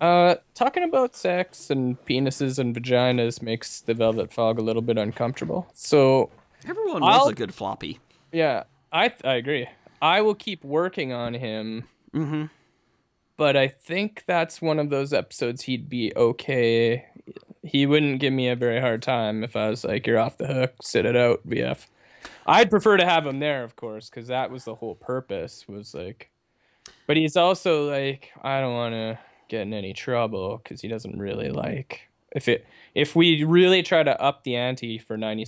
Speaker 5: Uh, talking about sex and penises and vaginas makes the Velvet Fog a little bit uncomfortable. So
Speaker 4: Everyone loves
Speaker 5: I'll-
Speaker 4: a good floppy.
Speaker 5: yeah, I th- I agree. I will keep working on him. Mm-hmm. But I think that's one of those episodes he'd be okay. He wouldn't give me a very hard time if I was like, "You're off the hook. Sit it out, BF." I'd prefer to have him there, of course, because that was the whole purpose. Was like, but he's also like, I don't want to get in any trouble because he doesn't really like if it. If we really try to up the ante for ninety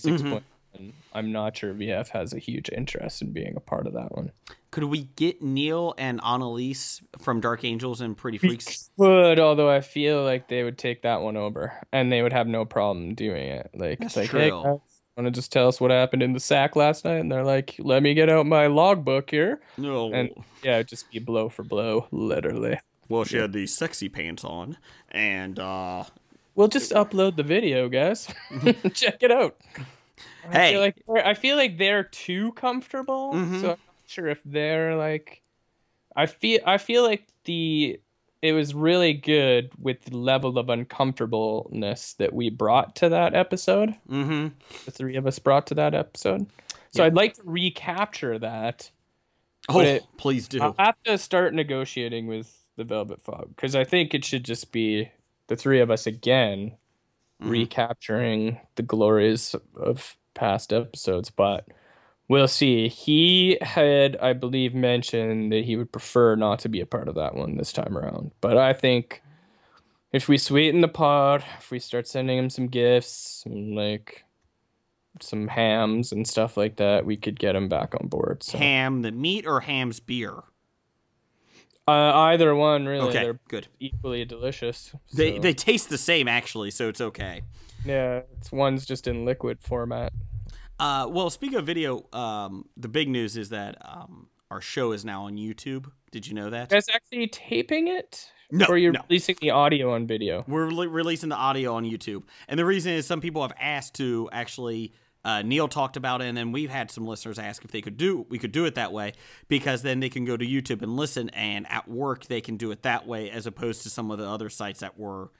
Speaker 5: and I'm not sure VF has a huge interest in being a part of that one.
Speaker 4: Could we get Neil and Annalise from Dark Angels and Pretty Freaks?
Speaker 5: Would although I feel like they would take that one over, and they would have no problem doing it. Like
Speaker 4: That's
Speaker 5: it's like, hey,
Speaker 4: true.
Speaker 5: want to just tell us what happened in the sack last night? And they're like, let me get out my logbook here,
Speaker 4: No.
Speaker 5: and yeah, it'd just be blow for blow, literally.
Speaker 4: well, she had these sexy pants on, and uh,
Speaker 5: We'll just upload the video, guys. Check it out. I
Speaker 4: hey,
Speaker 5: feel like they're, I feel like they're too comfortable. So I'm not sure if they're like. I feel I feel like the it was really good with the level of uncomfortableness that we brought to that episode.
Speaker 4: mm-hmm.
Speaker 5: The three of us brought to that episode. So I'd like to recapture that.
Speaker 4: oh,
Speaker 5: it-
Speaker 4: please do.
Speaker 5: I'll have to start negotiating with the Velvet Fog because I think it should just be the three of us again recapturing the glories of past episodes. But we'll see. He had, I believe, mentioned that he would prefer not to be a part of that one this time around. But I think if we sweeten the pot, if we start sending him some gifts, and like some hams and stuff like that, we could get him back on board. So.
Speaker 4: Ham the meat or ham's beer?
Speaker 5: Uh, either one, really.
Speaker 4: Okay,
Speaker 5: They're
Speaker 4: good.
Speaker 5: equally delicious.
Speaker 4: They
Speaker 5: so-
Speaker 4: they taste the same actually, so it's okay.
Speaker 5: yeah, it's one's just in liquid format.
Speaker 4: Uh, well, speaking of video, um, the big news is that um, our show is now on YouTube. Did you know that?
Speaker 5: You guys actually taping it?
Speaker 4: No,
Speaker 5: Or you're
Speaker 4: no.
Speaker 5: releasing the audio on video?
Speaker 4: We're rele- releasing the audio on YouTube, and the reason is some people have asked to actually. Uh, Neil talked about it, and then we've had some listeners ask if they could do we could do it that way because then they can go to YouTube and listen, and at work they can do it that way as opposed to some of the other sites that were,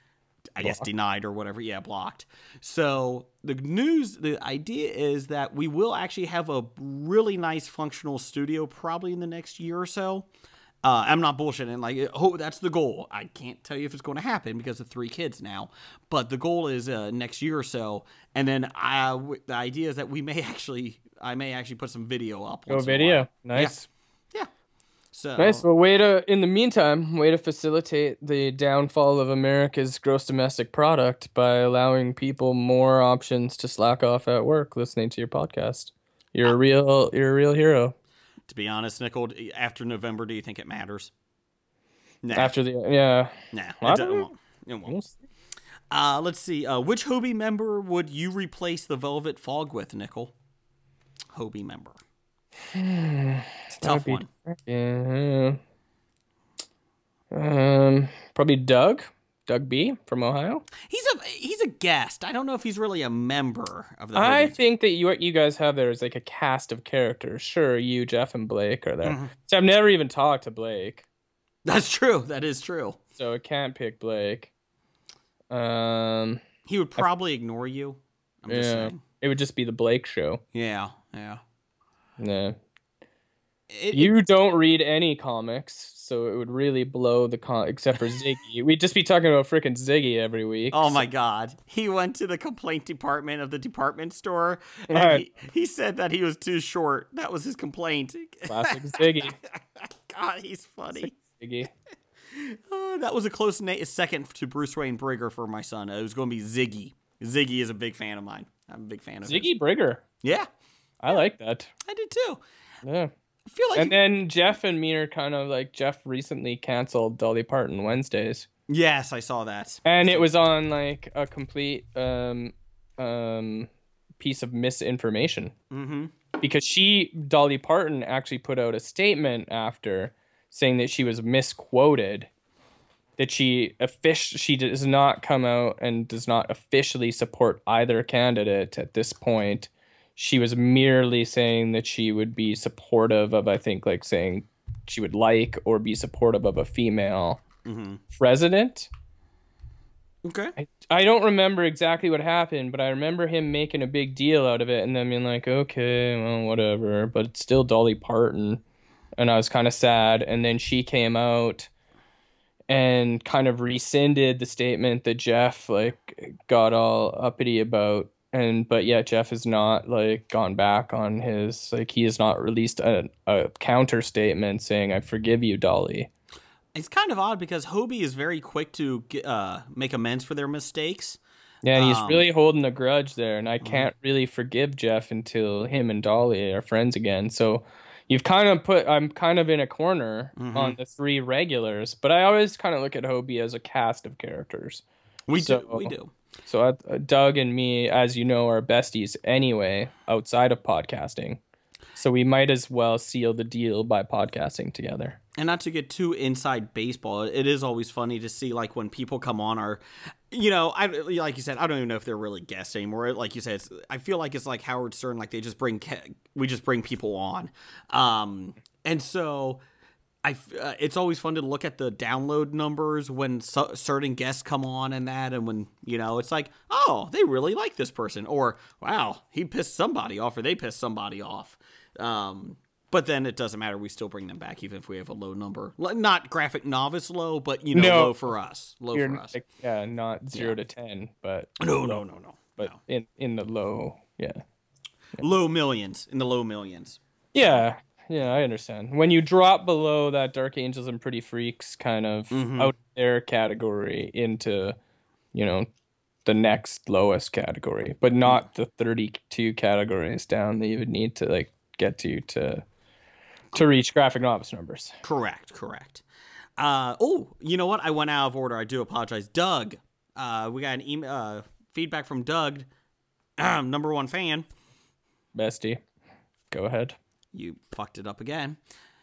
Speaker 4: I guess, denied or whatever. Yeah, blocked. So the news, the idea is that we will actually have a really nice functional studio probably in the next year or so. Uh, I'm not bullshitting. Like, oh, that's the goal. I can't tell you if it's going to happen because of three kids now. But the goal is uh, next year or so. And then I, w- the idea is that we may actually, I may actually put some video up.
Speaker 5: No
Speaker 4: once in a
Speaker 5: Oh, video.
Speaker 4: while.
Speaker 5: Nice.
Speaker 4: Yeah. So
Speaker 5: Nice. Well, way to, in the meantime, way to facilitate the downfall of America's gross domestic product by allowing people more options to slack off at work listening to your podcast. You're
Speaker 4: Ah.
Speaker 5: a real, you're a real hero.
Speaker 4: to be honest, Nicole, after November, do you think it matters? Nah,
Speaker 5: After the, yeah.
Speaker 4: nah,
Speaker 5: I
Speaker 4: it, do- it
Speaker 5: don't know.
Speaker 4: won't. It won't. Uh, let's see. Uh, which Hobie member would you replace the Velvet Fog with, Nicole? Hobie member. It's a tough
Speaker 5: be-
Speaker 4: one.
Speaker 5: Yeah. Mm-hmm. Um, probably Doug, Doug B from Ohio.
Speaker 4: He's a he's a guest. I don't know if he's really a member of the.
Speaker 5: I
Speaker 4: Hobie-
Speaker 5: think that you, what you guys have there is like a cast of characters. Sure, you, Jeff, and Blake are
Speaker 4: Mm-hmm.
Speaker 5: there. So I've never even talked to Blake,
Speaker 4: That's true. That is true.
Speaker 5: so I can't pick Blake. Um,
Speaker 4: He would probably ignore you. I'm just
Speaker 5: Yeah.
Speaker 4: saying.
Speaker 5: it would just be the Blake show.
Speaker 4: Yeah, yeah.
Speaker 5: Yeah.
Speaker 4: It,
Speaker 5: You don't read any comics, so it would really blow the con. Except for Ziggy, we'd just be talking about freaking Ziggy every week.
Speaker 4: Oh my God. He went to the complaint department of the department store and
Speaker 5: Right.
Speaker 4: he, he said that he was too short. That was his complaint.
Speaker 5: Classic Ziggy.
Speaker 4: God, he's funny.
Speaker 5: Ziggy.
Speaker 4: Uh, that was a close na- second to Bruce Wayne Brigger for my son. It was going to be Ziggy. Ziggy is a big fan of mine. I'm a big fan of his.
Speaker 5: Ziggy Brigger.
Speaker 4: Yeah,
Speaker 5: I like that.
Speaker 4: I did too.
Speaker 5: Yeah.
Speaker 4: I feel like
Speaker 5: And then Jeff and me are kind of like Jeff recently canceled Dolly Parton Wednesdays,
Speaker 4: yes, I saw that.
Speaker 5: and it was on like a complete um um piece of misinformation.
Speaker 4: Mm-hmm.
Speaker 5: because she Dolly Parton actually put out a statement after saying that she was misquoted that she offic- she does not come out and does not officially support either candidate at this point she was merely saying that she would be supportive of i think like saying she would like or be supportive of a female president
Speaker 4: Okay.
Speaker 5: I, I don't remember exactly what happened, but I remember him making a big deal out of it and then being like, okay, well, whatever. But it's still Dolly Parton. And I was kind of sad. And then she came out and kind of rescinded the statement that Jeff, like, got all uppity about. And, but yet Jeff has not, like, gone back on his, like, he has not released a, a counter statement saying, I forgive you, Dolly.
Speaker 4: It's kind of odd because Hobie is very quick to ge- uh, make amends for their mistakes.
Speaker 5: Yeah, and he's
Speaker 4: Um, Mm-hmm.
Speaker 5: really holding a grudge there, and I can't really forgive Jeff until him and Dolly are friends again. So you've kind of put I'm kind of in a corner
Speaker 4: Mm-hmm.
Speaker 5: on the three regulars, but I always kind of look at Hobie as a cast of characters.
Speaker 4: We do.
Speaker 5: So-
Speaker 4: We do.
Speaker 5: So I, uh, Doug and me, as you know, are besties anyway outside of podcasting. So we might as well seal the deal by podcasting together.
Speaker 4: and not to get too inside baseball, it is always funny to see like when people come on our, you know, I like you said, I don't even know if they're really guests anymore. Like you said, it's, I feel like it's like Howard Stern, like they just bring ca- we just bring people on, um, and so. I, f- uh, it's always fun to look at the download numbers when so- certain guests come on and that, and when you know it's like, oh, they really like this person, or wow, he pissed somebody off, or they pissed somebody off. Um, but then it doesn't matter. We still bring them back, even if we have a low number. L- Not graphic novice low, but you know,
Speaker 5: No.
Speaker 4: low for us. Low
Speaker 5: You're
Speaker 4: for us.
Speaker 5: like, yeah, not zero to ten, but
Speaker 4: no, no, no, no.
Speaker 5: but in in the low, yeah.
Speaker 4: Low millions in the low millions.
Speaker 5: Yeah, yeah, I understand. When you drop below that Dark Angels and Pretty Freaks kind of out there category into, you know, the next lowest category, but not the 32 categories down that you would need to like get to to to reach graphic novice numbers.
Speaker 4: Correct, correct. Uh, oh, you know what? I went out of order. I do apologize, Doug. Uh, we got an email uh, feedback from Doug, number one fan.
Speaker 5: Bestie, go ahead.
Speaker 4: You fucked it up again.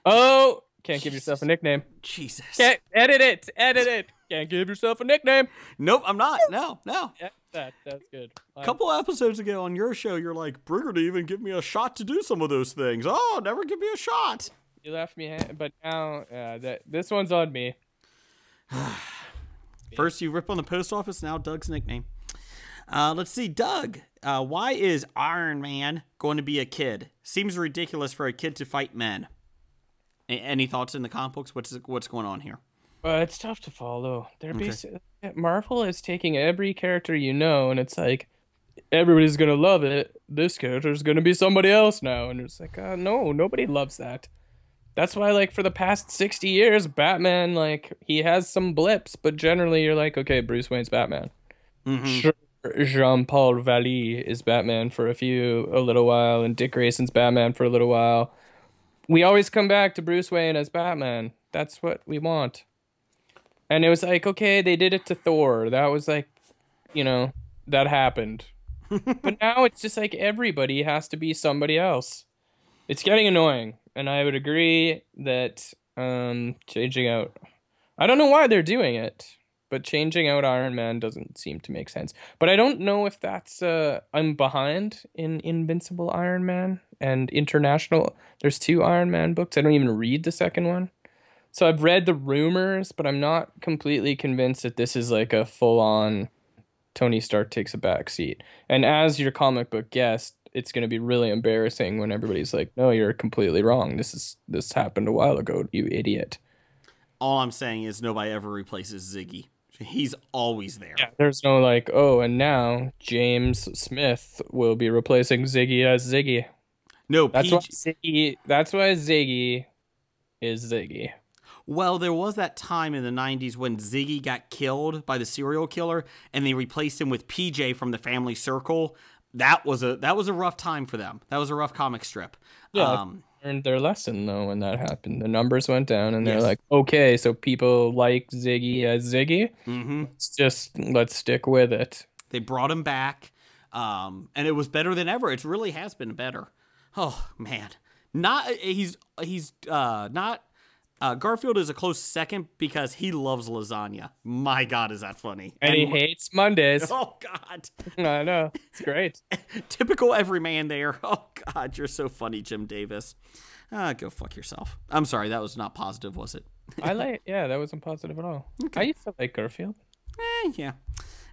Speaker 5: Oh, can't give yourself a nickname.
Speaker 4: Jesus.
Speaker 5: Can't edit it. Edit it. Can't give yourself a nickname.
Speaker 4: Nope, I'm not. No, no.
Speaker 5: Yeah, that that's good.
Speaker 4: A
Speaker 5: I'm-
Speaker 4: couple episodes ago on your show, you're like, Brigger to even give me a shot to do some of those things. Oh, never give me a shot.
Speaker 5: You left me, ha- but now uh, that this one's on me.
Speaker 4: First, you rip on the post office. Now, Doug's nickname. Uh, let's see, Doug. Uh, why is Iron Man going to be a kid? Seems ridiculous for a kid to fight men. A- any thoughts in the comic books? What's what's going on here?
Speaker 5: But it's tough to follow. They're basi- Marvel is taking every character you know, and it's like everybody's gonna love it. This character's gonna be somebody else now, and it's like, uh, no, nobody loves that. That's why, like, for the past sixty years, Batman, like, he has some blips, but generally, you're like, okay, Bruce Wayne's Batman. Sure, Jean Paul Valley is Batman for a few, a little while, and Dick Grayson's Batman for a little while. we always come back to Bruce Wayne as Batman. That's what we want. And it was like, okay, they did it to Thor. That was like, you know, that happened. but now it's just like everybody has to be somebody else. It's getting annoying, and I would agree that um changing out I don't know why they're doing it, but changing out Iron Man doesn't seem to make sense. But I don't know if that's uh I'm behind in Invincible Iron Man and International. There's two Iron Man books. I don't even read the second one. So I've read the rumors, but I'm not completely convinced that this is like a full on Tony Stark takes a back seat. And as your comic book guest, it's going to be really embarrassing when everybody's like, "No, you're completely wrong. This is this happened a while ago, you idiot."
Speaker 4: All I'm saying is nobody ever replaces Ziggy. He's always there.
Speaker 5: There's no like, "Oh, and now James Smith will be replacing Ziggy as Ziggy."
Speaker 4: No,
Speaker 5: That's
Speaker 4: PG
Speaker 5: why Ziggy. That's why Ziggy is Ziggy.
Speaker 4: Well, there was that time in the 90s when Ziggy got killed by the serial killer and they replaced him with PJ from the Family Circle. That was a that was a rough time for them. That was a rough comic strip.
Speaker 5: Yeah.
Speaker 4: Um,
Speaker 5: Learned their lesson though when that happened. The numbers went down, and they're
Speaker 4: Yes.
Speaker 5: like, "Okay, so people like Ziggy as Ziggy.
Speaker 4: mhm.
Speaker 5: It's just let's stick with it."
Speaker 4: They brought him back, um, and it was better than ever. It really has been better. Oh man, not he's he's uh, not uh, Garfield is a close second because he loves lasagna. My God, is that funny?
Speaker 5: And he hates Mondays.
Speaker 4: oh God.
Speaker 5: I know. It's great.
Speaker 4: Typical everyman there. Oh God, you're so funny, Jim Davis. Ah, go fuck yourself. I'm sorry, that was not positive, was it?
Speaker 5: I like. Yeah, that wasn't positive at all. I used to like Garfield
Speaker 4: Eh, yeah.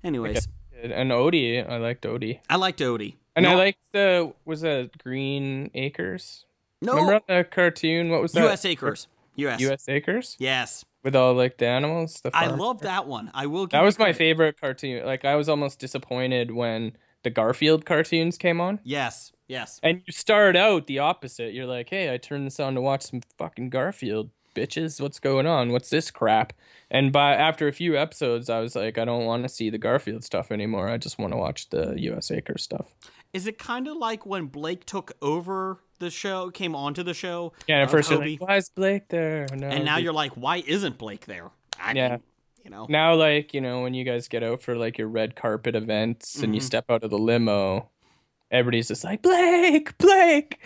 Speaker 4: Anyways,
Speaker 5: and Odie. I liked Odie,
Speaker 4: I liked Odie.
Speaker 5: and I
Speaker 4: No-
Speaker 5: liked the was that Green Acres.
Speaker 4: no
Speaker 5: Remember on the cartoon? What was that?
Speaker 4: U.S. Acres. U.S.
Speaker 5: U.S. Acres
Speaker 4: Yes,
Speaker 5: with all like the animals. The
Speaker 4: I
Speaker 5: farm.
Speaker 4: love that one. I will. Give
Speaker 5: That
Speaker 4: you
Speaker 5: was my
Speaker 4: credit.
Speaker 5: favorite cartoon. Like I was almost disappointed when the Garfield cartoons came on.
Speaker 4: Yes, yes.
Speaker 5: And you start out the opposite. You're like, "Hey, I turned this on to watch some fucking Garfield, bitches. What's going on? What's this crap?" And by after a few episodes, I was like, "I don't want to see the Garfield stuff anymore. I just want to watch the U.S. Acre stuff."
Speaker 4: Is it kind of like when Blake took over the show, came onto the show?
Speaker 5: Yeah, and at
Speaker 4: uh,
Speaker 5: first you're
Speaker 4: Hobie,
Speaker 5: like, "Why is Blake there?" No,
Speaker 4: and now
Speaker 5: he-
Speaker 4: you're like, why isn't Blake there? I
Speaker 5: Yeah.
Speaker 4: mean, you know.
Speaker 5: now like you know when you guys get out for like your red carpet events and
Speaker 4: Mm-hmm.
Speaker 5: you step out of the limo everybody's just like blake blake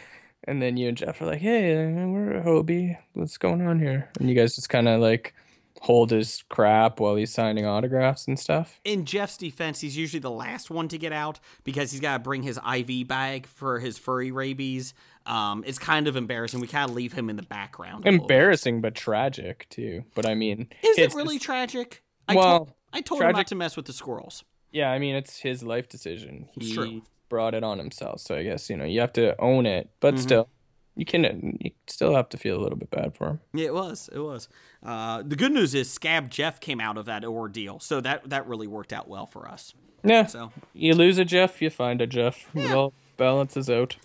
Speaker 5: and then you and jeff are like hey uh, we're at hobie what's going on here and you guys just kind of like hold his crap while he's signing autographs and stuff
Speaker 4: in Jeff's defense, he's usually the last one to get out because he's got to bring his IV bag for his furry rabies. Um, it's kind of embarrassing. We kind of leave him in the background. a little bit.
Speaker 5: embarrassing but tragic too but i mean
Speaker 4: Is it
Speaker 5: it's-
Speaker 4: really tragic? I
Speaker 5: Well,
Speaker 4: told, I told him not
Speaker 5: tragic-
Speaker 4: to mess with the squirrels.
Speaker 5: yeah i mean it's his life decision
Speaker 4: It's
Speaker 5: he
Speaker 4: true.
Speaker 5: brought it on himself so i guess you know you have to own it but
Speaker 4: Mm-hmm.
Speaker 5: still you can you still have to feel a little bit bad for him
Speaker 4: Yeah, it was. It was. Uh, the good news is Scab Jeff came out of that ordeal, so that that really worked out well for us.
Speaker 5: yeah
Speaker 4: So
Speaker 5: You lose a Jeff, you find a Jeff. It all balances out.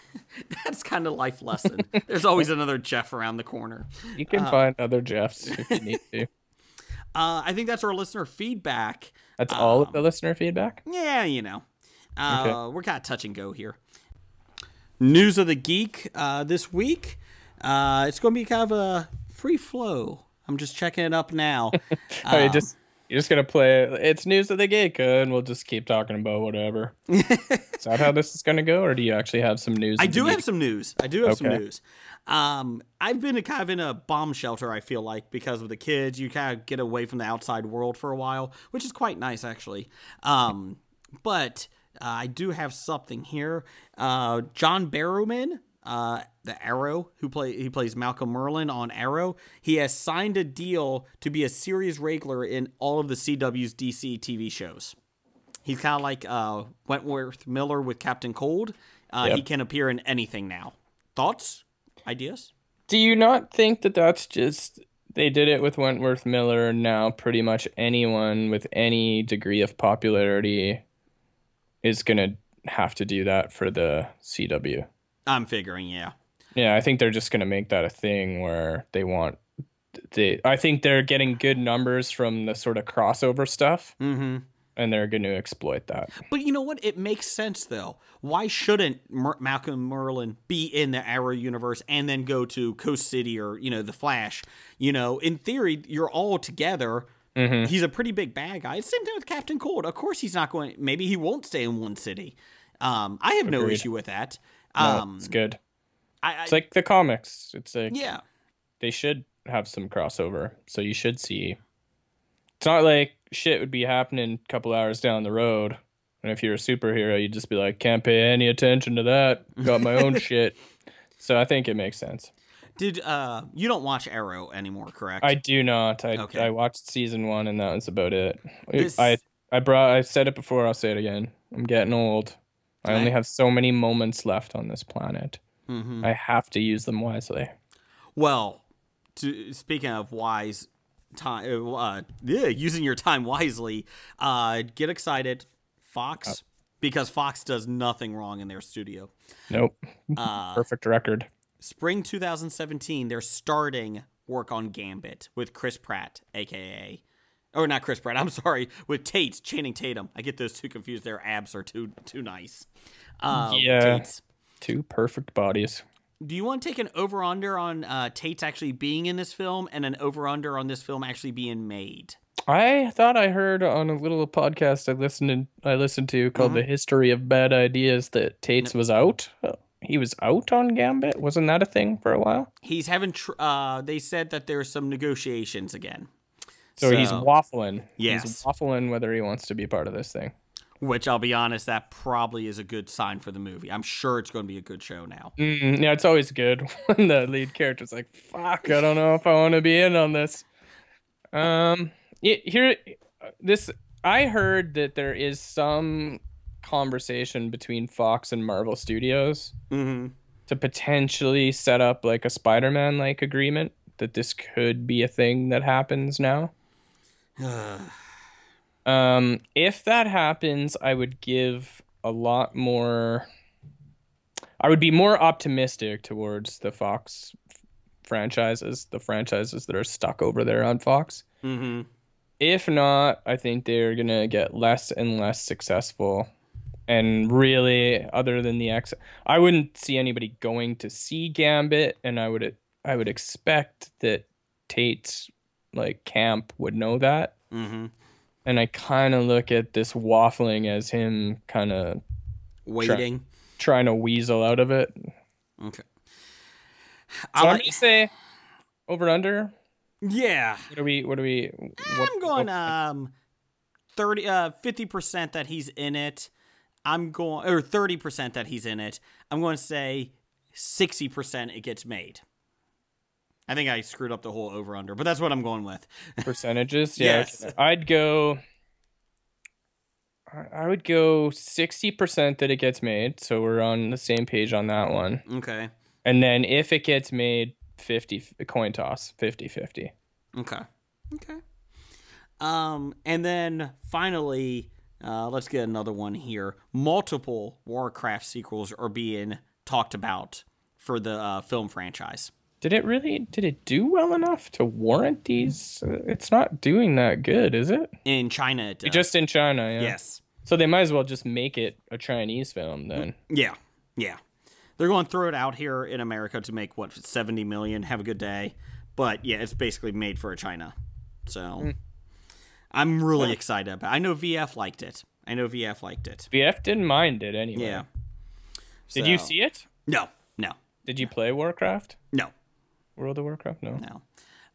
Speaker 4: that's kind of life lesson. There's always another Jeff around the corner.
Speaker 5: You can find other Jeffs if you need to.
Speaker 4: Uh, I think that's our listener feedback.
Speaker 5: That's all
Speaker 4: um,
Speaker 5: of the listener feedback.
Speaker 4: Yeah, you know. Uh, We're kind of touch and go here. News of the Geek uh, this week. Uh, it's going to be kind of a free flow. I'm just checking it up now.
Speaker 5: Oh,
Speaker 4: uh,
Speaker 5: you just you're just gonna play. it. It's news of the geek, uh, and we'll just keep talking about whatever. is that how this is gonna go, or do you actually have some news?
Speaker 4: I
Speaker 5: of the
Speaker 4: do
Speaker 5: geek?
Speaker 4: have some news. I do have some
Speaker 5: Okay.
Speaker 4: news. Um, I've been kind of in a bomb shelter. I feel like because of the kids, you kind of get away from the outside world for a while, which is quite nice actually. Um, but uh, I do have something here. Uh, John Barrowman, uh, the Arrow, who play he plays Malcolm Merlin on Arrow, he has signed a deal to be a series regular in all of the CW's DC TV shows. He's kind of like uh, Wentworth Miller with Captain Cold. Uh, He can appear in anything now. Thoughts? Ideas?
Speaker 5: Do you not think that that's just they did it with Wentworth Miller? and Now, pretty much anyone with any degree of popularity is gonna have to do that for the CW.
Speaker 4: I'm figuring, yeah.
Speaker 5: Yeah, I think they're just going to make that a thing where they want they I think they're getting good numbers from the sort of crossover stuff
Speaker 4: hmm
Speaker 5: and they're going to exploit that.
Speaker 4: But you know what? It makes sense, though. Why shouldn't Mer- Malcolm Merlin be in the Arrow universe and then go to Coast City or, you know, The Flash? You know, in theory, you're all together.
Speaker 5: Mm-hmm.
Speaker 4: He's a pretty big bad guy. Same thing with Captain Cold. Of course, he's not going. Maybe he won't stay in one city. Um, I have no
Speaker 5: Agreed.
Speaker 4: issue with that.
Speaker 5: No,
Speaker 4: Um,
Speaker 5: it's good.
Speaker 4: I, I,
Speaker 5: It's like the comics. It's like
Speaker 4: yeah.
Speaker 5: they should have some crossover. So you should see It's not like shit would be happening a couple hours down the road. And if you're a superhero, you'd just be like, can't pay any attention to that. Got my own shit. So I think it makes sense.
Speaker 4: Did uh you don't watch Arrow anymore, correct?
Speaker 5: I do not. I
Speaker 4: Okay.
Speaker 5: I watched season one and that was about it. It-
Speaker 4: This-
Speaker 5: I I brought. I said it before. I'll say it again. I'm getting old. I
Speaker 4: I-
Speaker 5: only have so many moments left on this planet.
Speaker 4: Mhm.
Speaker 5: I have to use them wisely.
Speaker 4: Well, to, speaking of wise time, uh, yeah, using your time wisely, uh, get excited,
Speaker 5: Uh.
Speaker 4: Fox, because Fox does nothing wrong in their studio.
Speaker 5: Nope.
Speaker 4: Uh,
Speaker 5: Perfect record.
Speaker 4: spring 2017, they're starting work on Gambit with Chris Pratt, aka. Or not Chris Pratt. I'm sorry. With Tate, Channing Tatum. I get those two confused. Their abs are too too nice. Uh,
Speaker 5: Yeah.
Speaker 4: Tate's.
Speaker 5: Two perfect bodies.
Speaker 4: Do you want to take an over under on uh, Tate's actually being in this film and an over under on this film actually being made?
Speaker 5: I thought I heard on a little podcast I listened to, I listened to called
Speaker 4: Mm-hmm.
Speaker 5: "The History of Bad Ideas" that Tate's was out. He was out on Gambit. Wasn't that a thing for a while?
Speaker 4: He's having, tr- uh, they said that there's some negotiations again,
Speaker 5: So, he's
Speaker 4: So-
Speaker 5: waffling.
Speaker 4: Yes.
Speaker 5: He's waffling whether he wants to be part of this thing.
Speaker 4: which I'll be honest, that probably is a good sign for the movie. I'm sure it's going to be a good show now.
Speaker 5: Mm, yeah, it's always good when the lead character's like, "Fuck, I don't know if I want to be in on this." Um, y- here, this I heard that there is some conversation between Fox and Marvel Studios
Speaker 4: Mm-hmm.
Speaker 5: to potentially set up like a Spider-Man like agreement that this could be a thing that happens now. um, if that happens, I would give a lot more. I would be more optimistic towards the Fox f- franchises, the franchises that are stuck over there on Fox.
Speaker 4: Mm-hmm.
Speaker 5: If not, I think they're gonna get less and less successful. And really, other than the X, I wouldn't see anybody going to see Gambit, and I would I would expect that Tate's like camp would know that.
Speaker 4: Mm-hmm.
Speaker 5: And I kind of look at this waffling as him kind of
Speaker 4: Waiting.
Speaker 5: trying to weasel out of it. So
Speaker 4: Okay.
Speaker 5: I'm
Speaker 4: I'll,
Speaker 5: gonna say over under.
Speaker 4: yeah.
Speaker 5: What do we? What do we? What,
Speaker 4: I'm going
Speaker 5: what-
Speaker 4: um 30 uh 50% that he's in it. I'm going or 30% that he's in it. I'm going to say 60% it gets made. I think I screwed up the whole over under, but that's what I'm going with.
Speaker 5: percentages. Yeah,
Speaker 4: Yes.
Speaker 5: okay. I'd go. I- I would go sixty percent that it gets made, so we're on the same page on that one.
Speaker 4: Okay.
Speaker 5: And then if it gets made, 50 f- coin toss, 50-50.
Speaker 4: Okay. Okay. Um and then finally uh, let's get another one here. Multiple Warcraft sequels are being talked about for the uh, film franchise.
Speaker 5: Did it really? Did it do well enough to warrant these? Uh, It's not doing that good, is it?
Speaker 4: In China, it does.
Speaker 5: Just in China, yeah.
Speaker 4: yes.
Speaker 5: So they might as well just make it a Chinese film then.
Speaker 4: Yeah, yeah. They're going to throw it out here in America to make what seventy million. Have a good day. But yeah, it's basically made for China. So
Speaker 5: Hmm.
Speaker 4: I'm really excited about. I know VF liked it. I know VF liked it.
Speaker 5: VF didn't mind it anyway.
Speaker 4: Yeah.
Speaker 5: Did you
Speaker 4: So-
Speaker 5: see it?
Speaker 4: No, no,
Speaker 5: Did you play Warcraft?
Speaker 4: no,
Speaker 5: World of Warcraft? No.
Speaker 4: no.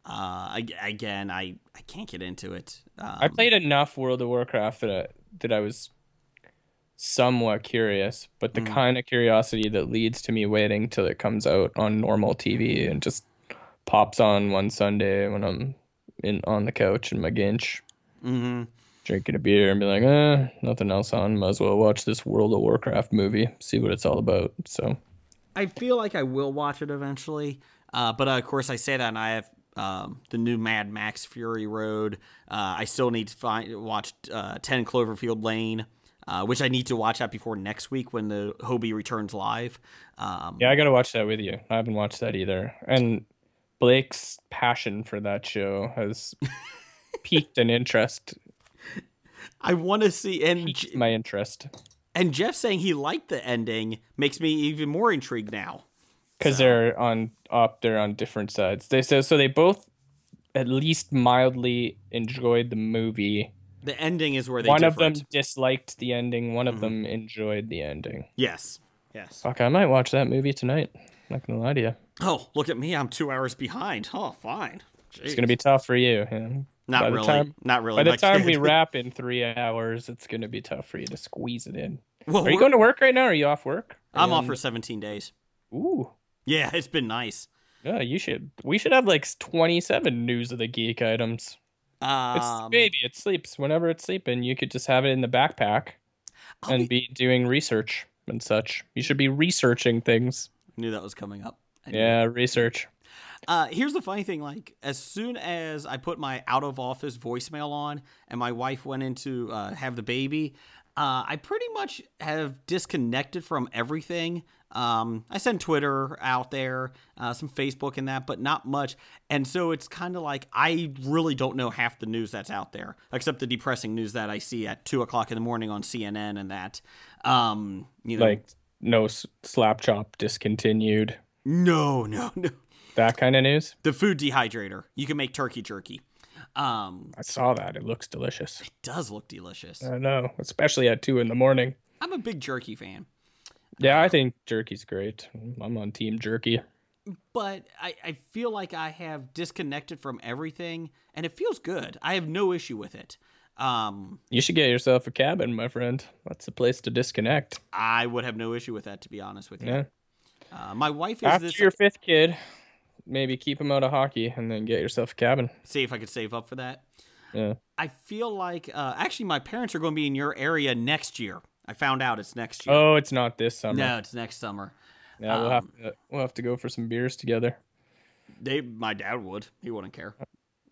Speaker 4: Uh, ag- again, I I can't get into it. Um,
Speaker 5: I played enough World of Warcraft that I, that I was somewhat curious, but the kind of curiosity that leads to me waiting till it comes out on normal TV and just pops on one Sunday when I'm in on the couch in my ginch
Speaker 4: mhm.
Speaker 5: drinking a beer and be like, eh, nothing else on. Might as well watch this World of Warcraft movie, see what it's all about. So
Speaker 4: I feel like I will watch it eventually. Uh, but uh, of course, I say that, and I have um, the new Mad Max Fury Road. Uh, I still need to find watch uh, Ten Cloverfield Lane, uh, which I need to watch that before next week when the Hobie returns live. Um,
Speaker 5: yeah, I gotta watch that with you. I haven't watched that either. And Blake's passion for that show has piqued an interest,
Speaker 4: I want to see and
Speaker 5: piqued my interest.
Speaker 4: and Jeff saying he liked the ending makes me even more intrigued now.
Speaker 5: because they're on up they're on different sides they so so they both at least mildly enjoyed the movie
Speaker 4: The ending is where they Mm-hmm.
Speaker 5: one of
Speaker 4: differed.
Speaker 5: them disliked the ending one of them enjoyed the ending
Speaker 4: Yes. Yes.
Speaker 5: fuck i might watch that movie tonight not gonna lie to you
Speaker 4: Oh, look at me! I'm two hours behind. Oh, fine.
Speaker 5: it's gonna be tough for you yeah.
Speaker 4: not
Speaker 5: by the
Speaker 4: really.
Speaker 5: time-
Speaker 4: not really.
Speaker 5: by the
Speaker 4: my
Speaker 5: time
Speaker 4: kid.
Speaker 5: we wrap in three hours it's gonna be tough for you to squeeze it in
Speaker 4: Well,
Speaker 5: are you
Speaker 4: we're-
Speaker 5: going to work right now or are you off work
Speaker 4: I'm off
Speaker 5: And-
Speaker 4: for 17 days.
Speaker 5: ooh
Speaker 4: Yeah, it's been nice.
Speaker 5: Yeah, you should. We should have like 27 news of the geek items. It's
Speaker 4: Um,
Speaker 5: baby. It sleeps whenever it's sleeping. You could just have it in the backpack
Speaker 4: I'll
Speaker 5: and be doing research and such. You should be researching things.
Speaker 4: knew that was coming up. I knew
Speaker 5: Yeah, research.
Speaker 4: Uh, here's the funny thing: like, as soon as I put my out of office voicemail on, and my wife went in to uh, have the baby, uh, I pretty much have disconnected from everything. Um, I send Twitter out there, uh, some Facebook and that, but not much. And so it's kind of like I really don't know half the news that's out there, except the depressing news that I see at two o'clock in the morning on CNN and that. Um, you know,
Speaker 5: Like no s- slap chop discontinued.
Speaker 4: no, no, no.
Speaker 5: That kind of news.
Speaker 4: The food dehydrator. You can make turkey jerky. Um,
Speaker 5: I saw that. It looks delicious.
Speaker 4: does look delicious.
Speaker 5: I know, especially at two in the morning.
Speaker 4: I'm a big jerky fan,
Speaker 5: Yeah, I think jerky's great. I'm on team jerky.
Speaker 4: but I, I feel like I have disconnected from everything and it feels good. I have no issue with it. Um,
Speaker 5: You should get yourself a cabin, my friend. That's the place to disconnect.
Speaker 4: I would have no issue with that, to be honest with you.
Speaker 5: Yeah.
Speaker 4: Uh, my wife is
Speaker 5: After
Speaker 4: this.
Speaker 5: your fifth kid, maybe keep him out of hockey and then get yourself a cabin.
Speaker 4: see if I could save up for that.
Speaker 5: Yeah.
Speaker 4: I feel like uh, actually my parents are going to be in your area next year. I found out it's next year.
Speaker 5: Oh, it's not this summer.
Speaker 4: no, it's next summer.
Speaker 5: Yeah,
Speaker 4: Um,
Speaker 5: we'll have to, we'll have to go for some beers together.
Speaker 4: They, my dad would. He wouldn't care.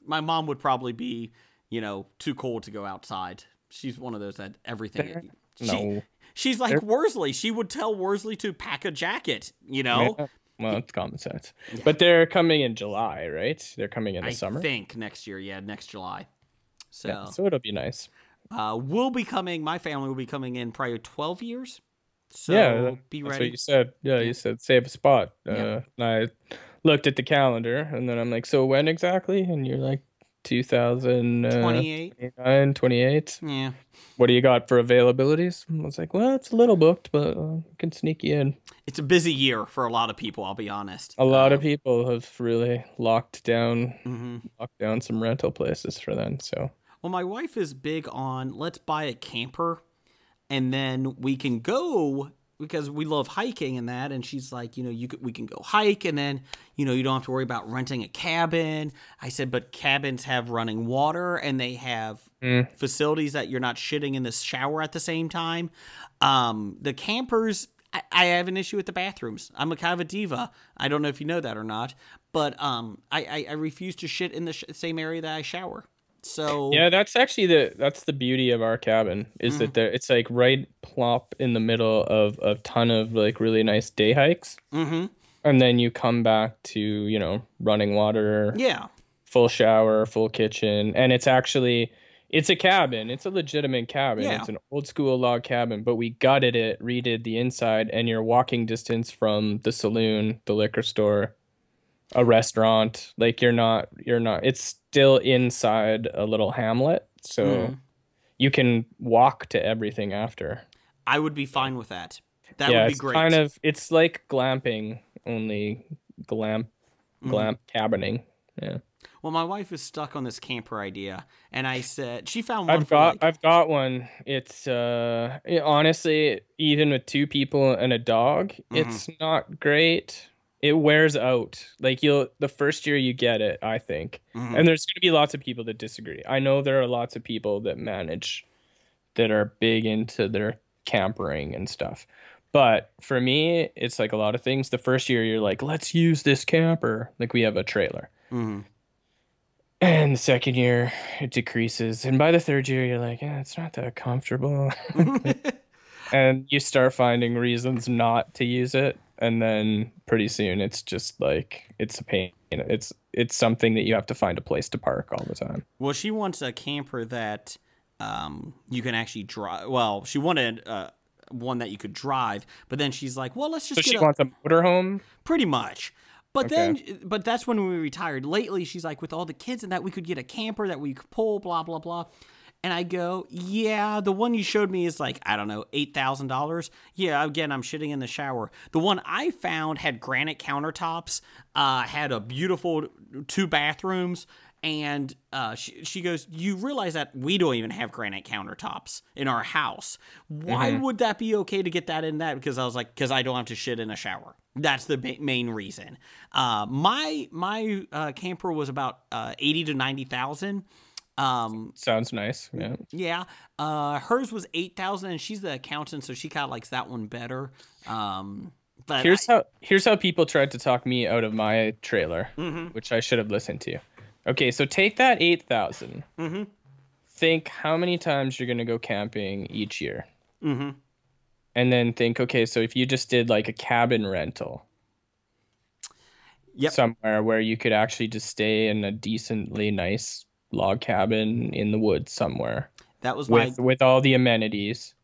Speaker 4: My mom would probably be, you know, too cold to go outside. She's one of those that everything. She,
Speaker 5: No.
Speaker 4: she's like Worsley. She would tell Worsley to pack a jacket. You know,
Speaker 5: Yeah. Well, it's common sense. But they're coming in July, right? They're coming in the
Speaker 4: I
Speaker 5: summer.
Speaker 4: think next year. Yeah, next July. So,
Speaker 5: Yeah, so it'll be nice.
Speaker 4: uh, we'll be coming. My family will be coming in probably twelve years. So
Speaker 5: yeah, that-
Speaker 4: be
Speaker 5: that's
Speaker 4: ready.
Speaker 5: what you said. Yeah, you said save a spot. Uh, and I looked at the calendar, and then I'm like, so when exactly? And you're like, 2028,
Speaker 4: 28.
Speaker 5: 28.
Speaker 4: yeah.
Speaker 5: What do you got for availabilities? And I was like, well, it's a little booked, but uh, we can sneak you in.
Speaker 4: It's a busy year for a lot of people, I'll be honest.
Speaker 5: A lot of people have really locked down,
Speaker 4: hmm
Speaker 5: locked down some rental places for them. So
Speaker 4: Well, my wife is big on let's buy a camper and then we can go because we love hiking and that and she's like, you know, you could, we can go hike and then, you know, you don't have to worry about renting a cabin. I said, but cabins have running water and they have facilities that you're not shitting in the shower at the same time. Um, the campers I, I have an issue with the bathrooms. I'm a kind of a diva. I don't know if you know that or not, but um, I, I, I refuse to shit in the sh- same area that I shower. So
Speaker 5: yeah, that's actually the that's the beauty of our cabin is that there, it's like right plop in the middle of a ton of like really nice day hikes.
Speaker 4: hmm
Speaker 5: and then you come back to you know running water
Speaker 4: Yeah.
Speaker 5: full shower full kitchen and it's actually it's a cabin it's a legitimate cabin
Speaker 4: Yeah.
Speaker 5: it's an old school log cabin but we gutted it redid the inside and you're walking distance from the saloon the liquor store a restaurant like you're not you're not it's still inside a little hamlet so
Speaker 4: Hmm.
Speaker 5: you can walk to everything after
Speaker 4: I would be fine with that. That
Speaker 5: yeah,
Speaker 4: would be
Speaker 5: it's
Speaker 4: great.
Speaker 5: kind of it's like glamping, only glamp,
Speaker 4: Hmm.
Speaker 5: glamp cabining. Yeah,
Speaker 4: well, my wife is stuck on this camper idea, and I said she found one.
Speaker 5: I've
Speaker 4: for,
Speaker 5: got
Speaker 4: like-
Speaker 5: I've got one. It's uh it- honestly, even with two people and a dog,
Speaker 4: Mm-hmm.
Speaker 5: it's not great. It wears out. Like you'll the first year you get it, I think.
Speaker 4: Mm-hmm.
Speaker 5: And there's going to be lots of people that disagree. I know there are lots of people that manage that are big into their campering and stuff. But for me, it's like a lot of things. The first year, you're like, let's use this camper. Like we have a trailer.
Speaker 4: Mhm.
Speaker 5: And the second year, it decreases. And by the third year, you're like, yeah, it's not that comfortable. and you start finding reasons not to use it. And then pretty soon, it's just like, it's a pain. It's, it's something that you have to find a place to park all the time.
Speaker 4: Well, she wants a camper that um, you can actually drive. Well, she wanted uh, one that you could drive, but then she's like, "Well, let's just
Speaker 5: So she
Speaker 4: get a,
Speaker 5: wants a motorhome.
Speaker 4: pretty much." But then, but that's when we retired. Lately, she's like, "With all the kids and that, we could get a camper that we could pull." Blah blah blah. And I go, "Yeah, the one you showed me is like I don't know, eight thousand dollars." Yeah, again, I'm shitting in the shower. The one I found had granite countertops, uh, had a beautiful two bathrooms. and uh, she, she goes, You realize that we don't even have granite countertops in our house. Why
Speaker 5: Mm-hmm.
Speaker 4: would that be okay to get that in that? Because I was like, Because I don't have to shit in a shower. That's the ba- main reason. Uh, my my uh, camper was about uh, 80 to 90,000. Um,
Speaker 5: Sounds nice. Yeah.
Speaker 4: yeah. Uh, hers was 8,000, and she's the accountant, so she kind of likes that one better. Um, but
Speaker 5: Here's how here's how people tried to talk me out of my trailer, which I should have listened to. Okay, so take that eight
Speaker 4: Mhm.
Speaker 5: Think how many times you're gonna go camping each year, and then think, okay, so if you just did like a cabin rental
Speaker 4: Yep.
Speaker 5: somewhere where you could actually just stay in a decently nice log cabin in the woods somewhere
Speaker 4: that was my.
Speaker 5: with with all the amenities.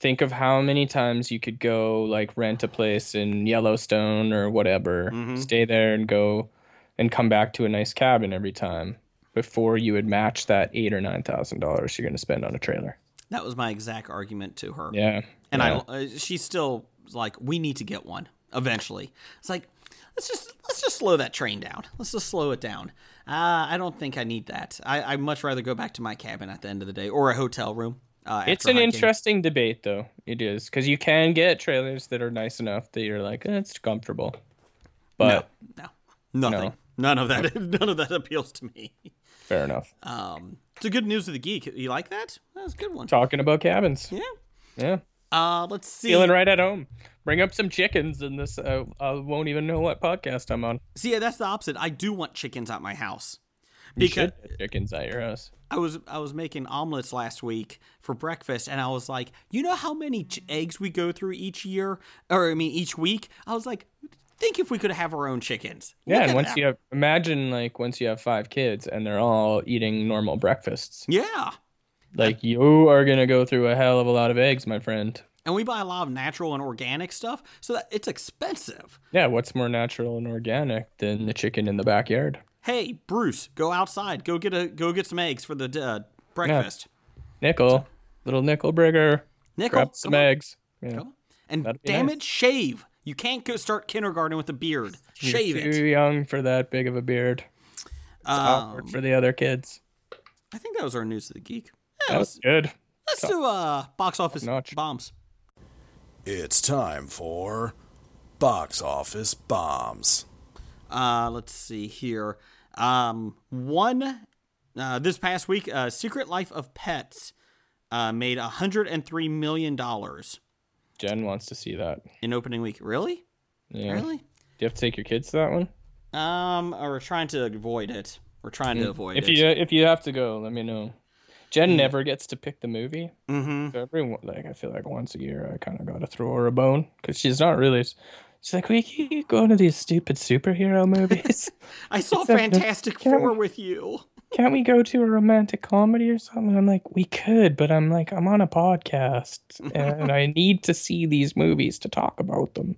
Speaker 5: Think of how many times you could go like rent a place in Yellowstone or whatever,
Speaker 4: Mm-hmm.
Speaker 5: stay there and go and come back to a nice cabin every time before you would match that eight or nine thousand dollars you're going to spend on a trailer.
Speaker 4: That was my exact argument to her.
Speaker 5: Yeah,
Speaker 4: And
Speaker 5: yeah.
Speaker 4: I, uh, she's still like, we need to get one eventually. It's like, let's just let's just slow that train down. Let's just slow it down. Uh, I don't think I need that. I, I much rather go back to my cabin at the end of the day or a hotel room. Uh,
Speaker 5: It's
Speaker 4: after
Speaker 5: an
Speaker 4: hiking.
Speaker 5: interesting debate, though. It is because you can get trailers that are nice enough that you're like, eh, it's comfortable, but
Speaker 4: No, nothing. None of that. None of that appeals to me.
Speaker 5: fair enough.
Speaker 4: Um, it's a good news of the geek. You like that? That's a good one.
Speaker 5: Talking about cabins,
Speaker 4: Yeah.
Speaker 5: yeah.
Speaker 4: Uh, let's see.
Speaker 5: feeling right at home. Bring up some chickens, and this I, I won't even know what podcast I'm on.
Speaker 4: See, yeah, that's the opposite. I do want chickens at my house.
Speaker 5: You should have chickens at your house.
Speaker 4: I was I was making omelets last week for breakfast, and I was like, you know how many ch- eggs we go through each year, or I mean each week. I was like, think if we could have our own chickens.
Speaker 5: Yeah,
Speaker 4: Look
Speaker 5: and
Speaker 4: at
Speaker 5: once
Speaker 4: that.
Speaker 5: you have, imagine like once you have five kids and they're all eating normal breakfasts,
Speaker 4: yeah,
Speaker 5: like you are gonna go through a hell of a lot of eggs, my friend.
Speaker 4: and we buy a lot of natural and organic stuff, so that it's expensive.
Speaker 5: Yeah, what's more natural and organic than the chicken in the backyard?
Speaker 4: Hey, Bruce, go outside, go get a go get some eggs for the uh, breakfast.
Speaker 5: Nickel, little nickel burger,
Speaker 4: Nickel,
Speaker 5: grab some
Speaker 4: come on.
Speaker 5: eggs. Yeah.
Speaker 4: Come on. and
Speaker 5: That'd be
Speaker 4: damn
Speaker 5: nice.
Speaker 4: it, shave. You can't go start kindergarten with a beard. Shave
Speaker 5: You're
Speaker 4: it. Uh, Um,
Speaker 5: too young for that big of a beard. Awkward for the other kids.
Speaker 4: I think that was our news of the geek. Yeah,
Speaker 5: That
Speaker 4: let's,
Speaker 5: was good.
Speaker 4: let's do uh, box office
Speaker 5: notch.
Speaker 4: bombs.
Speaker 6: It's time for Box Office Bombs.
Speaker 4: Uh, let's see here. Um, one uh, this past week, uh, Secret Life of Pets uh, made 103 million dollars
Speaker 5: Jen wants to see that.
Speaker 4: in opening week. Really?
Speaker 5: Yeah.
Speaker 4: Really?
Speaker 5: Do you have to take your kids to that one?
Speaker 4: Um, or we're trying to avoid it. We're trying to avoid
Speaker 5: Mm. If
Speaker 4: it.
Speaker 5: you if you have to go, let me know. Jen
Speaker 4: Hmm.
Speaker 5: never gets to pick the movie. Mm-hmm. So every one- like I feel like once a year I kind of got to throw her a bone because she's not really. She's like, we keep going to these stupid superhero movies.
Speaker 4: I saw Fantastic Four with you.
Speaker 5: Can't we go to a romantic comedy or something? I'm like, we could, but I'm like, I'm on a podcast and I need to see these movies to talk about them.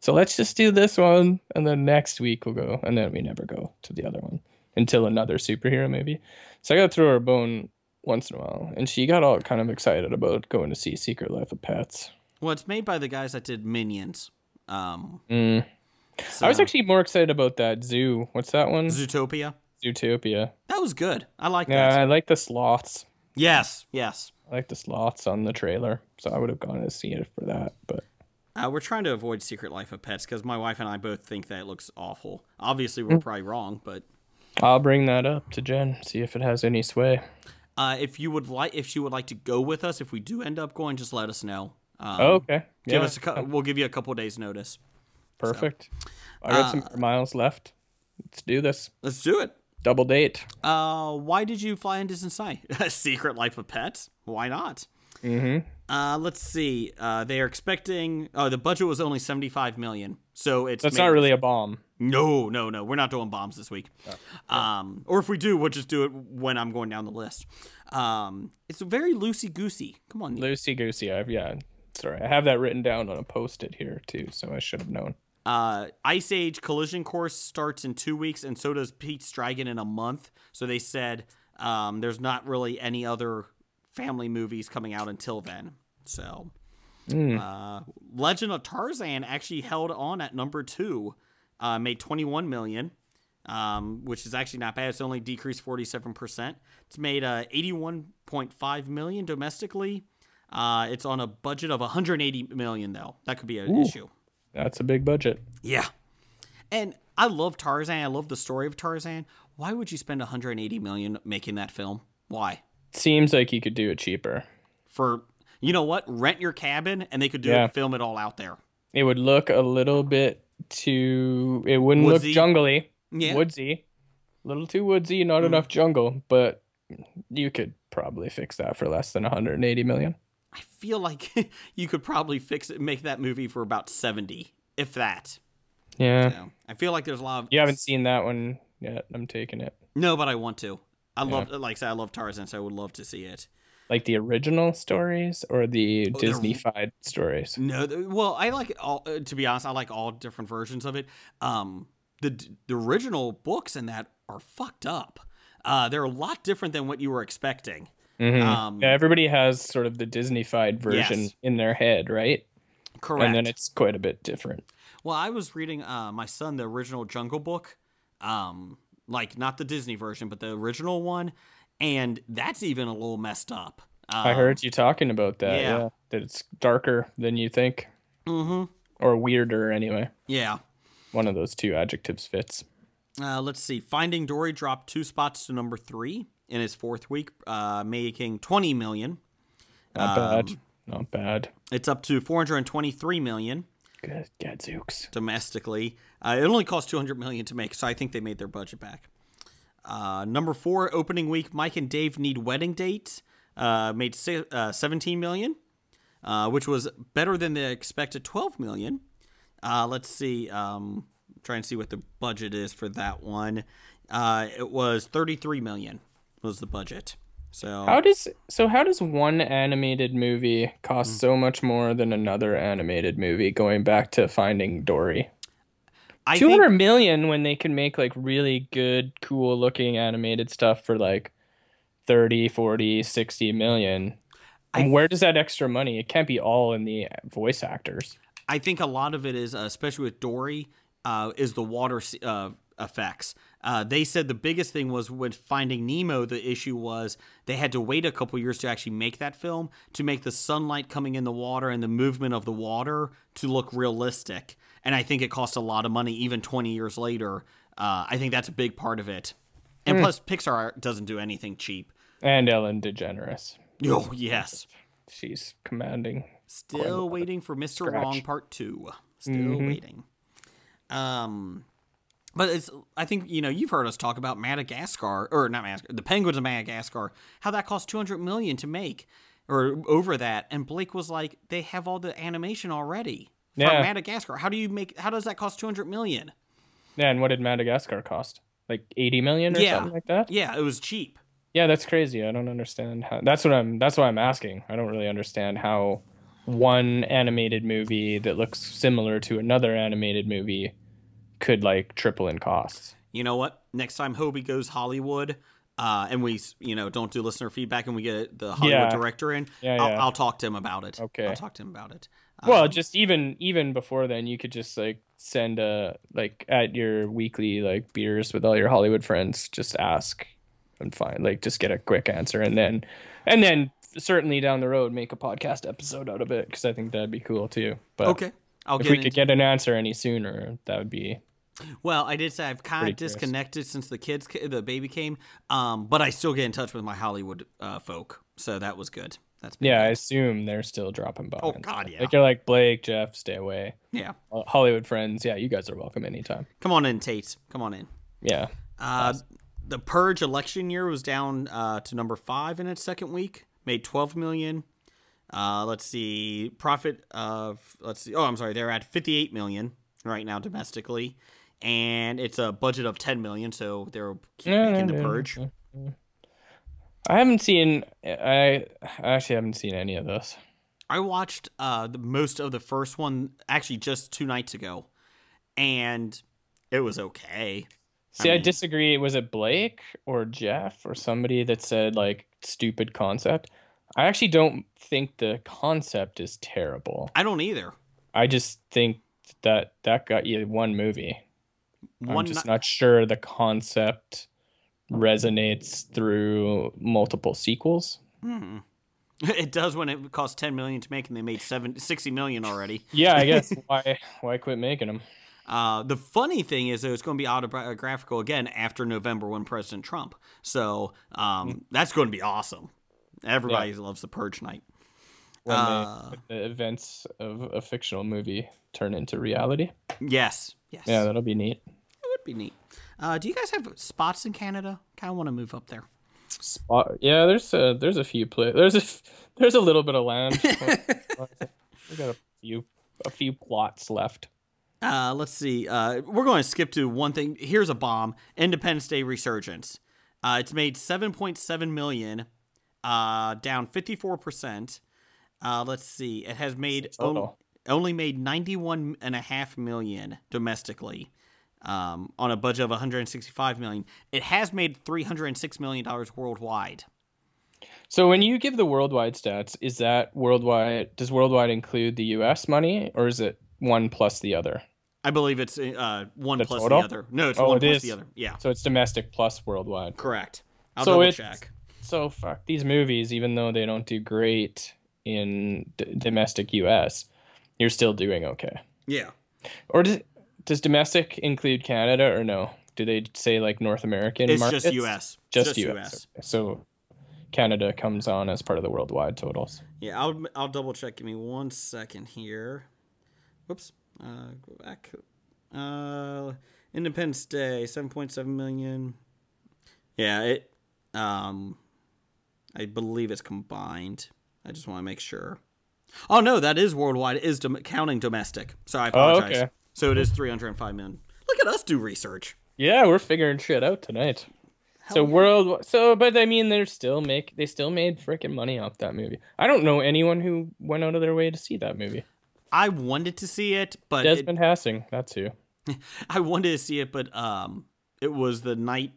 Speaker 5: So let's just do this one and then next week we'll go. And then we never go to the other one until another superhero movie. So I got to throw her a bone once in a while. And she got all kind of excited about going to see Secret Life of Pets.
Speaker 4: Well, it's made by the guys that did Minions. Um,
Speaker 5: Mm. I was
Speaker 4: so-
Speaker 5: actually more excited about that zoo. What's that one?
Speaker 4: Zootopia.
Speaker 5: Zootopia.
Speaker 4: That was good. I like
Speaker 5: Yeah,
Speaker 4: that.
Speaker 5: I like the sloths.
Speaker 4: Yes, yes.
Speaker 5: I like the sloths on the trailer, so I would have gone to see it for that. But
Speaker 4: Uh, we're trying to avoid Secret Life of Pets because my wife and I both think that it looks awful. Obviously,
Speaker 5: Mm.
Speaker 4: we're probably wrong, but
Speaker 5: I'll bring that up to Jen, see if it has any sway.
Speaker 4: uh, if you would like, if she would like to go with us, if we do end up going, just let us know. Um,
Speaker 5: Oh, okay,
Speaker 4: give
Speaker 5: yeah,
Speaker 4: us a cou- we'll give you a couple days notice.
Speaker 5: perfect. I got some
Speaker 4: Uh,
Speaker 5: miles left. Let's do this
Speaker 4: Let's do it.
Speaker 5: double date.
Speaker 4: Uh, why did you fly into Cincinnati? Secret Life of Pets. Why not? Mm-hmm. Uh, let's see. Uh, they are expecting. Oh, the budget was only seventy-five million, so it's
Speaker 5: That's
Speaker 4: made-
Speaker 5: not really a bomb.
Speaker 4: No, no, no. We're not doing bombs this week. Um, or if we do, we'll just do it when I'm going down the list. Um, it's very loosey goosey. Come on.
Speaker 5: Loosey goosey. I've yeah. Sorry, I have that written down on a post-it here too, so I should have known.
Speaker 4: Uh, Ice Age Collision Course starts in two weeks, and so does Pete's Dragon in a month. So they said um, there's not really any other family movies coming out until then. So uh, Legend of Tarzan actually held on at number two, uh, made 21 million. um, which is actually not bad. It's only decreased 47%. It's made uh, 81.5 million domestically. Uh, it's on a budget of 180 million though. That could be an issue.
Speaker 5: That's a big budget.
Speaker 4: Yeah. And I love Tarzan. I love the story of Tarzan. Why would you spend 180 million making that film? Why?
Speaker 5: Seems like you could do it cheaper.
Speaker 4: For you know what? Rent your cabin and they could do
Speaker 5: Yeah.
Speaker 4: it, film it all out there.
Speaker 5: It would look a little bit too. It wouldn't
Speaker 4: Woodsy.
Speaker 5: look jungly.
Speaker 4: Yeah. Hmm.
Speaker 5: Woodsy. little too woodsy, not enough jungle, but you could probably fix that for less than 180 million.
Speaker 4: I feel like you could probably fix it, make that movie for about 70, if that.
Speaker 5: Yeah.
Speaker 4: You know? I feel like there's a lot of
Speaker 5: You haven't seen that one yet. I'm taking it.
Speaker 4: No, but I want to. I love, like I said, I love Tarzan, so I would love to see it.
Speaker 5: Like the original stories or the
Speaker 4: they're-
Speaker 5: Disney-fied stories?
Speaker 4: No, th- well, I like it all. Uh, to be honest, I like all different versions of it. Um, the the original books and that are fucked up. Uh, they're a lot different than what you were expecting. Um,
Speaker 5: Mm. Yeah, everybody has sort of the Disney-fied version
Speaker 4: Yes.
Speaker 5: in their head, right?
Speaker 4: Correct.
Speaker 5: And then it's quite a bit different.
Speaker 4: Well, I was reading uh, my son the original Jungle Book, um, like not the Disney version, but the original one, and that's even a little messed up. Uh,
Speaker 5: I heard you talking about that.
Speaker 4: yeah.
Speaker 5: Um, Yeah. That it's darker than you think. Mm-hmm. Or weirder, anyway.
Speaker 4: yeah.
Speaker 5: One of those two adjectives fits.
Speaker 4: Uh, let's see. Finding Dory dropped two spots to number three in its fourth week, uh, making 20 million.
Speaker 5: Not bad. Not bad.
Speaker 4: It's up to 423 million
Speaker 5: Good gadzooks.
Speaker 4: domestically. Uh, it only cost 200 million to make, so I think they made their budget back. Uh, number four, opening week, Mike and Dave need wedding date. Uh, made si- uh, 17 million, uh, which was better than the expected 12 million. Uh, let's see. Um, try and see what the budget is for that one. Uh, it was 33 million was the budget. So
Speaker 5: How does so? How does one animated movie cost so much more than another animated movie? Going back to Finding Dory,
Speaker 4: I
Speaker 5: two
Speaker 4: think-
Speaker 5: hundred million when they can make like really good, cool looking animated stuff for like 30, 40, 60 million. And where does that extra money? It can't be all in the voice actors.
Speaker 4: I think a lot of it is, uh, especially with Dory, uh, is the water s- uh, effects. Uh, they said the biggest thing was with Finding Nemo. The issue was they had to wait a couple years to actually make that film to make the sunlight coming in the water and the movement of the water to look realistic. And I think it cost a lot of money, even 20 years later. Uh, I think that's a big part of it. And plus, Pixar doesn't do anything cheap.
Speaker 5: And Ellen DeGeneres,
Speaker 4: Oh, yes.
Speaker 5: she's commanding.
Speaker 4: Still waiting for Mr. Wrong Part Two. Still waiting. Um, but it's I think you know you've heard us talk about Madagascar or not Madagascar, the Penguins of Madagascar, how that cost two hundred million to make or over that, and Blake was like, they have all the animation already from
Speaker 5: Yeah.
Speaker 4: Madagascar. How do you make? How does that cost two hundred million?
Speaker 5: Yeah, and what did Madagascar cost? Like eighty million or
Speaker 4: Yeah.
Speaker 5: something like that.
Speaker 4: Yeah, it was cheap.
Speaker 5: Yeah, that's crazy. I don't understand how. That's what I'm. That's why I'm asking. I don't really understand how one animated movie that looks similar to another animated movie could like triple in costs.
Speaker 4: you know what? Next time Hobie goes Hollywood, uh, and we you know don't do listener feedback, and we get the Hollywood
Speaker 5: Yeah.
Speaker 4: director in,
Speaker 5: Yeah,
Speaker 4: I'll,
Speaker 5: yeah.
Speaker 4: I'll talk to him about it.
Speaker 5: Okay.
Speaker 4: I'll talk to him about it.
Speaker 5: well,
Speaker 4: Um,
Speaker 5: just even even before then, you could just like send a like at your weekly like beers with all your Hollywood friends. Just ask and find like just get a quick answer, and then and then certainly down the road make a podcast episode out of it because I think that'd be cool too. But
Speaker 4: okay. I'll
Speaker 5: if
Speaker 4: get,
Speaker 5: we
Speaker 4: into,
Speaker 5: could get an answer any sooner, that would be
Speaker 4: Well, I did say I've kind
Speaker 5: Pretty
Speaker 4: of
Speaker 5: curious.
Speaker 4: disconnected since the kids, ca- the baby came, um, but I still get in touch with my Hollywood uh, folk, so that was good. That's been
Speaker 5: yeah. I
Speaker 4: good.
Speaker 5: assume they're still dropping by.
Speaker 4: Oh,
Speaker 5: and
Speaker 4: God,
Speaker 5: stuff.
Speaker 4: yeah.
Speaker 5: Like you're like Blake, Jeff, stay away.
Speaker 4: yeah.
Speaker 5: Uh, Hollywood friends, yeah, you guys are welcome anytime.
Speaker 4: Come on in, Tate. Come on in.
Speaker 5: Yeah,
Speaker 4: Uh, the Purge election year was down uh, to number five in its second week, made 12 million. Uh, let's see, profit of let's see. Oh, I'm sorry, they're at 58 million right now domestically, and it's a budget of 10 million, so they're keep
Speaker 5: Yeah,
Speaker 4: making
Speaker 5: yeah,
Speaker 4: the
Speaker 5: yeah,
Speaker 4: Purge.
Speaker 5: I haven't seen. I I actually haven't seen any of those.
Speaker 4: I watched uh, the most of the first one actually just two nights ago, and it was okay.
Speaker 5: See, I,
Speaker 4: mean-
Speaker 5: disagree. Was it Blake or Jeff or somebody that said like stupid concept? I actually don't think the concept is terrible.
Speaker 4: I don't either.
Speaker 5: I just think that that got you one movie. I'm
Speaker 4: One
Speaker 5: just
Speaker 4: ni-
Speaker 5: not sure the concept resonates through multiple sequels.
Speaker 4: hmm. it does when it costs 10 million to make and they made seven, 60 million already.
Speaker 5: Yeah, I guess why why quit making them?
Speaker 4: Uh, the funny thing is, though, it's going to be autobiographical again after November when President Trump. So um, that's going to be awesome. Everybody loves the Purge night.
Speaker 5: When
Speaker 4: Uh.
Speaker 5: they, the events of a fictional movie turn into reality.
Speaker 4: Yes, yes,
Speaker 5: Yeah,
Speaker 4: it
Speaker 5: that'll be neat.
Speaker 4: would be neat. Uh, do you guys have spots in Canada? Kind of want to move up there.
Speaker 5: Spot. Yeah, there's a there's a few pla There's a f- there's a little bit of land. we got a few a few plots left.
Speaker 4: Uh, let's see. Uh, we're going to skip to one thing. Here's a bomb: Independence Day resurgence. Uh, it's made 7.7 million, uh, down 54 percent. Uh, let's see. It has made on-
Speaker 5: total.
Speaker 4: only made 91 and a half million domestically, um, on a budget of 165 million. It has made 306 million dollars worldwide.
Speaker 5: So when you give the worldwide stats, is that worldwide? Does worldwide include the U.S. money, or is it one plus the other?
Speaker 4: I believe it's uh one
Speaker 5: The
Speaker 4: plus
Speaker 5: total?
Speaker 4: the other. No, it's
Speaker 5: Oh,
Speaker 4: one
Speaker 5: it
Speaker 4: plus
Speaker 5: is.
Speaker 4: the other. Yeah,
Speaker 5: So it's domestic plus worldwide.
Speaker 4: correct. I'll
Speaker 5: So
Speaker 4: double
Speaker 5: it's-
Speaker 4: check.
Speaker 5: So fuck these movies, even though they don't do great in d- domestic U.S., you're still doing okay.
Speaker 4: Yeah.
Speaker 5: Or does does domestic include Canada or no? Do they say like North American?
Speaker 4: It's
Speaker 5: markets?
Speaker 4: just U.S.
Speaker 5: Just, US. okay. So Canada comes on as part of the worldwide totals.
Speaker 4: Yeah, I'll I'll double check. Give me one second here. Whoops. Uh, go back. Uh, Independence Day, seven point seven million. Yeah, it. Um, I believe it's combined. I just want to make sure. Oh no, that is worldwide. It is dom- counting domestic. So I apologize.
Speaker 5: Oh, okay.
Speaker 4: So it is three hundred and five million. Look at us do research.
Speaker 5: Yeah, we're figuring shit out tonight. so world, so but I mean, they're still make they still made freaking money off that movie. I don't know anyone who went out of their way to see that movie.
Speaker 4: I wanted to see it, but it-
Speaker 5: Desmond Hassing, that's who.
Speaker 4: I wanted to see it, but um, it was the night.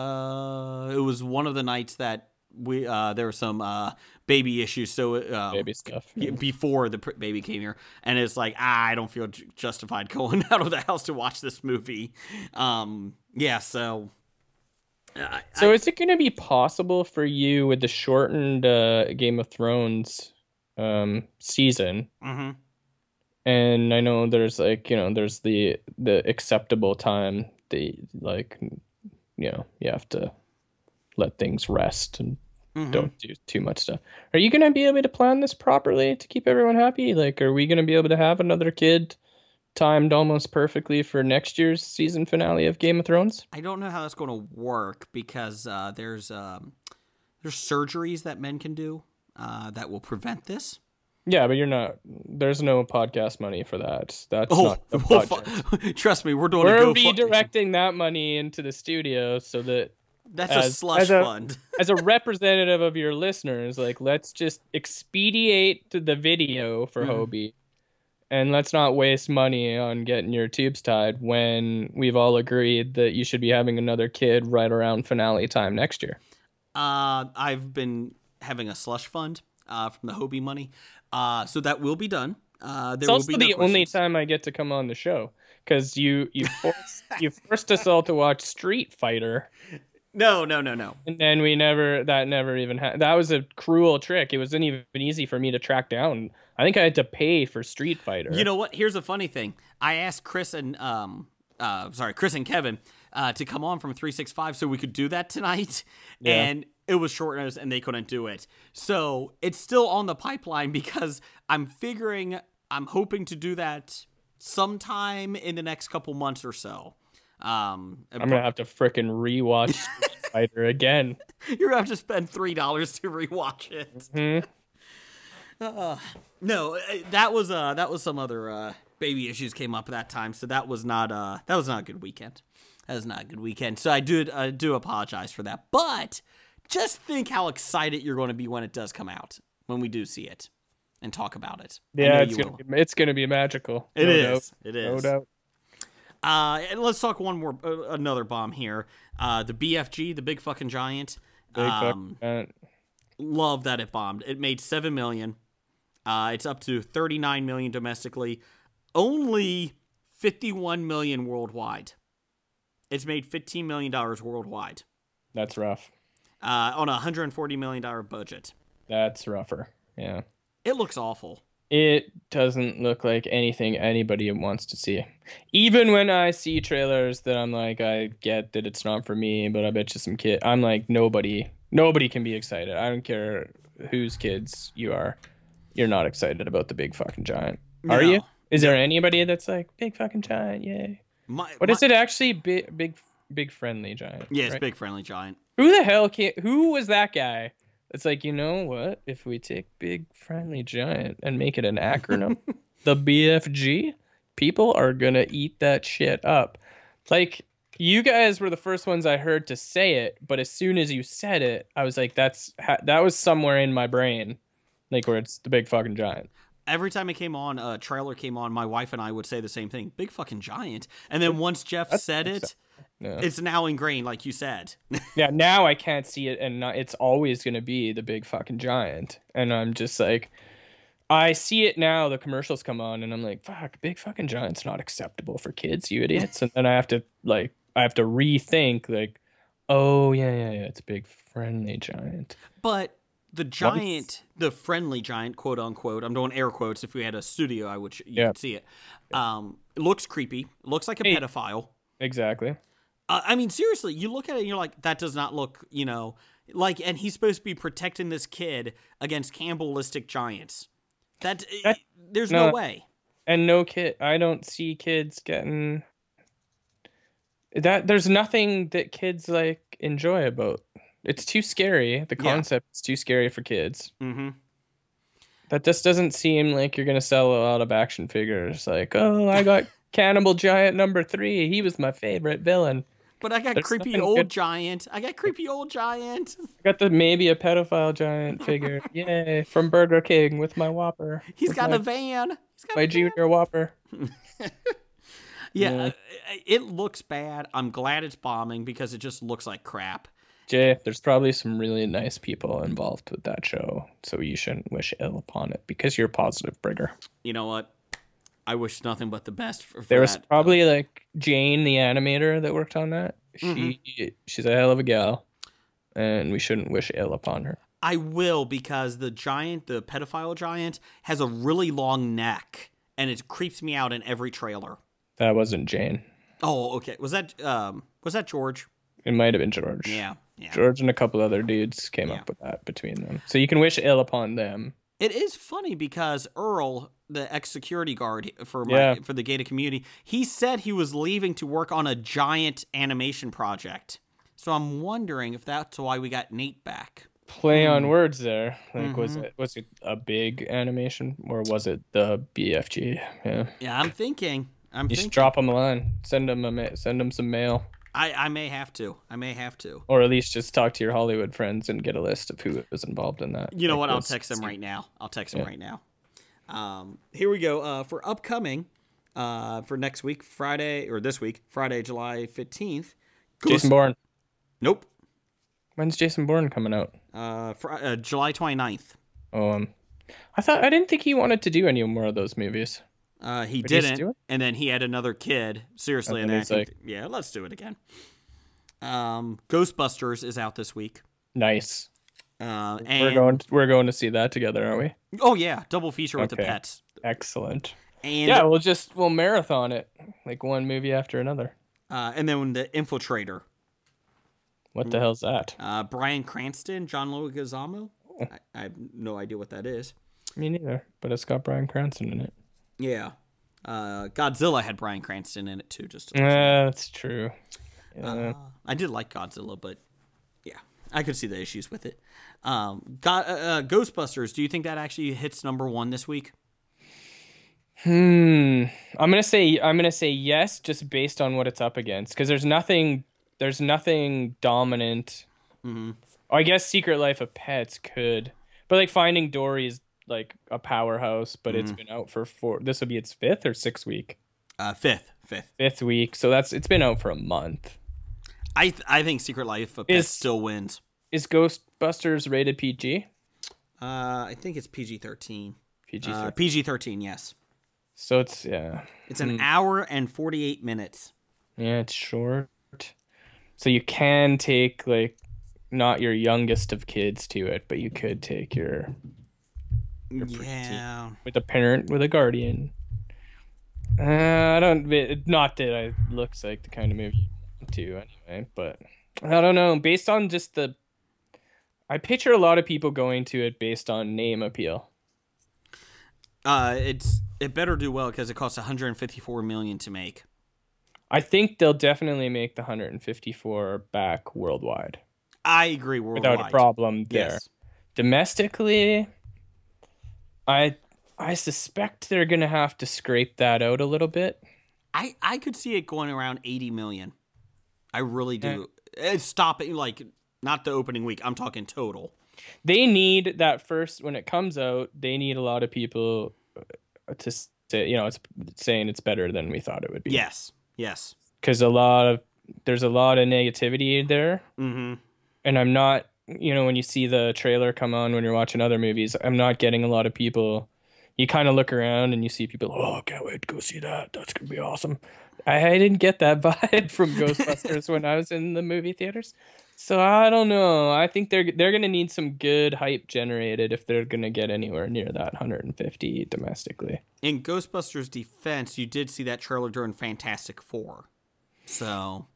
Speaker 4: Uh, it was one of the nights that we uh there were some uh baby issues. So uh,
Speaker 5: Baby stuff.
Speaker 4: y- Before the pr- baby came here, and it's like ah, I don't feel ju- justified going out of the house to watch this movie. Um, yeah, so I,
Speaker 5: So is it going to be possible for you with the shortened uh, Game of Thrones um, season?
Speaker 4: hmm
Speaker 5: And I know there's like you know there's the the acceptable time the like you know you have to let things rest and
Speaker 4: mm-hmm.
Speaker 5: don't do too much stuff. Are you going to be able to plan this properly to keep everyone happy? Like, are we going to be able to have another kid timed almost perfectly for next year's season finale of Game of Thrones?
Speaker 4: I don't know how that's going to work because uh, there's um, there's surgeries that men can do uh, that will prevent this.
Speaker 5: Yeah, but you're not. There's no podcast money for that. That's
Speaker 4: Oh,
Speaker 5: not the
Speaker 4: we'll
Speaker 5: project.
Speaker 4: fi- trust me, we're doing a
Speaker 5: We're
Speaker 4: GoFund-
Speaker 5: redirecting that money into the studio so that,
Speaker 4: That's a
Speaker 5: as-
Speaker 4: slush
Speaker 5: as a-
Speaker 4: fund.
Speaker 5: as a representative of your listeners, like let's just expedite the video for
Speaker 4: Mm-hmm.
Speaker 5: Hobie, and let's not waste money on getting your tubes tied when we've all agreed that you should be having another kid right around finale time next year.
Speaker 4: Uh, I've been having a slush fund uh, from the Hobie money, uh, so that will be done. Uh, there
Speaker 5: It's
Speaker 4: will
Speaker 5: also
Speaker 4: be no
Speaker 5: the only
Speaker 4: questions.
Speaker 5: time I get to come on the show because you you forced you forced us all to watch Street Fighter.
Speaker 4: No, no, no, no.
Speaker 5: And then we never, that never even happened. That was a cruel trick. It wasn't even easy for me to track down. I think I had to pay for Street Fighter.
Speaker 4: You know what? Here's a funny thing. I asked Chris and um, uh, sorry, Chris and Kevin uh, to come on from 365 so we could do that tonight, and it was short notice and they couldn't do it. So it's still on the pipeline because I'm figuring, I'm hoping to do that sometime in the next couple months or so. Um,
Speaker 5: I'm going to have to frickin' rewatch Street Fighter again.
Speaker 4: You're gonna have to spend three dollars to rewatch it.
Speaker 5: Mm-hmm.
Speaker 4: Uh, no, uh, that was uh that was some other uh baby issues came up that time, so that was not uh that was not a good weekend. That was not a good weekend. So I do I do apologize for that, but just think how excited you're going to be when it does come out, when we do see it, and talk about it. I know
Speaker 5: Yeah, it's
Speaker 4: you
Speaker 5: going
Speaker 4: will.
Speaker 5: to be, it's gonna be magical.
Speaker 4: It
Speaker 5: no
Speaker 4: is.
Speaker 5: doubt.
Speaker 4: It is.
Speaker 5: No doubt.
Speaker 4: Uh, and let's talk one more uh, another bomb here. Uh, the BFG, the big fucking giant.
Speaker 5: Big fuck-
Speaker 4: um,
Speaker 5: uh,
Speaker 4: love that it bombed. It made seven million. Uh, it's up to thirty nine million domestically, only fifty one million worldwide. It's made fifteen million dollars worldwide
Speaker 5: That's rough.
Speaker 4: uh, on a hundred and forty million dollar budget.
Speaker 5: That's rougher. Yeah.
Speaker 4: It looks awful.
Speaker 5: It doesn't look like anything anybody wants to see. Even when I see trailers that I'm like, I get that it's not for me, but I bet you some kid. I'm like, nobody, nobody can be excited. I don't care whose kids you are. You're not excited about the big fucking giant, are
Speaker 4: No.
Speaker 5: you? Is there anybody that's like big fucking giant? Yay!
Speaker 4: My,
Speaker 5: What
Speaker 4: my-
Speaker 5: is it actually? Big, big, big friendly giant.
Speaker 4: Yeah, it's
Speaker 5: right?
Speaker 4: big friendly giant.
Speaker 5: Who the hell can who was that guy? It's like, you know what? If we take Big Friendly Giant and make it an acronym, the BFG, people are gonna eat that shit up. Like, you guys were the first ones I heard to say it, but as soon as you said it, I was like, that's ha- that was somewhere in my brain, like where it's the big fucking giant.
Speaker 4: Every time it came on, a trailer came on, my wife and I would say the same thing. Big fucking giant. And then once Jeff said it,
Speaker 5: Yeah.
Speaker 4: it's now ingrained, like you said.
Speaker 5: Yeah, now I can't see it, and not, it's always going to be the big fucking giant. And I'm just like, I see it now. The commercials come on, and I'm like, fuck, big fucking giant's not acceptable for kids, you idiots. And then I have to like, I have to rethink like, oh yeah, yeah, yeah, it's big friendly giant.
Speaker 4: But the giant, the friendly giant, quote unquote, I'm doing air quotes. If we had a studio, I would sh- you
Speaker 5: Yeah.
Speaker 4: could see it. Um, it looks creepy. It looks like a
Speaker 5: Hey.
Speaker 4: pedophile.
Speaker 5: Exactly.
Speaker 4: Uh, I mean, seriously, you look at it and you're like, that does not look, you know, like, and he's supposed to be protecting this kid against cannibalistic giants. That, eh,
Speaker 5: That-
Speaker 4: there's no,
Speaker 5: no.
Speaker 4: way.
Speaker 5: And no kid, I don't see kids getting that. There's nothing that kids like enjoy about. It's too scary. The
Speaker 4: Yeah.
Speaker 5: concept is too scary for kids.
Speaker 4: Mm-hmm.
Speaker 5: That just doesn't seem like you're gonna sell a lot of action figures. Like, oh, I got Cannibal Giant number three. He was my favorite villain.
Speaker 4: But I got
Speaker 5: There's
Speaker 4: creepy
Speaker 5: nothing
Speaker 4: old
Speaker 5: good-
Speaker 4: giant. I got creepy old giant.
Speaker 5: I got the maybe a pedophile giant figure. Yay! From Burger King with my Whopper.
Speaker 4: He's
Speaker 5: With
Speaker 4: got
Speaker 5: my,
Speaker 4: a van. He's got
Speaker 5: my
Speaker 4: a van.
Speaker 5: junior Whopper.
Speaker 4: Yeah,
Speaker 5: Yeah.
Speaker 4: uh, it looks bad. I'm glad it's bombing because it just looks like crap.
Speaker 5: Jay, there's probably some really nice people involved with that show, so you shouldn't wish ill upon it because you're a positive brigger.
Speaker 4: You know what? I wish nothing but the best for, for
Speaker 5: There was
Speaker 4: that. uh,
Speaker 5: probably like Jane, the animator that worked on that.
Speaker 4: Mm-hmm.
Speaker 5: She she's a hell of a gal, and we shouldn't wish ill upon her.
Speaker 4: I will because the giant, the pedophile giant, has a really long neck, and it creeps me out in every trailer.
Speaker 5: That wasn't Jane.
Speaker 4: Oh, okay. Was that um? Was that George?
Speaker 5: It might have been George.
Speaker 4: Yeah, yeah.
Speaker 5: George and a couple other dudes came
Speaker 4: Yeah.
Speaker 5: up with that between them. So you can wish ill upon them.
Speaker 4: It is funny because Earl, the ex security guard for my,
Speaker 5: Yeah.
Speaker 4: for the gated community, he said he was leaving to work on a giant animation project. So I'm wondering if that's why we got Nate back.
Speaker 5: Play
Speaker 4: Mm-hmm.
Speaker 5: on words there. Like was it was it a big animation or was it the BFG? Yeah.
Speaker 4: Yeah, I'm thinking. I'm
Speaker 5: You
Speaker 4: thinking.
Speaker 5: should drop them a line. Send them a ma- send them some mail,
Speaker 4: I I may have to. I may have to.
Speaker 5: or at least just talk to your Hollywood friends and get a list of who was involved in that.
Speaker 4: You know
Speaker 5: Like
Speaker 4: what? I'll
Speaker 5: those-
Speaker 4: text him right now. I'll text him right now. Um, here we go. Uh, for upcoming, uh, for next week, Friday or this week, Friday, July fifteenth.
Speaker 5: Jason Bourne.
Speaker 4: Nope.
Speaker 5: When's Jason Bourne coming out?
Speaker 4: Uh, fr- uh, July 29th.
Speaker 5: Um, I thought I didn't think he wanted to do any more of those movies.
Speaker 4: Uh, he
Speaker 5: he
Speaker 4: didn't,
Speaker 5: do it?
Speaker 4: and then he had another kid. Seriously, and
Speaker 5: And then
Speaker 4: I
Speaker 5: he's
Speaker 4: think-
Speaker 5: like-
Speaker 4: yeah, let's do it again. Um, Ghostbusters is out this week.
Speaker 5: Nice.
Speaker 4: Uh,
Speaker 5: We're
Speaker 4: and
Speaker 5: going. We're going to see that together, aren't we?
Speaker 4: oh yeah, double feature with the
Speaker 5: Okay.
Speaker 4: pets.
Speaker 5: Excellent.
Speaker 4: And
Speaker 5: Yeah, we'll just we'll marathon it like one movie after another.
Speaker 4: uh, and then the infiltrator,
Speaker 5: What the hell's that?
Speaker 4: uh, Brian Cranston, John Leguizamo. I, I have no idea what that is.
Speaker 5: Me neither. But it's got Brian Cranston in it.
Speaker 4: Yeah, uh, Godzilla had Brian Cranston in it too. Just to-
Speaker 5: Yeah, that's true.
Speaker 4: Uh, I did like Godzilla, but yeah, I could see the issues with it. Um, Go- uh, uh, Ghostbusters. Do you think that actually hits number one this week?
Speaker 5: Hmm. I'm gonna say I'm gonna say yes, just based on what it's up against. Because there's nothing there's nothing dominant. I guess Secret Life of Pets could, but like Finding Dory is like a powerhouse, but it's been out for four. This would be its fifth or sixth week.
Speaker 4: Uh, fifth, fifth.
Speaker 5: Fifth week. So that's it's been out for a month.
Speaker 4: I th- I think Secret Life of Pets
Speaker 5: Is-
Speaker 4: still wins.
Speaker 5: Is Ghostbusters rated PG?
Speaker 4: Uh, I think it's PG thirteen.
Speaker 5: PG.
Speaker 4: Uh, PG thirteen, yes.
Speaker 5: so it's yeah,
Speaker 4: It's an hour and forty eight minutes.
Speaker 5: yeah, it's short. So you can take like not your youngest of kids to it, but you could take your
Speaker 4: yeah.
Speaker 5: with a parent with a guardian. Uh, I don't. it- Not that it looks like the kind of movie to anyway, but I don't know. Based on just the, I picture a lot of people going to it based on name appeal.
Speaker 4: Uh, it's it better do well because it costs 154 million to make.
Speaker 5: I think they'll definitely make the 154 back worldwide
Speaker 4: I agree. Worldwide.
Speaker 5: without a problem. There,
Speaker 4: Yes.
Speaker 5: domestically, I I suspect they're gonna have to scrape that out a little bit.
Speaker 4: I I could see it going around 80 million. I really do.
Speaker 5: Eh.
Speaker 4: It's stopping like not the opening week. I'm talking total.
Speaker 5: they need that first when it comes out they need a lot of people uh, to s- say you know it's saying it's better than we thought it would be
Speaker 4: Yes. Yes.
Speaker 5: because a lot of there's a lot of negativity there
Speaker 4: Mm-hmm.
Speaker 5: and i'm not you know when you see the trailer come on when you're watching other movies i'm not getting a lot of people you kind of look around and you see people oh can't wait to go see that that's gonna be awesome i, I didn't get that vibe from ghostbusters when i was in the movie theaters so i don't know i think they're they're gonna need some good hype generated if they're gonna get anywhere near that 150 domestically
Speaker 4: In Ghostbusters defense, you did see that trailer during Fantastic Four. So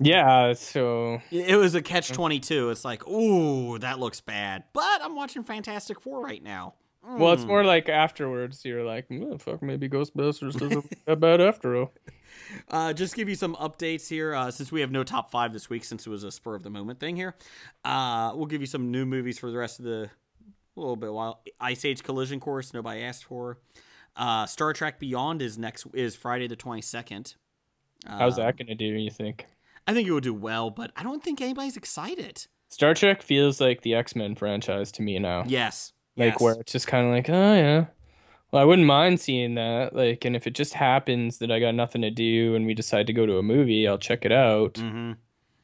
Speaker 5: yeah so
Speaker 4: it it was a catch 22. It's like, ooh, that looks bad. But I'm watching Fantastic Four right now.
Speaker 5: well it's more like afterwards you're like "Mm, fuck maybe ghostbusters doesn't look that bad after all
Speaker 4: Uh, just give you some updates here uh, since we have no top five this week since it was a spur of the moment thing here. Uh, we'll give you some new movies for the rest of the a little bit while Ice Age Collision Course nobody asked for. Uh, Star Trek Beyond is next is Friday the twenty second.
Speaker 5: how's that gonna do you think
Speaker 4: I think it will do well, but I don't think anybody's excited.
Speaker 5: Star Trek feels like the X Men franchise to me now.
Speaker 4: Yes,
Speaker 5: like
Speaker 4: yes.
Speaker 5: where it's just kind of like, oh yeah. Well, I wouldn't mind seeing that. Like, and if it just happens that I got nothing to do and we decide to go to a movie, I'll check it out.
Speaker 4: Mhm.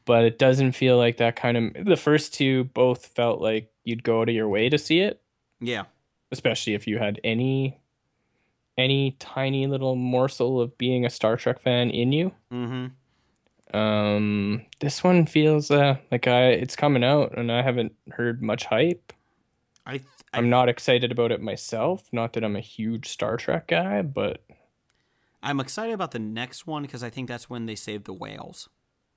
Speaker 5: But it doesn't feel like that kind of. The first two both felt like you'd go out of your way to see it,
Speaker 4: Yeah,
Speaker 5: especially if you had any, any tiny little morsel of being a Star Trek fan in you.
Speaker 4: mm-hmm.
Speaker 5: Um, this one feels uh, like I it's coming out and I haven't heard much hype.
Speaker 4: I, th- I
Speaker 5: I'm not excited about it myself. Not that I'm a huge Star Trek guy, but
Speaker 4: I'm excited about the next one because I think that's when they save the whales.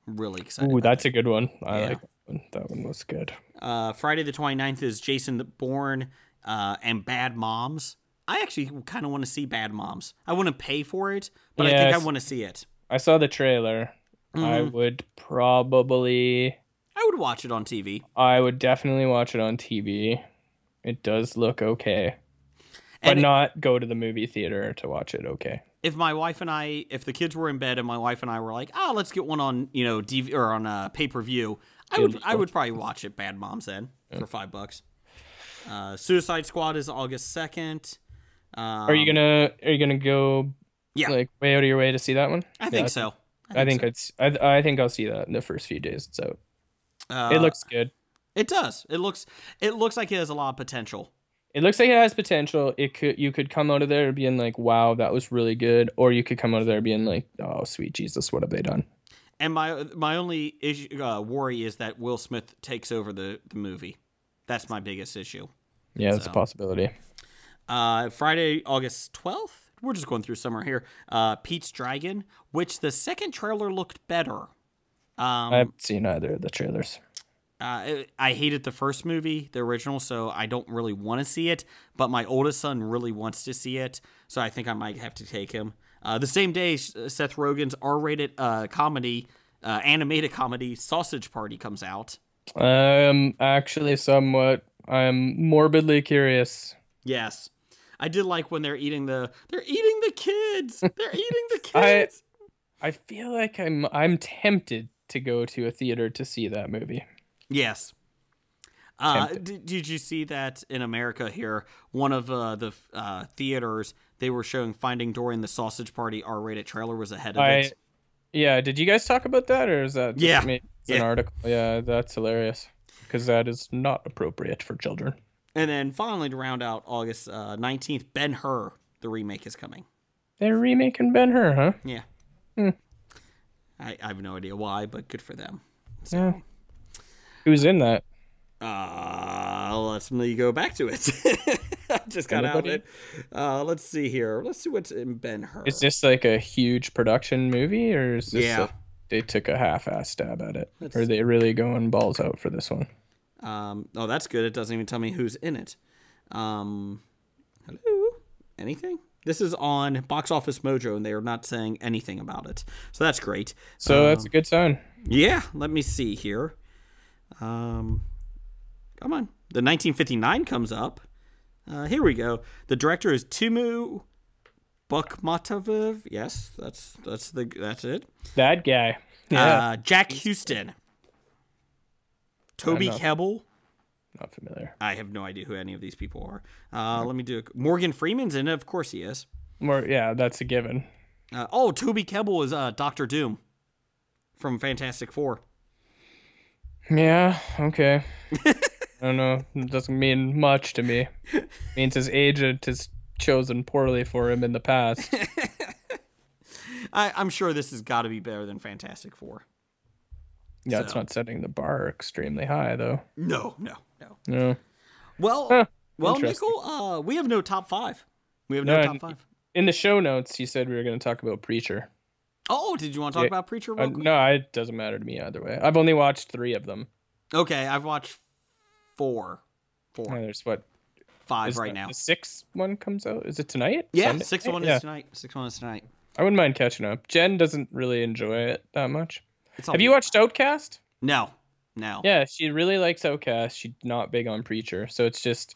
Speaker 4: Really excited.
Speaker 5: ooh,
Speaker 4: about
Speaker 5: that's a good one. I
Speaker 4: Yeah.
Speaker 5: like that one. That one was good.
Speaker 4: Uh, Friday the 29th is Jason Bourne uh, and Bad Moms. I actually kind of want to see Bad Moms. I wouldn't pay for it, but I think
Speaker 5: Yes.
Speaker 4: I want to see it.
Speaker 5: I saw the trailer. I
Speaker 4: Mm-hmm.
Speaker 5: would probably,
Speaker 4: I would watch it on TV.
Speaker 5: I would definitely watch it on TV. It does look okay, but
Speaker 4: And it-
Speaker 5: not go to the movie theater to watch it. Okay,
Speaker 4: If my wife and I, if the kids were in bed and my wife and I were like, "Oh, let's get one on, you know, DV or on uh, pay per view," I would, I would probably watch it. Bad Moms then for five bucks. Uh, Suicide Squad is August second. Um,
Speaker 5: are you gonna are you gonna go
Speaker 4: Yeah.
Speaker 5: like way out of your way to see that one?
Speaker 4: I
Speaker 5: Yeah,
Speaker 4: think so.
Speaker 5: I think it's. I, I think I'll see that in the first few days it's out.
Speaker 4: Uh,
Speaker 5: it looks good.
Speaker 4: It does. It looks. It looks like it has a lot of potential.
Speaker 5: It looks like it has potential. It could. You could come out of there being like, "Wow, that was really good," or you could come out of there being like, "Oh, sweet Jesus, what have they done?"
Speaker 4: And my my only issue uh, worry is that Will Smith takes over the the movie. That's my biggest issue.
Speaker 5: Yeah, that's a possibility.
Speaker 4: Uh, Friday, August twelfth. We're just going through summer here. Uh, Pete's Dragon, which the second trailer looked better. um,
Speaker 5: I haven't seen either of the trailers.
Speaker 4: Uh, I hated the first movie, the original, so I don't really want to see it. But my oldest son really wants to see it, so I think I might have to take him. Uh, the same day, S- Seth Rogen's R-rated uh, comedy, uh, animated comedy, Sausage Party comes out.
Speaker 5: Um, actually, somewhat. I'm morbidly curious.
Speaker 4: Yes, I did like when they're eating the they're eating the kids. They're eating the
Speaker 5: I-
Speaker 4: kids.
Speaker 5: I feel like I'm. I'm tempted to go to a theater to see that movie.
Speaker 4: Yes. Uh, did, did you see that in America here? One of uh, the uh, theaters they were showing Finding Dory and the Sausage Party R-rated trailer was ahead of
Speaker 5: I.
Speaker 4: it.
Speaker 5: Yeah, did you guys talk about that, or is that just
Speaker 4: Yeah.
Speaker 5: me? It's an
Speaker 4: Yeah.
Speaker 5: article? Yeah, that's hilarious. Because that is not appropriate for children.
Speaker 4: And then finally to round out August uh, nineteenth, Ben Hur the remake is coming.
Speaker 5: Hmm. They're remaking Ben Hur, huh?
Speaker 4: Yeah. I, I have no idea why, but good for them.
Speaker 5: Yeah. Who's in that?
Speaker 4: Uh, let's me go back to it. I just got
Speaker 5: Anybody?
Speaker 4: out of it. Uh, let's see here. Let's see what's in Ben Hur.
Speaker 5: Is this like a huge production movie, or is this
Speaker 4: Yeah.
Speaker 5: like they took a half-ass stab at it?
Speaker 4: Let's-
Speaker 5: Or are they really going balls out for this one?
Speaker 4: Um, oh, that's good. It doesn't even tell me who's in it. Um, hello? Anything? This is on Box Office Mojo, and they are not saying anything about it. So that's great.
Speaker 5: So that's a good sign.
Speaker 4: Yeah, let me see here. Um, come on. The 1959 comes up. Uh, here we go. The director is Timu Bukmatovov. Yes, that's that's the that's it.
Speaker 5: That guy. Yeah.
Speaker 4: Uh, Jack Houston. Toby
Speaker 5: not-
Speaker 4: Kebbell.
Speaker 5: Not familiar.
Speaker 4: I have no idea who any of these people are. Uh, let me do. A, Morgan Freeman's in it. Of course he is.
Speaker 5: More, yeah, that's a given.
Speaker 4: Uh, oh, Toby Kebbell is uh, Doctor Doom from Fantastic Four.
Speaker 5: Yeah. Okay. I don't know. It doesn't mean much to me. means his agent has chosen poorly for him in the past.
Speaker 4: I, I'm sure this has got to be better than Fantastic Four.
Speaker 5: Yeah, it's not setting the bar extremely high though.
Speaker 4: No, no, no.
Speaker 5: No.
Speaker 4: Well, well,
Speaker 5: interesting.
Speaker 4: Nickel, uh, we have no top five. We have
Speaker 5: No,
Speaker 4: no,
Speaker 5: I
Speaker 4: top
Speaker 5: didn't-
Speaker 4: five.
Speaker 5: In the show notes, you said we were going to talk about Preacher.
Speaker 4: Oh, did you want to talk
Speaker 5: Yeah,
Speaker 4: about Preacher?
Speaker 5: Uh,
Speaker 4: Real quick?
Speaker 5: no, I- it doesn't matter to me either way. I've only watched three of them.
Speaker 4: Okay, I've watched four,
Speaker 5: Oh,
Speaker 4: four,
Speaker 5: there's what
Speaker 4: five
Speaker 5: is
Speaker 4: right
Speaker 5: the-
Speaker 4: now.
Speaker 5: The sixth one comes out. Is it tonight?
Speaker 4: Yeah,
Speaker 5: Sunday
Speaker 4: six
Speaker 5: night?
Speaker 4: one
Speaker 5: Yeah.
Speaker 4: is tonight. Six one is tonight.
Speaker 5: I wouldn't mind catching up. Jen doesn't really enjoy it that much.
Speaker 4: It's all-
Speaker 5: Have you watched Outcast?
Speaker 4: No, no.
Speaker 5: Yeah, she really likes Outcast. She's not big on Preacher, so it's just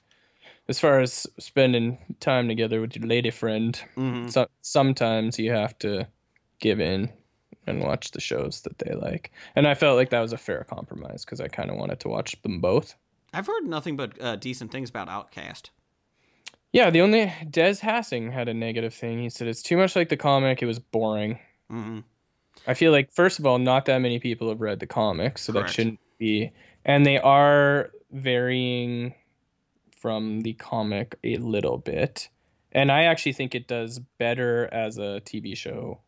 Speaker 5: as far as spending time together with your lady friend.
Speaker 4: Mhm.
Speaker 5: So, sometimes you have to give in and watch the shows that they like. And I felt like that was a fair compromise because I kind of wanted to watch them both.
Speaker 4: I've heard nothing but uh, decent things about Outcast.
Speaker 5: Yeah, the only Des Hassing had a negative thing. He said it's too much like the comic. It was boring.
Speaker 4: Mhm.
Speaker 5: I feel like first of all, not that many people have read the comic, so
Speaker 4: Correct.
Speaker 5: that shouldn't be. And they are varying from the comic a little bit. And I actually think it does better as a TV show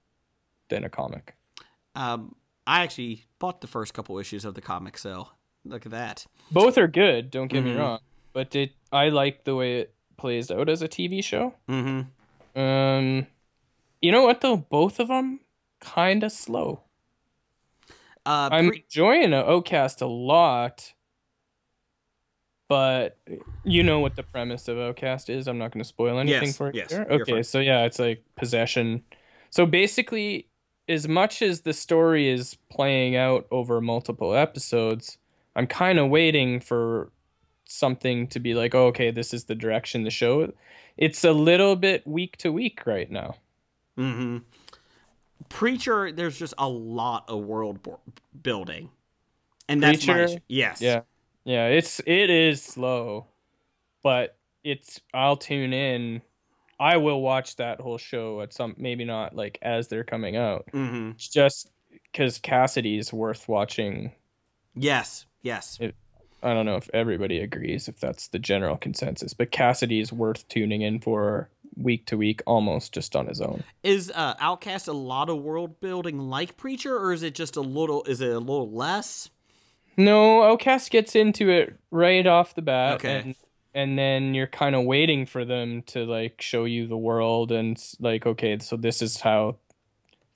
Speaker 5: than a comic.
Speaker 4: Um, I actually bought the first couple issues of the comic, so look at that.
Speaker 5: Both are good. Don't get me wrong, but it I like the way it plays out as a TV show.
Speaker 4: Mm-hmm.
Speaker 5: Um, you know what though? Both of them kind of slow.
Speaker 4: Uh,
Speaker 5: I'm
Speaker 4: pre-
Speaker 5: enjoying Outcast a lot, but you know what the premise of Outcast is. I'm not going to spoil anything
Speaker 4: Yes,
Speaker 5: for you.
Speaker 4: yes,
Speaker 5: here.
Speaker 4: you're
Speaker 5: Okay,
Speaker 4: fine.
Speaker 5: so yeah, it's like possession. So basically, as much as the story is playing out over multiple episodes, I'm kind of waiting for something to be like, oh, okay, this is the direction the show. It's a little bit week to week right now.
Speaker 4: hmm Preacher, there's just a lot of world bo- building, and that's my
Speaker 5: Preacher?
Speaker 4: issue. yes,
Speaker 5: Yeah. Yeah, it's it is slow, but it's I'll tune in. I will watch that whole show at some maybe not like as they're coming out.
Speaker 4: hmm
Speaker 5: It's just cuz Cassidy's worth watching.
Speaker 4: yes, yes.
Speaker 5: I don't know if everybody agrees if that's the general consensus, but Cassidy's worth tuning in for week to week almost just on his own.
Speaker 4: Is uh, Outcast a lot of world building like Preacher, or is it just a little? Is it a little less?
Speaker 5: No, Outcast gets into it right off the bat.
Speaker 4: Okay.
Speaker 5: And, and then you're kind of waiting for them to like show you the world and s- like, okay, so this is how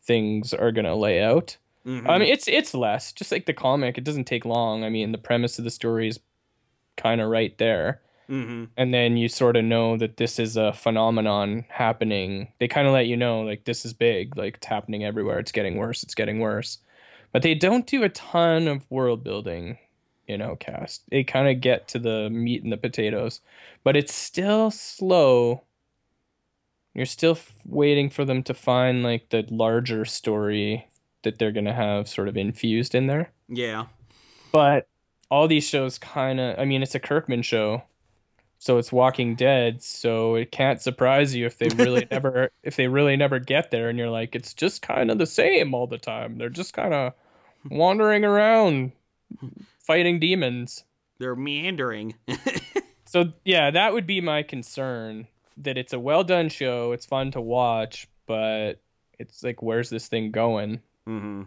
Speaker 5: things are gonna lay out.
Speaker 4: Mm-hmm.
Speaker 5: I mean, it's it's less just like the comic. It doesn't take long. I mean, the premise of the story is kind of right there,
Speaker 4: Mm-hmm.
Speaker 5: and then you sort of know that this is a phenomenon happening. They kind of let you know like this is big, like it's happening everywhere. It's getting worse. It's getting worse but they don't do a ton of world building in Outcast. They kind of get to the meat and the potatoes, but it's still slow. You're still f- waiting for them to find like the larger story that they're gonna have sort of infused in there.
Speaker 4: Yeah.
Speaker 5: But all these shows kind of, I mean, it's a Kirkman show, so it's Walking Dead, so it can't surprise you if they really never, if they really never get there, and you're like, it's just kind of the same all the time. They're just kind of wandering around, fighting demons.
Speaker 4: They're meandering.
Speaker 5: So yeah, that would be my concern. That it's a well done show, it's fun to watch, but it's like, where's this thing going?
Speaker 4: mm-hmm.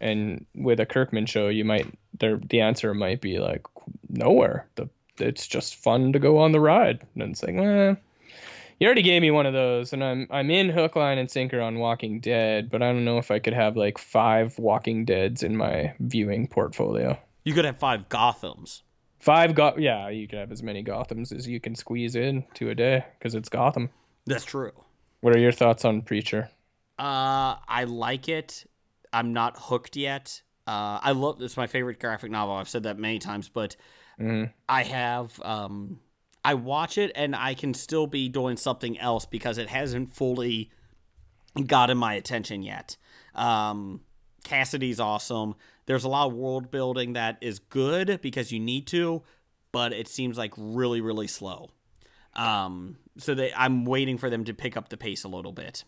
Speaker 5: And with a Kirkman show, you might there the answer might be like nowhere. The it's just fun to go on the ride, and it's like, well, you already gave me one of those, and I'm I'm in hook, line, and sinker on Walking Dead, but I don't know if I could have like five Walking Deads in my viewing portfolio.
Speaker 4: You could have five Gothams.
Speaker 5: Five got yeah, you could have as many Gotham's as you can squeeze in to a day because it's Gotham.
Speaker 4: That's true.
Speaker 5: What are your thoughts on Preacher?
Speaker 4: Uh, I like it. I'm not hooked yet. Uh, I love it's my favorite graphic novel. I've said that many times, but I have um, I watch it and I can still be doing something else because it hasn't fully gotten my attention yet. Um, Cassidy's awesome. There's a lot of world building that is good because you need to, but it seems like really really slow. Um, so they, I'm waiting for them to pick up the pace a little bit.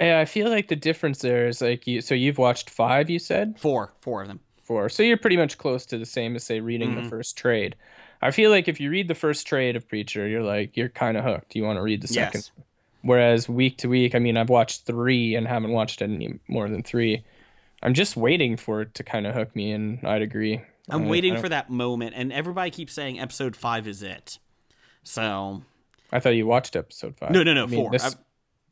Speaker 5: Yeah, I feel like the difference there is like you. So you've watched five, you said
Speaker 4: Four, four of them.
Speaker 5: four. So you're pretty much close to the same as say reading the first trade. I feel like if you read the first trade of Preacher, you're like you're kind of hooked. You want to read the second.
Speaker 4: Yes.
Speaker 5: Whereas week to week, I mean, I've watched three and haven't watched any more than three. I'm just waiting for it to kind of hook me, and I'd agree.
Speaker 4: I'm waiting for that moment, and everybody keeps saying episode five is it. So
Speaker 5: I thought you watched episode five.
Speaker 4: no, no, no,
Speaker 5: I mean,
Speaker 4: four.
Speaker 5: this-
Speaker 4: I've-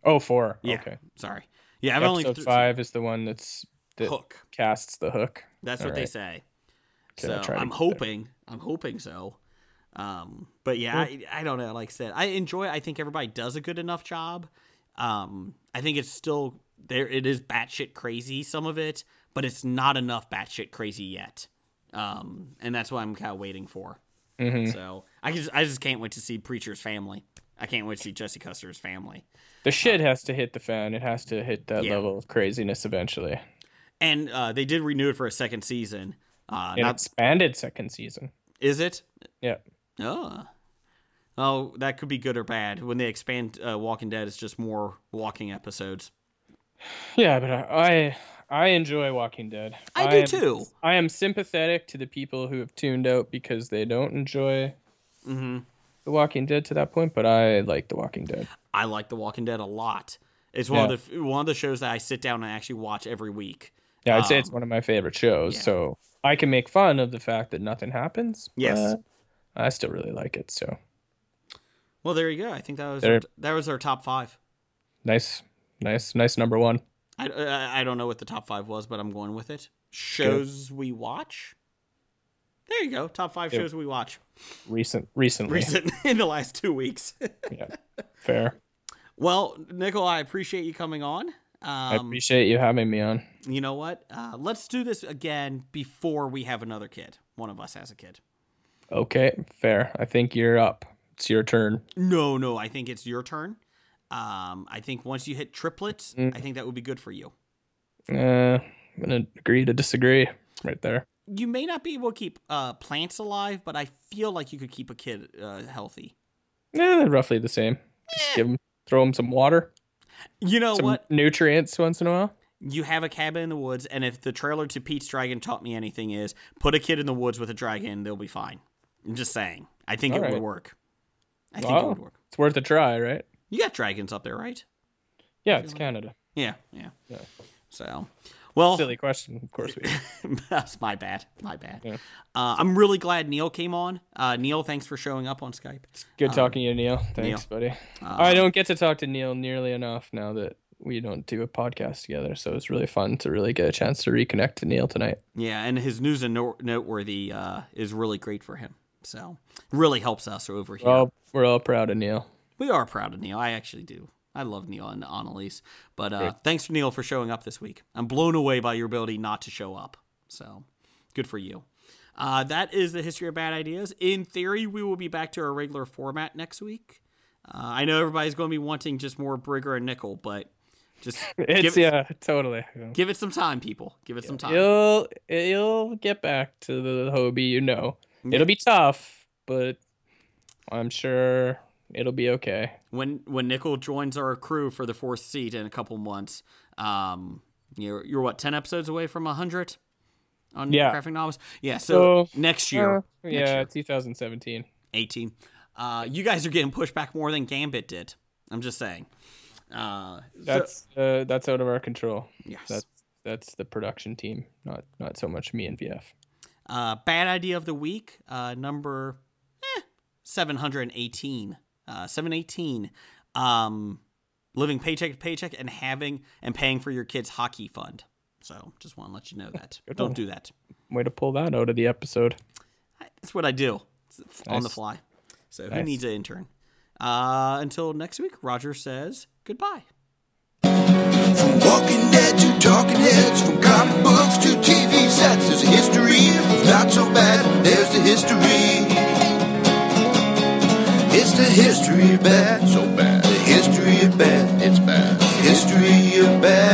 Speaker 5: oh, four.
Speaker 4: yeah,
Speaker 5: Okay.
Speaker 4: sorry. Yeah, I've only
Speaker 5: Episode
Speaker 4: th-
Speaker 5: five is the one that's that
Speaker 4: hook.
Speaker 5: casts the hook.
Speaker 4: That's
Speaker 5: All
Speaker 4: what they
Speaker 5: right.
Speaker 4: say.
Speaker 5: Okay, I'll
Speaker 4: so
Speaker 5: try to
Speaker 4: I'm
Speaker 5: get there.
Speaker 4: hoping, I'm hoping so. Um, but yeah, I, I don't know. Like I said, I enjoy. it. I think everybody does a good enough job. Um, I think it's still there. It is batshit crazy some of it, but it's not enough batshit crazy yet. Um, and that's what I'm kind of waiting for.
Speaker 5: Mm-hmm.
Speaker 4: So I just I just can't wait to see Preacher's family. I can't wait to see Jesse Custer's family.
Speaker 5: The shit has to hit the fan. It has to hit that
Speaker 4: Yeah.
Speaker 5: level of craziness eventually.
Speaker 4: And uh, they did renew it for a second season. Uh,
Speaker 5: An
Speaker 4: not
Speaker 5: expanded second season.
Speaker 4: is it?
Speaker 5: Yeah.
Speaker 4: Oh. Oh, that could be good or bad. When they expand uh, Walking Dead, it's just more walking episodes.
Speaker 5: Yeah, but I I, I enjoy Walking Dead.
Speaker 4: I do
Speaker 5: am-
Speaker 4: too.
Speaker 5: I am sympathetic to the people who have tuned out because they don't enjoy
Speaker 4: Mm-hmm.
Speaker 5: The Walking Dead to that point, but I like The Walking Dead.
Speaker 4: I like The Walking Dead a lot. It's one of the one of the shows that I sit down and actually watch every week.
Speaker 5: Yeah, I'd say
Speaker 4: Ah.
Speaker 5: it's one of my favorite shows. So I can make fun of the fact that nothing happens.
Speaker 4: Yes.
Speaker 5: but I still really like it. So
Speaker 4: Well, there you go. I think that was
Speaker 5: There-
Speaker 4: our, that was our top five.
Speaker 5: nice, nice, nice number one.
Speaker 4: I, uh, I I don't know what the top five was, but I'm going with it. Shows we watch. There you go. Top five shows we watch
Speaker 5: Recent, recently.
Speaker 4: recent in the last two weeks.
Speaker 5: Yeah, fair.
Speaker 4: well, Nicole, I appreciate you coming on.
Speaker 5: I
Speaker 4: Um,
Speaker 5: appreciate you having me on.
Speaker 4: you know what? Uh, let's do this again before we have another kid. One of us has a kid.
Speaker 5: Okay, fair. I think you're up. It's your turn.
Speaker 4: No, no, I think it's your turn. Um, I think once you hit triplets,
Speaker 5: Mm-hmm.
Speaker 4: I think that would be good for you.
Speaker 5: Uh, I'm gonna agree to disagree right there.
Speaker 4: You may not be able to keep uh, plants alive, but I feel like you could keep a kid uh, healthy.
Speaker 5: Yeah, Eh, they're roughly the same. Just give them, throw them some water,
Speaker 4: You know
Speaker 5: some
Speaker 4: what?
Speaker 5: nutrients once in a while.
Speaker 4: You have a cabin in the woods, and if the trailer to Pete's Dragon taught me anything, is put a kid in the woods with a dragon, they'll be fine. I'm just saying. I think it would
Speaker 5: Alright.
Speaker 4: work. I think it
Speaker 5: Wow.
Speaker 4: would work.
Speaker 5: It's worth a try, right?
Speaker 4: You got dragons up there, right?
Speaker 5: Yeah, it's Canada.
Speaker 4: Yeah, yeah. So, well,
Speaker 5: Silly question, of course. We do.
Speaker 4: that's my bad. My bad. Uh, I'm really glad Neil came on. Uh, Neil, thanks for showing up on Skype.
Speaker 5: Good talking to you, Neil. Thanks, buddy.
Speaker 4: Uh,
Speaker 5: I don't get to talk to Neil nearly enough now that we don't do a podcast together, so it's really fun to really get a chance to reconnect to Neil tonight.
Speaker 4: Yeah, and his news and no- noteworthy uh, is really great for him. So, really helps us over here.
Speaker 5: Well, we're all proud of Neil.
Speaker 4: we are proud of Neil. I actually do. I love Neil and Annalise. But uh, thanks, Neil, for showing up this week. I'm blown away by your ability not to show up. So, good for you. Uh, that is the history of bad ideas. In theory, we will be back to our regular format next week. Uh, I know everybody's going to be wanting just more Brigger and Nickel, but just
Speaker 5: It's
Speaker 4: give, it,
Speaker 5: yeah, totally.
Speaker 4: give it some time, people. Give it some time.
Speaker 5: You'll you'll get back to the Hobie, you know. It'll be tough, but I'm sure it'll be okay.
Speaker 4: when when Nickel joins our crew for the fourth seat in a couple months, um, you're you're what ten episodes away from hundred on
Speaker 5: Yeah.
Speaker 4: graphic novels. Yeah, so,
Speaker 5: So,
Speaker 4: next year,
Speaker 5: Uh,
Speaker 4: next
Speaker 5: yeah,
Speaker 4: year,
Speaker 5: 2017.
Speaker 4: eighteen. Uh, you guys are getting pushed back more than Gambit did. I'm just saying. Uh, so-
Speaker 5: That's uh, that's out of our control.
Speaker 4: Yes.
Speaker 5: That's that's the production team, not not so much me and VF.
Speaker 4: Uh, bad idea of the week, uh, number eh, 718. Uh, 718. Um, living paycheck to paycheck and having and paying for your kids' hockey fund. So just want to let you know that. Don't do that.
Speaker 5: Way to pull that out of the episode.
Speaker 4: I- That's what I do It's on the
Speaker 5: Nice.
Speaker 4: fly. So who
Speaker 5: Nice.
Speaker 4: needs an intern? Uh, until next week, Roger says goodbye.
Speaker 2: From Walking Dead to Talking Heads, from comic books to TV sets, there's a history. If not so bad, there's the history. It's the history of bad.
Speaker 3: So bad.
Speaker 2: The history of bad.
Speaker 3: It's bad.
Speaker 2: History of bad.